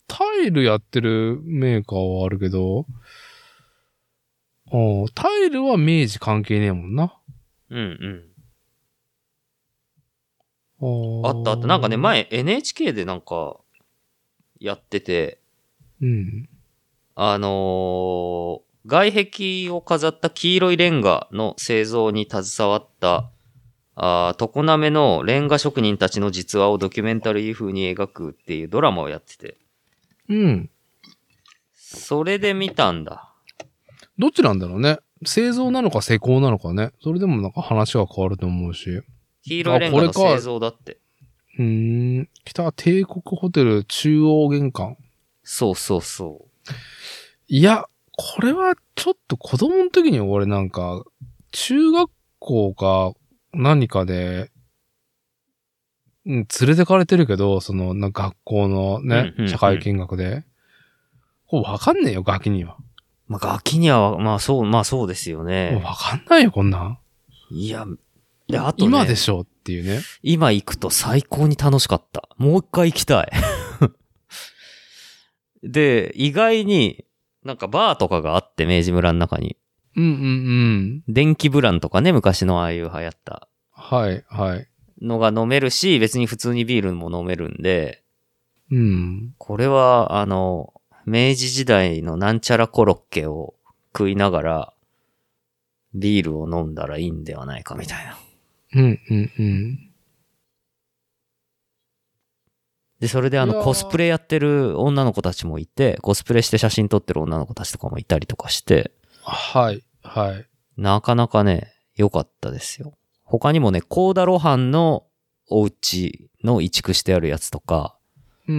S1: タイルやってるメーカーはあるけど、ああタイルは明治関係ねえもんな。
S2: うんうん。
S1: あ
S2: あったあった。なんかね、前 NHK でなんか、やってて、
S1: うん。
S2: あのー外壁を飾った黄色いレンガの製造に携わった、あー常滑のレンガ職人たちの実話をドキュメンタリー風に描くっていうドラマをやってて、
S1: うん。
S2: それで見たんだ。
S1: どっちなんだろうね。製造なのか施工なのかね。それでもなんか話は変わると思うし。
S2: 黄色いレンガの製造だって。
S1: うーん。北帝国ホテル中央玄関。
S2: そうそうそう。
S1: いや、これはちょっと子供の時に俺なんか、中学校か何かで、うん連れてかれてるけど、その、なんか学校のね
S2: うんうんう、ん
S1: 社会見学で。こうわかんねえよ、ガキには。
S2: まあ、ガキには、まあそう、まあそうですよ
S1: もう
S2: ね。
S1: わかんないよ、こんなん。
S2: いや、で、あと、ね、
S1: 今でしょっていうね。
S2: 今行くと最高に楽しかった。もう一回行きたい。 [laughs] で、意外に、なんかバーとかがあって、明治村の中に。
S1: うんうんうん。
S2: 電気ブランとかね、昔のああいう流行った
S1: はい、はい。
S2: のが飲めるし、別に普通にビールも飲めるんで、
S1: うん。
S2: これは、あの、明治時代のなんちゃらコロッケを食いながら、ビールを飲んだらいいんではないかみたいな。
S1: うんうんうん。
S2: で、それであ
S1: いや
S2: の
S1: ー
S2: コスプレやってる女の子たちもいて、コスプレして写真撮ってる女の子たちとかもいたりとかして、
S1: はい、はい。
S2: なかなかね、良かったですよ。他にもね、コーダロハンのお家の移築してあるやつとか、
S1: うん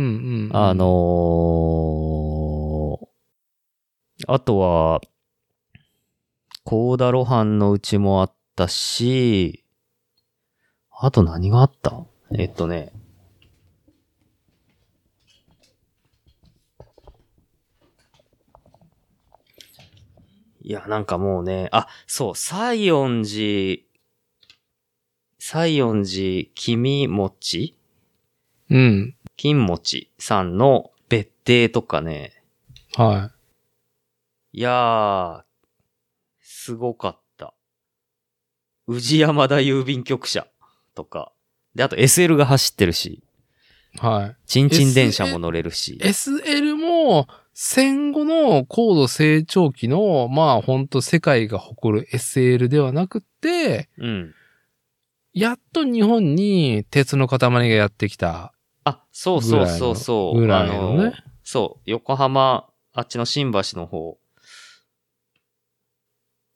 S1: うん。
S2: あ、のーあとは、コーダロハンのうちもあったし、あと何があったえっとね、いや、なんかもうね、あ、そう、西園寺、西園寺君持ち
S1: うん。
S2: 金持ちさんの別邸とかね、
S1: はい
S2: やー、すごかった。宇治山田郵便局舎とか。で、あと SL が走ってるし、
S1: い、はい。
S2: チンチン電車も乗れるし。
S1: SL も戦後の高度成長期の、まあほんと世界が誇る SL ではなくて、
S2: うん。
S1: やっと日本に鉄の塊がやってきた。
S2: あ、そうそうそうそう。
S1: ぐらいの
S2: あ
S1: ね
S2: そう、横浜、あっちの新橋の方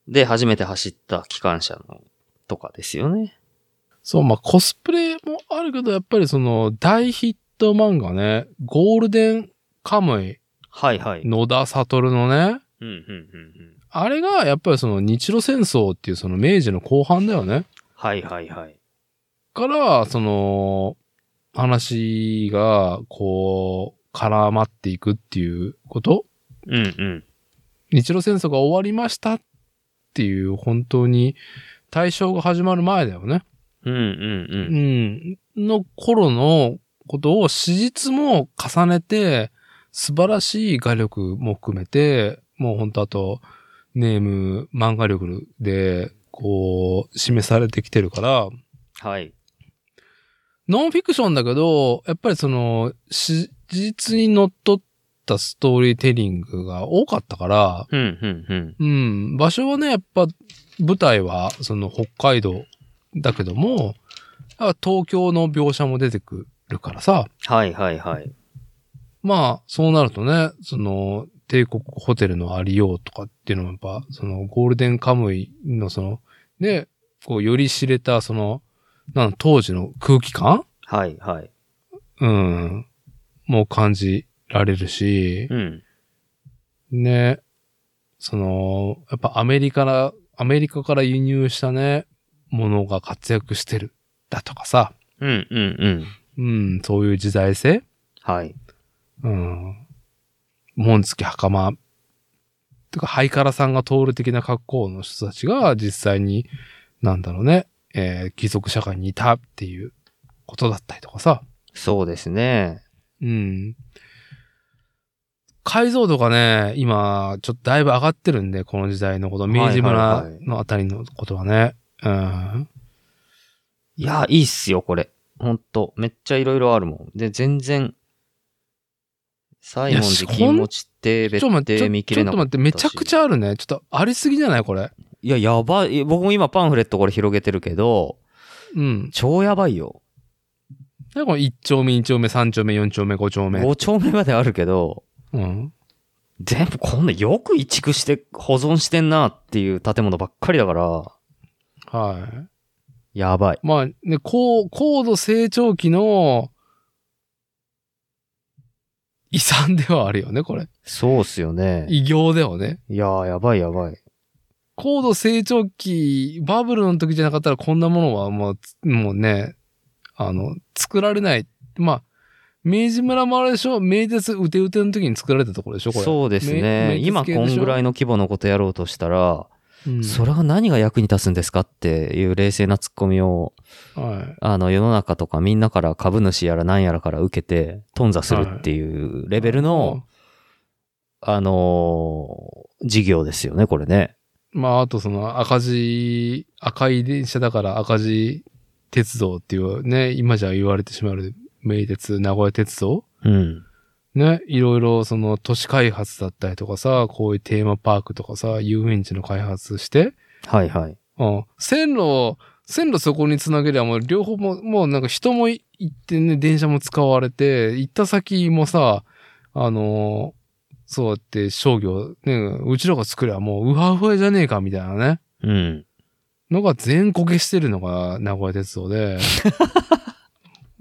S2: で初めて走った機関車のとかですよね。
S1: そう、まあコスプレもあるけど、やっぱりその大ヒット漫画ね、ゴールデンカムイ、
S2: はいはい。
S1: 野田悟のね、
S2: うんうんうんうん。
S1: あれがやっぱりその日露戦争っていうその明治の後半だよね。
S2: はいはいはい。
S1: から、その、話が、こう、絡まっていくっていうこと
S2: うんうん。
S1: 日露戦争が終わりましたっていう、本当に、大正が始まる前だよね。
S2: うんうん
S1: う
S2: うん。
S1: ん。の頃のことを史実も重ねて、素晴らしい画力も含めて、もう本当あと、ネーム、漫画力で、こう、示されてきてるから、
S2: はい。
S1: ノンフィクションだけど、やっぱりその、史実にのっとったストーリーテリングが多かったから、
S2: うんうんうん。
S1: うん、場所はね、やっぱ舞台はその北海道だけども、やっぱ東京の描写も出てくるからさ、
S2: はいはいはい。
S1: まあそうなるとね、その帝国ホテルのありようとかっていうのもやっぱ、そのゴールデンカムイのその、ね、こうより知れたその、なん当時の空気感
S2: はいはい。
S1: うん。もう感じられるし、
S2: うん。
S1: ね、その、やっぱアメリカから、アメリカから輸入したね、ものが活躍してる、だとかさ、
S2: うんうんうん。
S1: うん、そういう時代性
S2: はい。
S1: うん。紋付き袴。とか、ハイカラさんが通る的な格好の人たちが実際に、なんだろうね、えー貴族社会にいたっていうことだったりとかさ。
S2: そうですね。
S1: うん。解像度がね、今、ちょっとだいぶ上がってるんで、この時代のこと、明治
S2: はい
S1: 村
S2: はいはい
S1: のあたりのことはね。うん。
S2: いや、いいっすよ、これ。ほんと。めっちゃいろいろあるもん。で、全然、サイモン
S1: いや
S2: ズ金持ちって、
S1: ちょっと
S2: 別
S1: 待って、
S2: 邸
S1: ち
S2: 見
S1: ょ
S2: 切
S1: ちょ
S2: れ
S1: っ
S2: な
S1: と
S2: か
S1: 待っ
S2: っ
S1: たて、
S2: し
S1: めちゃくちゃあるね。ちょっとありすぎじゃないこれ。
S2: いや、やばい。僕も今パンフレットこれ広げてるけど、
S1: うん。
S2: 超やばいよ。
S1: で、この1丁目、2丁目、3丁目、4丁目、5丁目。
S2: 5丁目まであるけど、
S1: うん。
S2: 全部こんなよく移築して保存してんなっていう建物ばっかりだから、
S1: はい。
S2: やばい。
S1: まあね、高、高度成長期の遺産ではあるよね、これ。
S2: そうっすよね。
S1: 異業ではね。
S2: いやー、やばいやばい。
S1: 高度成長期、バブルの時じゃなかったらこんなものはもうつ、もうね、あの、作られない。まあ、明治村もあれでしょ明鉄うてうての時に作られたところでしょこれ。
S2: そうですね。今こんぐら
S1: い、
S2: いの規模のことやろうとしたら、
S1: うん
S2: それは何が役に立つんですかっていう冷静なツッコミを、
S1: はい。
S2: あの世の中とかみんなから株主やら何やらから受けて、頓挫するっていうレベルの、あのー事業ですよね、これね。
S1: まあ、あとその赤字、赤い電車だから赤字鉄道っていうね、今じゃ言われてしまう名鉄、名古屋鉄道
S2: うん。
S1: ね、いろいろその都市開発だったりとかさ、こういうテーマパークとかさ、遊園地の開発して、
S2: はいはい。
S1: うん、線路を、線路そこにつなげりゃもう両方も、もうなんか人もい行ってね、電車も使われて、行った先もさ、あのーそうやって商業、ね、うちらが作りゃもうウハウハじゃねえかみたいなね。
S2: うん。
S1: のが全こけしてるのが名古屋鉄道
S2: [laughs]
S1: で。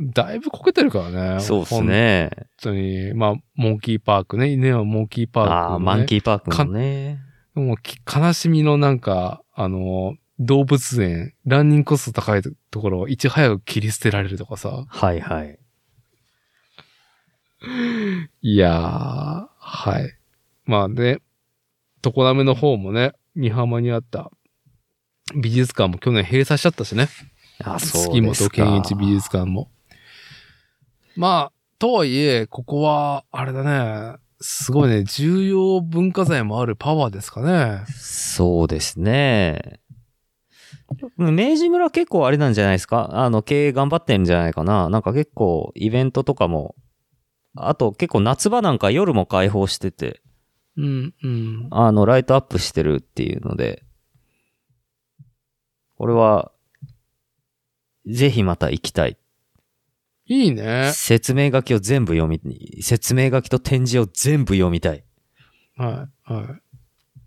S1: だいぶこけてるからね。
S2: そうです。ね。
S1: 本当に。まあ、モンキーパークね。犬はモンキーパーク、ね。
S2: ああー、マンキーパークのね。
S1: もうき悲しみのなんか、あの、動物園、ランニングコスト高いところをいち早く切り捨てられるとかさ。
S2: はいはい。
S1: いやー、はい。まあね、常滑の方もね、三浜にあった美術館も去年閉鎖しちゃったしね。
S2: あ、そう
S1: 月
S2: です
S1: 本
S2: か。
S1: 健一美術館も。まあ、とはいえ、ここは、あれだね、すごいね、重要文化財もあるパワーですかね。
S2: そうですね。明治村結構あれなんじゃないですかあの、経営頑張ってんじゃないかななんか結構イベントとかも、あと結構夏場なんか夜も開放してて、
S1: うん、うん。
S2: あの、ライトアップしてるっていうので、これは、ぜひまた行きたい。
S1: いいね。
S2: 説明書きを全部読み、説明書きと展示を全部読みたい。
S1: はい、はい。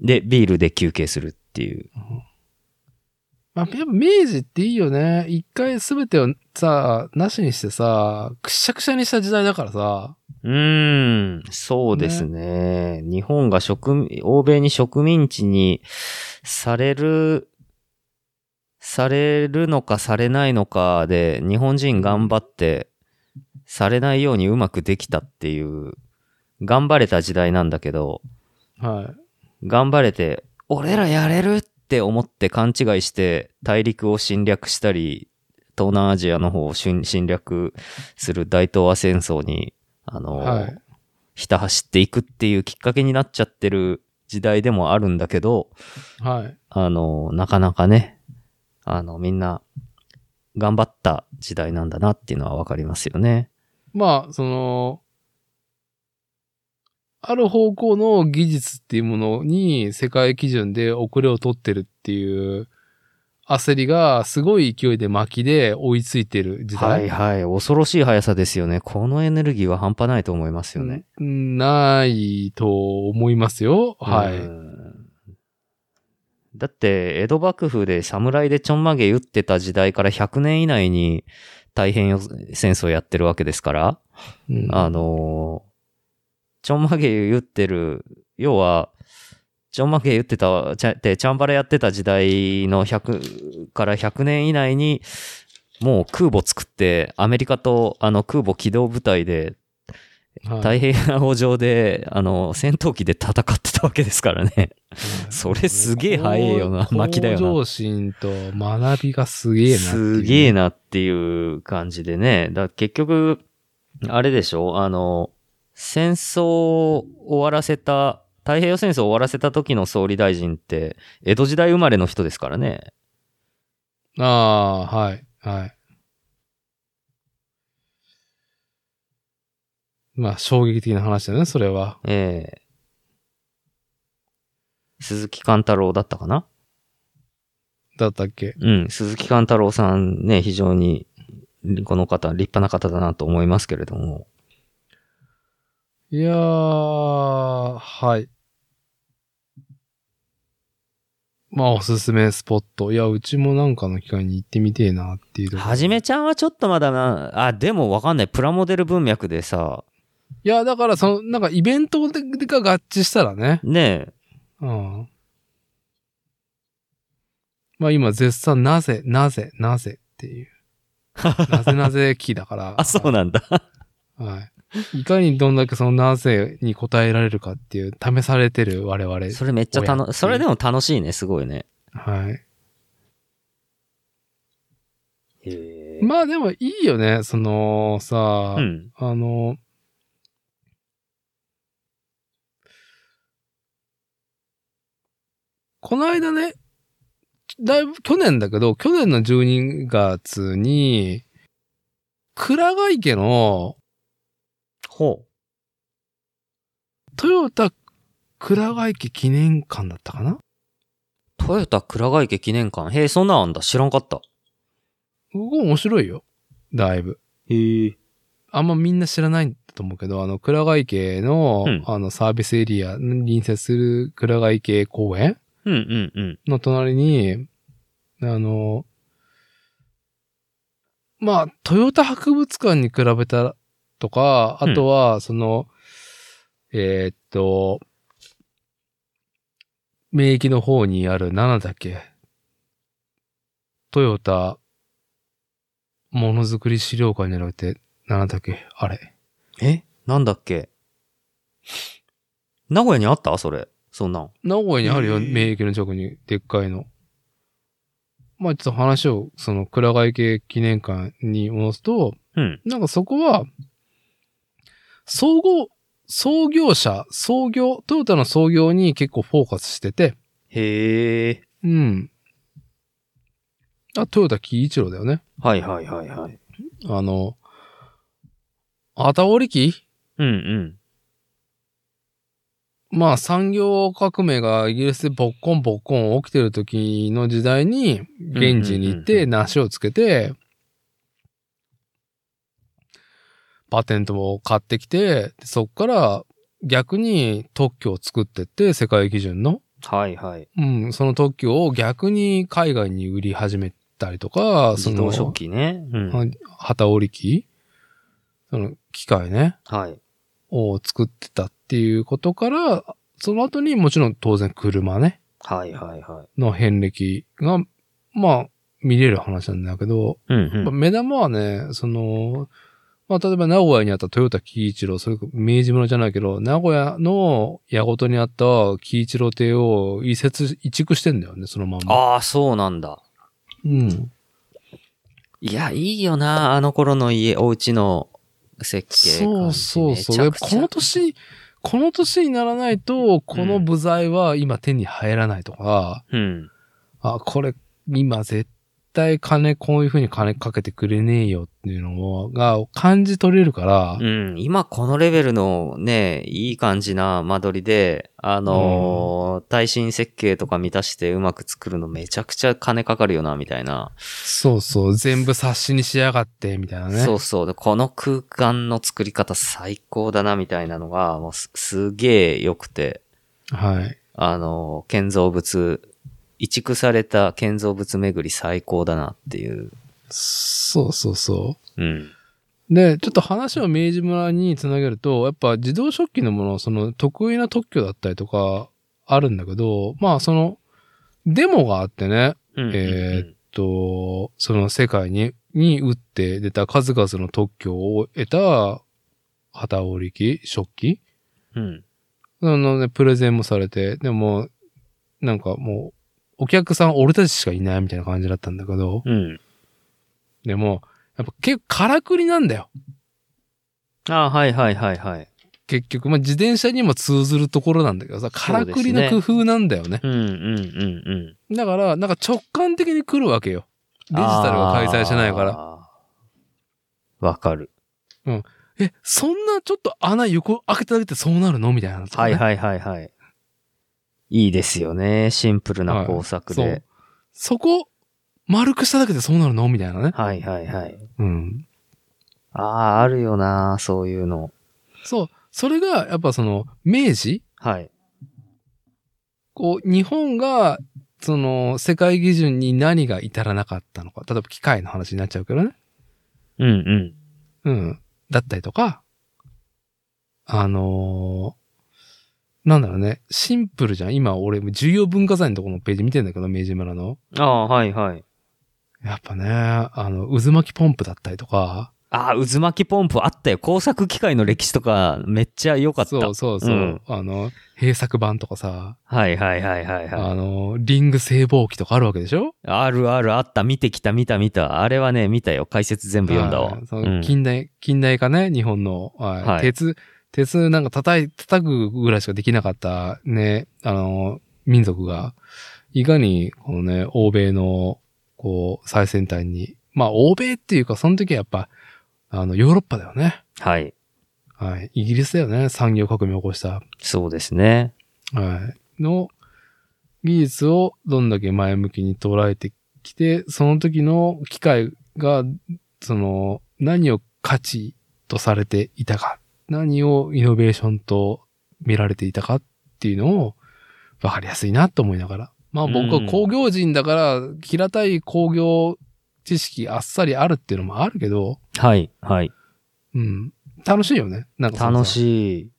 S2: で、ビールで休憩するっていう。
S1: まあ、やっぱ明治っていいよね。一回すべてをさ、なしにしてさ、くしゃくしゃにした時代だからさ。
S2: うーん、そうですね。日本が植民、欧米に植民地にされる、されるのかされないのかで、日本人頑張って、されないようにうまくできたっていう、頑張れた時代なんだけど、
S1: は
S2: 頑張れて、俺らやれるって思って勘違いして、大陸を侵略したり、東南アジアの方を侵侵略する大東亜戦争に、あ
S1: い。
S2: の、
S1: はい。
S2: ひた走っていくっていうきっかけになっちゃってる時代でもあるんだけど、
S1: はい。
S2: あの、なかなかね、あの、みんな、頑張った時代なんだなっていうのはわかりますよね。
S1: まあ、その、ある方向の技術っていうものに世界基準で遅れを取ってるっていう焦りがすごい勢いで巻きで追いついてる時代。
S2: はいはい。恐ろしい速さですよね。このエネルギーは半端ないと思いますよね。
S1: うんないと思いますよ。はい。
S2: うんだって、江戸幕府で侍でちょんまげ打ってた時代から100年以内に太平洋戦争やってるわけですから。
S1: うん
S2: あのーちょんまげ言ってる、要は、ちょんまげ言ってた、ちゃでチャンバラやってた時代の100から100年以内に、もう空母作って、アメリカとあの空母機動部隊で、
S1: はい
S2: 太平洋上で、あの、戦闘機で戦ってたわけですからね。それすげえ早えよな
S1: 向
S2: 巻きだよな
S1: 上心と学びがすげえなっていう。
S2: すげえなっていう感じでね。だ結局、あれでしょあの、戦争を終わらせた、太平洋戦争を終わらせた時の総理大臣って、江戸時代生まれの人ですからね。
S1: ああ、はい、はい。まあ、衝撃的な話だね、それは。
S2: ええ鈴木貫太郎だったかな
S1: だったっけ
S2: うん、鈴木貫太郎さんね、非常に、この方、立派な方だなと思いますけれども。
S1: いやー、はい。まあ、おすすめスポット。いや、うちもなんかの機会に行ってみてえなっていうところ
S2: はじめちゃんはちょっとまだな、あ、でもわかんない。プラモデル文脈でさ、
S1: いや、だから、その、なんかイベントでが合致したらね。
S2: ねえ、
S1: うん。まあ今、絶賛、なぜ、なぜ、なぜって
S2: [laughs]
S1: いう。なぜなぜ期だから。
S2: あ、そうなんだ。
S1: はい。いかにどんだけそのなぜに答えられるかっていう、試されてる我々。
S2: それめっちゃ
S1: 親ってい
S2: 楽、
S1: う
S2: それでも楽しいね、すごいね。
S1: はい。
S2: へ
S1: まあでもいいよね、そのさ、
S2: うん。
S1: あの、この間ね、だいぶ去年だけど、去年の12月に、倉賀池の
S2: ほ
S1: トヨタ倉賀池記念館だったかな
S2: う。トヨタ倉賀池記念館。へえ、そんなんあんだ。知らんかった。
S1: ここ面白いよ。だいぶ。
S2: へえ。
S1: あんまみんな知らないと思うけど、あの、倉賀池の、
S2: うん
S1: あの、サービスエリア、隣接する倉賀池公園
S2: うんうんうん。
S1: の隣に、あの、まあ、トヨタ博物館に比べたらとか、
S2: うん
S1: あとは、その、えーっと、名駅の方にある7だっけ、トヨタ、ものづくり資料館に並べて、7だっけ、あれ。
S2: えなんだっけ名古屋にあったそれ。そんなん。
S1: 名古屋にある
S2: へ
S1: よ、
S2: ー
S1: 名駅の直に、でっかいの。まあ、ちょっと話を、その、倉賀池記念館に戻すと、
S2: うん。
S1: なんかそこは、総合、創業者、創業、トヨタの創業に結構フォーカスしてて、
S2: へえ。
S1: うん。あ、トヨタ喜一郎だよね。
S2: はいはいはいはい。
S1: あの、あたおり機
S2: うんうん。
S1: まあ産業革命がイギリスでボッコンボッコン起きてる時の時代に現地に行っ
S2: うんうんうんう
S1: て梨をつけてパテントを買ってきてでそっから逆に特許を作ってって世界基準の、
S2: はいはい。
S1: うん、その特許を逆に海外に売り始めたりとかそ
S2: 自
S1: の
S2: 動食器ね。うん。
S1: は旗織り機その機械ね
S2: はい。
S1: を作ってたっていうことから、その後にもちろん当然車ね、
S2: はいはいはい。
S1: の遍歴が、まあ、見れる話なんだけど、
S2: うん
S1: まあ
S2: うん。
S1: 目玉はね、その、まあ、例えば名古屋にあった豊田喜一郎、それこそ明治村じゃないけど、名古屋の矢ごとにあった喜一郎邸を移設、移築してんだよね、そのまんま。
S2: ああ、そうなんだ。
S1: うん。
S2: いや、いいよな、あの頃の家、お家の設計
S1: そ
S2: 感
S1: う
S2: じ。
S1: そうそう。や
S2: め
S1: っ
S2: ち
S1: ぱ
S2: ゃくち
S1: こ
S2: ゃ
S1: の年、この年にならないと、この
S2: うん
S1: 部材は今手に入らないとか、
S2: うん。
S1: あ、これ、今絶対金、こういう風に金かけてくれねえよっていうのが感じ取れるから、
S2: うん。今このレベルのね、いい感じな間取りで、あのー耐震設計とか満たしてうまく作るのめちゃくちゃ金かかるよな、みたいな。
S1: そうそう、全部冊子にしやがって、みたいなね。
S2: そうそう。でこの空間の作り方最高だな、みたいなのが、もうすすげえ良くて。
S1: はい。
S2: あの、建造物、移築された建造物巡り最高だなっていう。
S1: そうそうそ
S2: うん。
S1: う。で、ちょっと話を明治村につなげると、やっぱ自動食器のもの、その得意な特許だったりとかあるんだけど、まあその、デモがあってね、
S2: うんうんうん
S1: えーっと、その世界に、に打って出た数々の特許を得た旗織り機、食器
S2: うん。
S1: あのね、プレゼンもされて、でも、なんかもう、お客さん俺たちしかいないみたいな感じだったんだけど、
S2: うん。
S1: でも、やっぱ結構からくりなんだよ。
S2: あはいはいはいはい。
S1: 結局、まあ、自転車にも通ずるところなんだけどさ、からくりの工夫なんだよね。
S2: うんうんうんうん。
S1: だから、なんか直感的に来るわけよ。デジタルが開催してないから。
S2: ら。わかる。
S1: え、そんなちょっと穴横開けただけでそうなるのみたいなのとか
S2: は
S1: ね、
S2: いはいはいはい。いいですよね。シンプルな工作
S1: そ
S2: で
S1: う。。そこ、丸くしただけでそうなるのみたいなね。
S2: はいはいはい。
S1: うん。
S2: ああ、あるよな、そういうの。
S1: そう。それが、やっぱその、明治
S2: はい。
S1: こう、日本がその、世界基準に何が至らなかったのか。例えば機械の話になっちゃうけどね。
S2: うん
S1: う
S2: うん。
S1: ん。だったりとか、あのーなんだろうね。シンプルじゃん。今俺、重要文化財のところのページ見てんだけど、明治村の。
S2: ああ、はいはい。
S1: やっぱね、あの、渦巻きポンプだったりとか。
S2: ああ、渦巻きポンプあったよ。工作機械の歴史とかめっちゃ良かった。
S1: そうそうそう。
S2: うん
S1: あの、閉鎖版とかさ、
S2: はいはいはいはいは
S1: あの、リング整合機とかあるわけでしょ
S2: い。あるあるあった。見てきた見た見た。あれはね、見たよ。解説全部読んだわ
S1: はい。そ
S2: うん
S1: の近代、近代化ね、日本の、はい
S2: はい
S1: 鉄、鉄なんか叩い、叩くぐらいしかできなかったね、あの、民族が、いかに、このね、欧米の、こう、最先端に、まあ、欧米っていうか、その時はやっぱ、あの、ヨーロッパだよね。
S2: はい。
S1: はい。イギリスだよね。産業革命を起こした。
S2: そうですね。
S1: はい。の技術をどんだけ前向きに捉えてきて、その時の機械が、その、何を価値とされていたか、何をイノベーションと見られていたかっていうのを、わかりやすいなと思いながら。まあ僕
S2: うん
S1: は工業人だから、平たい工業知識あっさりあるっていうのもあるけど、
S2: はいはい。
S1: うん。楽しいよね。なんかそのさ
S2: 楽しい。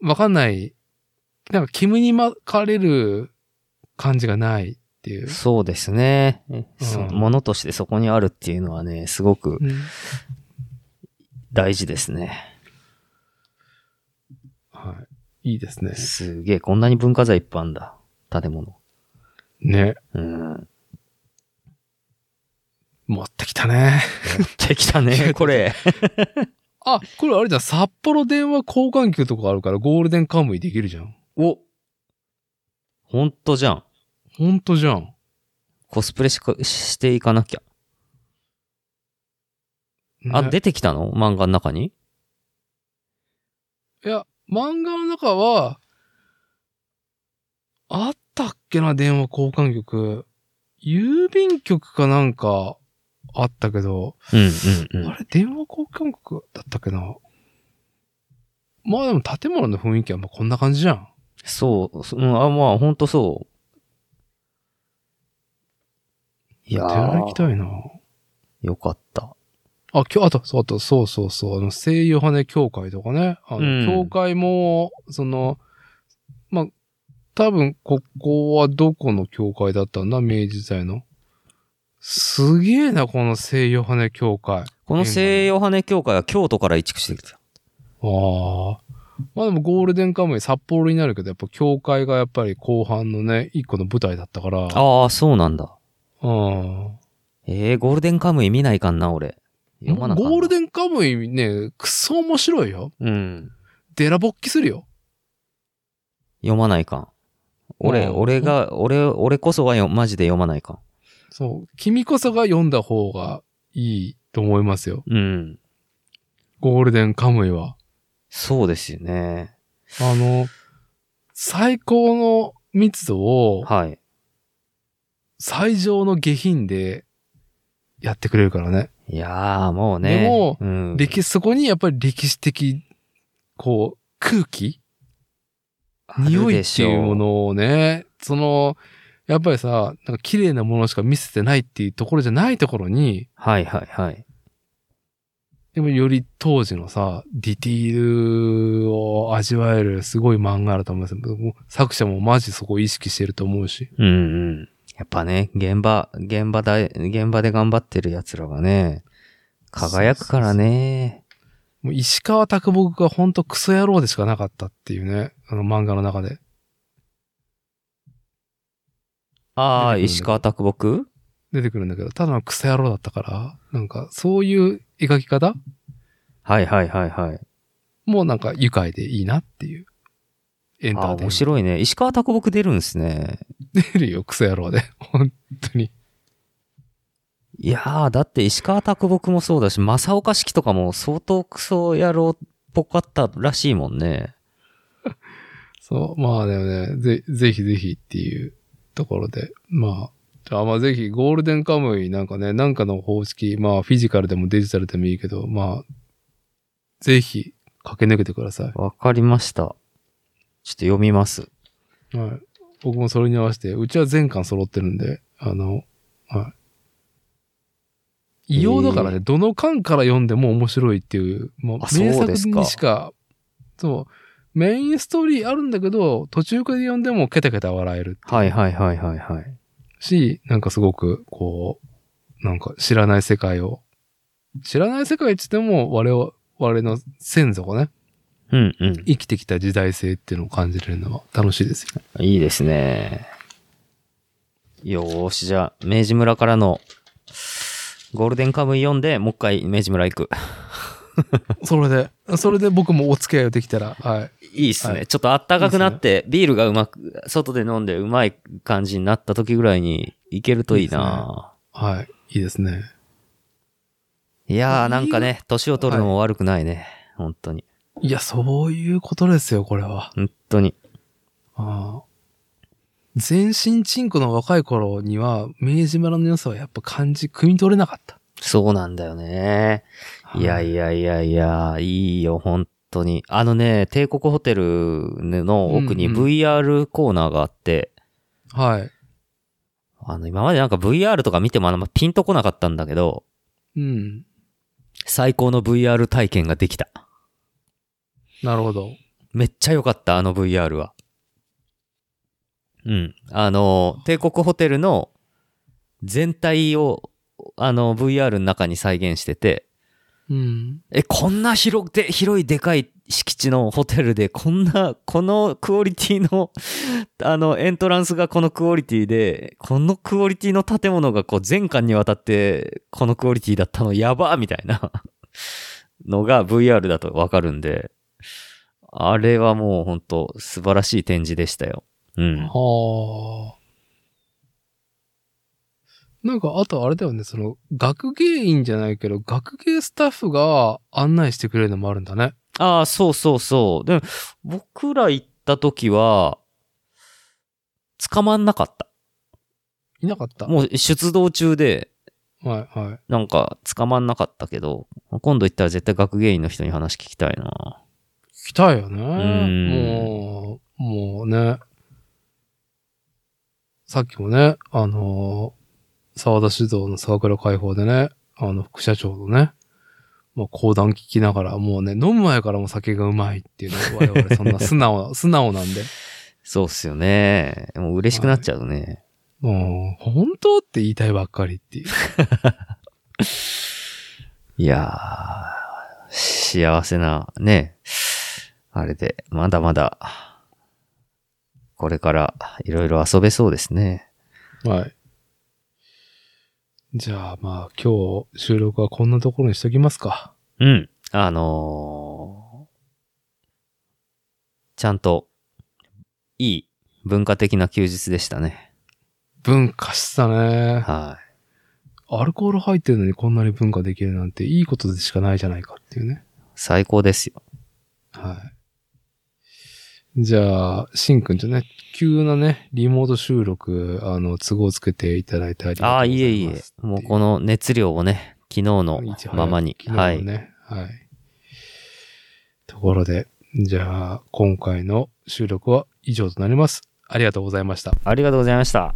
S1: わかんない。なんか、煙に巻かれる感じがないっていう。
S2: そうですね。そ
S1: うん
S2: ものとしてそこにあるっていうのはね、すごく大事ですね。
S1: はい。いいですね。
S2: すげえ、こんなに文化財いっぱいあんだ。建物。
S1: ね。
S2: うん。
S1: 持ってきたね。
S2: できたね、これ。
S1: あ、これあれじゃん。札幌電話交換球とかあるからゴールデンカムイできるじゃん。
S2: おほんとじゃん。
S1: ほんとじゃん。
S2: コスプレしかしていかなきゃ。あ、
S1: ね
S2: 出てきたの漫画の中に
S1: いや、漫画の中は、あったっけな、電話交換局。郵便局かなんか、あったけど、
S2: うんうんう
S1: あ
S2: ん。
S1: れ、電話交換局だったっけな。まあでも建物の雰囲気はまあこんな感じじゃん。
S2: そう、そうん、あ、まあ、ほんとそう。いや
S1: 寺行き
S2: ー、
S1: たいな。
S2: よかった。
S1: あ、今日、あと、そう、あと、そうそうそう、あの、聖ヨハネ教会とかね。あの、
S2: うん
S1: 教会も、その、まあ、多分、ここはどこの教会だったんだ明治時代の。すげえな、この聖ヨハネ教会。
S2: この聖ヨハネ教会は京都から移築してき
S1: あ
S2: た。
S1: あ。まあでもゴールデンカムイ札幌になるけど、やっぱ教会がやっぱり後半のね、一個の舞台だったから。
S2: ああ、そうなんだ。
S1: うん。
S2: えー、ゴールデンカムイ見ないかんな、俺。読まなかった。
S1: ゴール
S2: ン
S1: デンカムイね、クソ面白いよ。
S2: うん。
S1: デラ勃起するよ。
S2: 読まないかん。俺、
S1: うん
S2: 俺が、俺、俺こそはよマジで読まないか
S1: そう。君こそが読んだ方がいいと思いますよ。
S2: ん。うん。
S1: ゴールデンカムイは。
S2: そうですよね。
S1: あの、最高の密度を
S2: はい。
S1: 最上の下品でやってくれるからね。
S2: いやー、もうね。
S1: でも
S2: うん、
S1: 歴史、そこにやっぱり歴史的、こう、空気
S2: ある
S1: 匂い
S2: で
S1: っ
S2: してょ
S1: いうも。のをね、その、やっぱりさ、なんか綺麗なものしか見せてないっていうところじゃないところに、
S2: はいはいはい。
S1: でもより当時のさ、ディティールを味わえるすごい漫画だと思います。もう作者もマジそこを意識してると思うし。
S2: うんうん。やっぱね、現場、現場だ、現場で頑張ってる奴らがね、輝くからね。
S1: もう石川拓木がほんとクソ野郎でしかなかったっていうね、あの漫画の中で。
S2: ああ、
S1: 出てくるんだけど
S2: 石川拓木
S1: 出てくるんだけど、ただのクソ野郎だったから、なんかそういう描き方
S2: はいはいはいはい。
S1: もうなんか愉快でいいなっていう。エンタ
S2: あ
S1: ーテイ
S2: あ、
S1: ンメン
S2: 面
S1: ト。
S2: 白いね。石川拓木出るんですね。
S1: 出るよ、クソ野郎で。本当に。
S2: いやー、だって石川拓木もそうだし、正岡式とかも相当クソ野郎っぽかったらしいもんね。
S1: そう、まあでもね、ぜ、ぜひぜひっていうところで。まあ、じゃあまあぜひゴールデンカムイなんかね、なんかの方式、まあフィジカルでもデジタルでもいいけど、まあ、ぜひ駆け抜けてくださ
S2: わかりました。ちょっと読みます。
S1: い。はい。僕もそれに合わせて、うちは全巻揃ってるんで、あの、はい。異様だからね、どの巻から読んでも面白いっていう、もう
S2: あ
S1: 名
S2: そ
S1: 作
S2: うですか
S1: にしか、そう、メインストーリーあるんだけど、途中から読んでもケタケタ笑える
S2: はいはいはいはいはい。
S1: し、なんかすごく、こう、なんか知らない世界を、知らない世界って言っても、我々、我々の先祖がね、
S2: うんうん。
S1: 生きてきた時代性っていうのを感じれるのは楽しいですよ。
S2: いいですね。よーし、じゃあ、明治村からのゴールデンカムイ読んで、もう一回明治村行く。
S1: それで、それで僕もお付き合いをできたら、はい。
S2: いいっすね。
S1: は
S2: ちょっとあったかくなって、ビールがうまく、外で飲んでうまい感じになった時ぐらいに行けるといいな
S1: はい。いいですね。
S2: いやー、なんかね、年を取るのも悪くないね。本当に。
S1: いや、そういうことですよ、これは。
S2: 本当に。
S1: ああ全身チンコの若い頃には、明治村の良さはやっぱ感じ、汲み取れなかった。
S2: そうなんだよね。いやいやいやいや、いいよ、本当に。あのね、帝国ホテルの奥に
S1: うんうん
S2: VR コーナーがあって、
S1: はい。
S2: あの、今までなんか VR とか見てもあんまピンとこなかったんだけど、
S1: うん。
S2: 最高の VR 体験ができた。
S1: なるほど。
S2: めっちゃ良かった、あの VR は。うん。あの、帝国ホテルの全体を、あの、VR の中に再現してて、
S1: うん。
S2: え、こんな広くて、広いでかい敷地のホテルで、こんな、このクオリティの、 [laughs] あの、エントランスがこのクオリティで、このクオリティの建物がこう、全館にわたって、このクオリティだったの、やばーみたいな [laughs] のが VR だとわかるんで、あれはもう本当素晴らしい展示でしたよ。うん。
S1: はあ。なんか、あとあれだよね、その、学芸員じゃないけど、学芸スタッフが案内してくれるのもあるんだね。
S2: ああ、そうそうそう。でも、僕ら行った時は、捕まんなかった。
S1: いなかった。
S2: もう出動中で、
S1: はい、はい。
S2: なんか捕まんなかったけど、今度行ったら絶対学芸員の人に話聞きたいな。
S1: 来たよね。
S2: ん
S1: もう、もうね。さっきもね、あのー沢田指導の沢倉解放でね、あの、副社長のね、まあ、講談聞きながら、もうね、飲む前からも酒がうまいっていうのは、我々そんな素直な、 [laughs] 素直なんで。
S2: そうっすよね。もう嬉しくなっちゃうね。
S1: もう、本当って言いたいばっかりって
S2: [laughs]
S1: いう。
S2: い、やー、幸せな、ね。あれで、まだまだ、これからいろいろ遊べそうですね。
S1: はい。じゃあ、まあ、今日収録はこんなところにしときますか。
S2: うん。あのーちゃんと、いい文化的な休日でしたね。
S1: 文化したね。
S2: はい。
S1: アルコール入ってるのにこんなに文化できるなんていいことでしかないじゃないかっていうね。
S2: 最高ですよ。
S1: はい。じゃあ、しんくんとね、急なね、リモート収録、あの、都合つけていただいてありがとうご
S2: あ
S1: ざ
S2: あ、
S1: いま
S2: い
S1: す。
S2: えいえ。もうこの熱量をね、昨日の
S1: 一応
S2: ままに。は
S1: 昨日
S2: い。
S1: ね、はい。ところで、じゃあ、今回の収録は以上となります。ありがとうございました。
S2: ありがとうございました。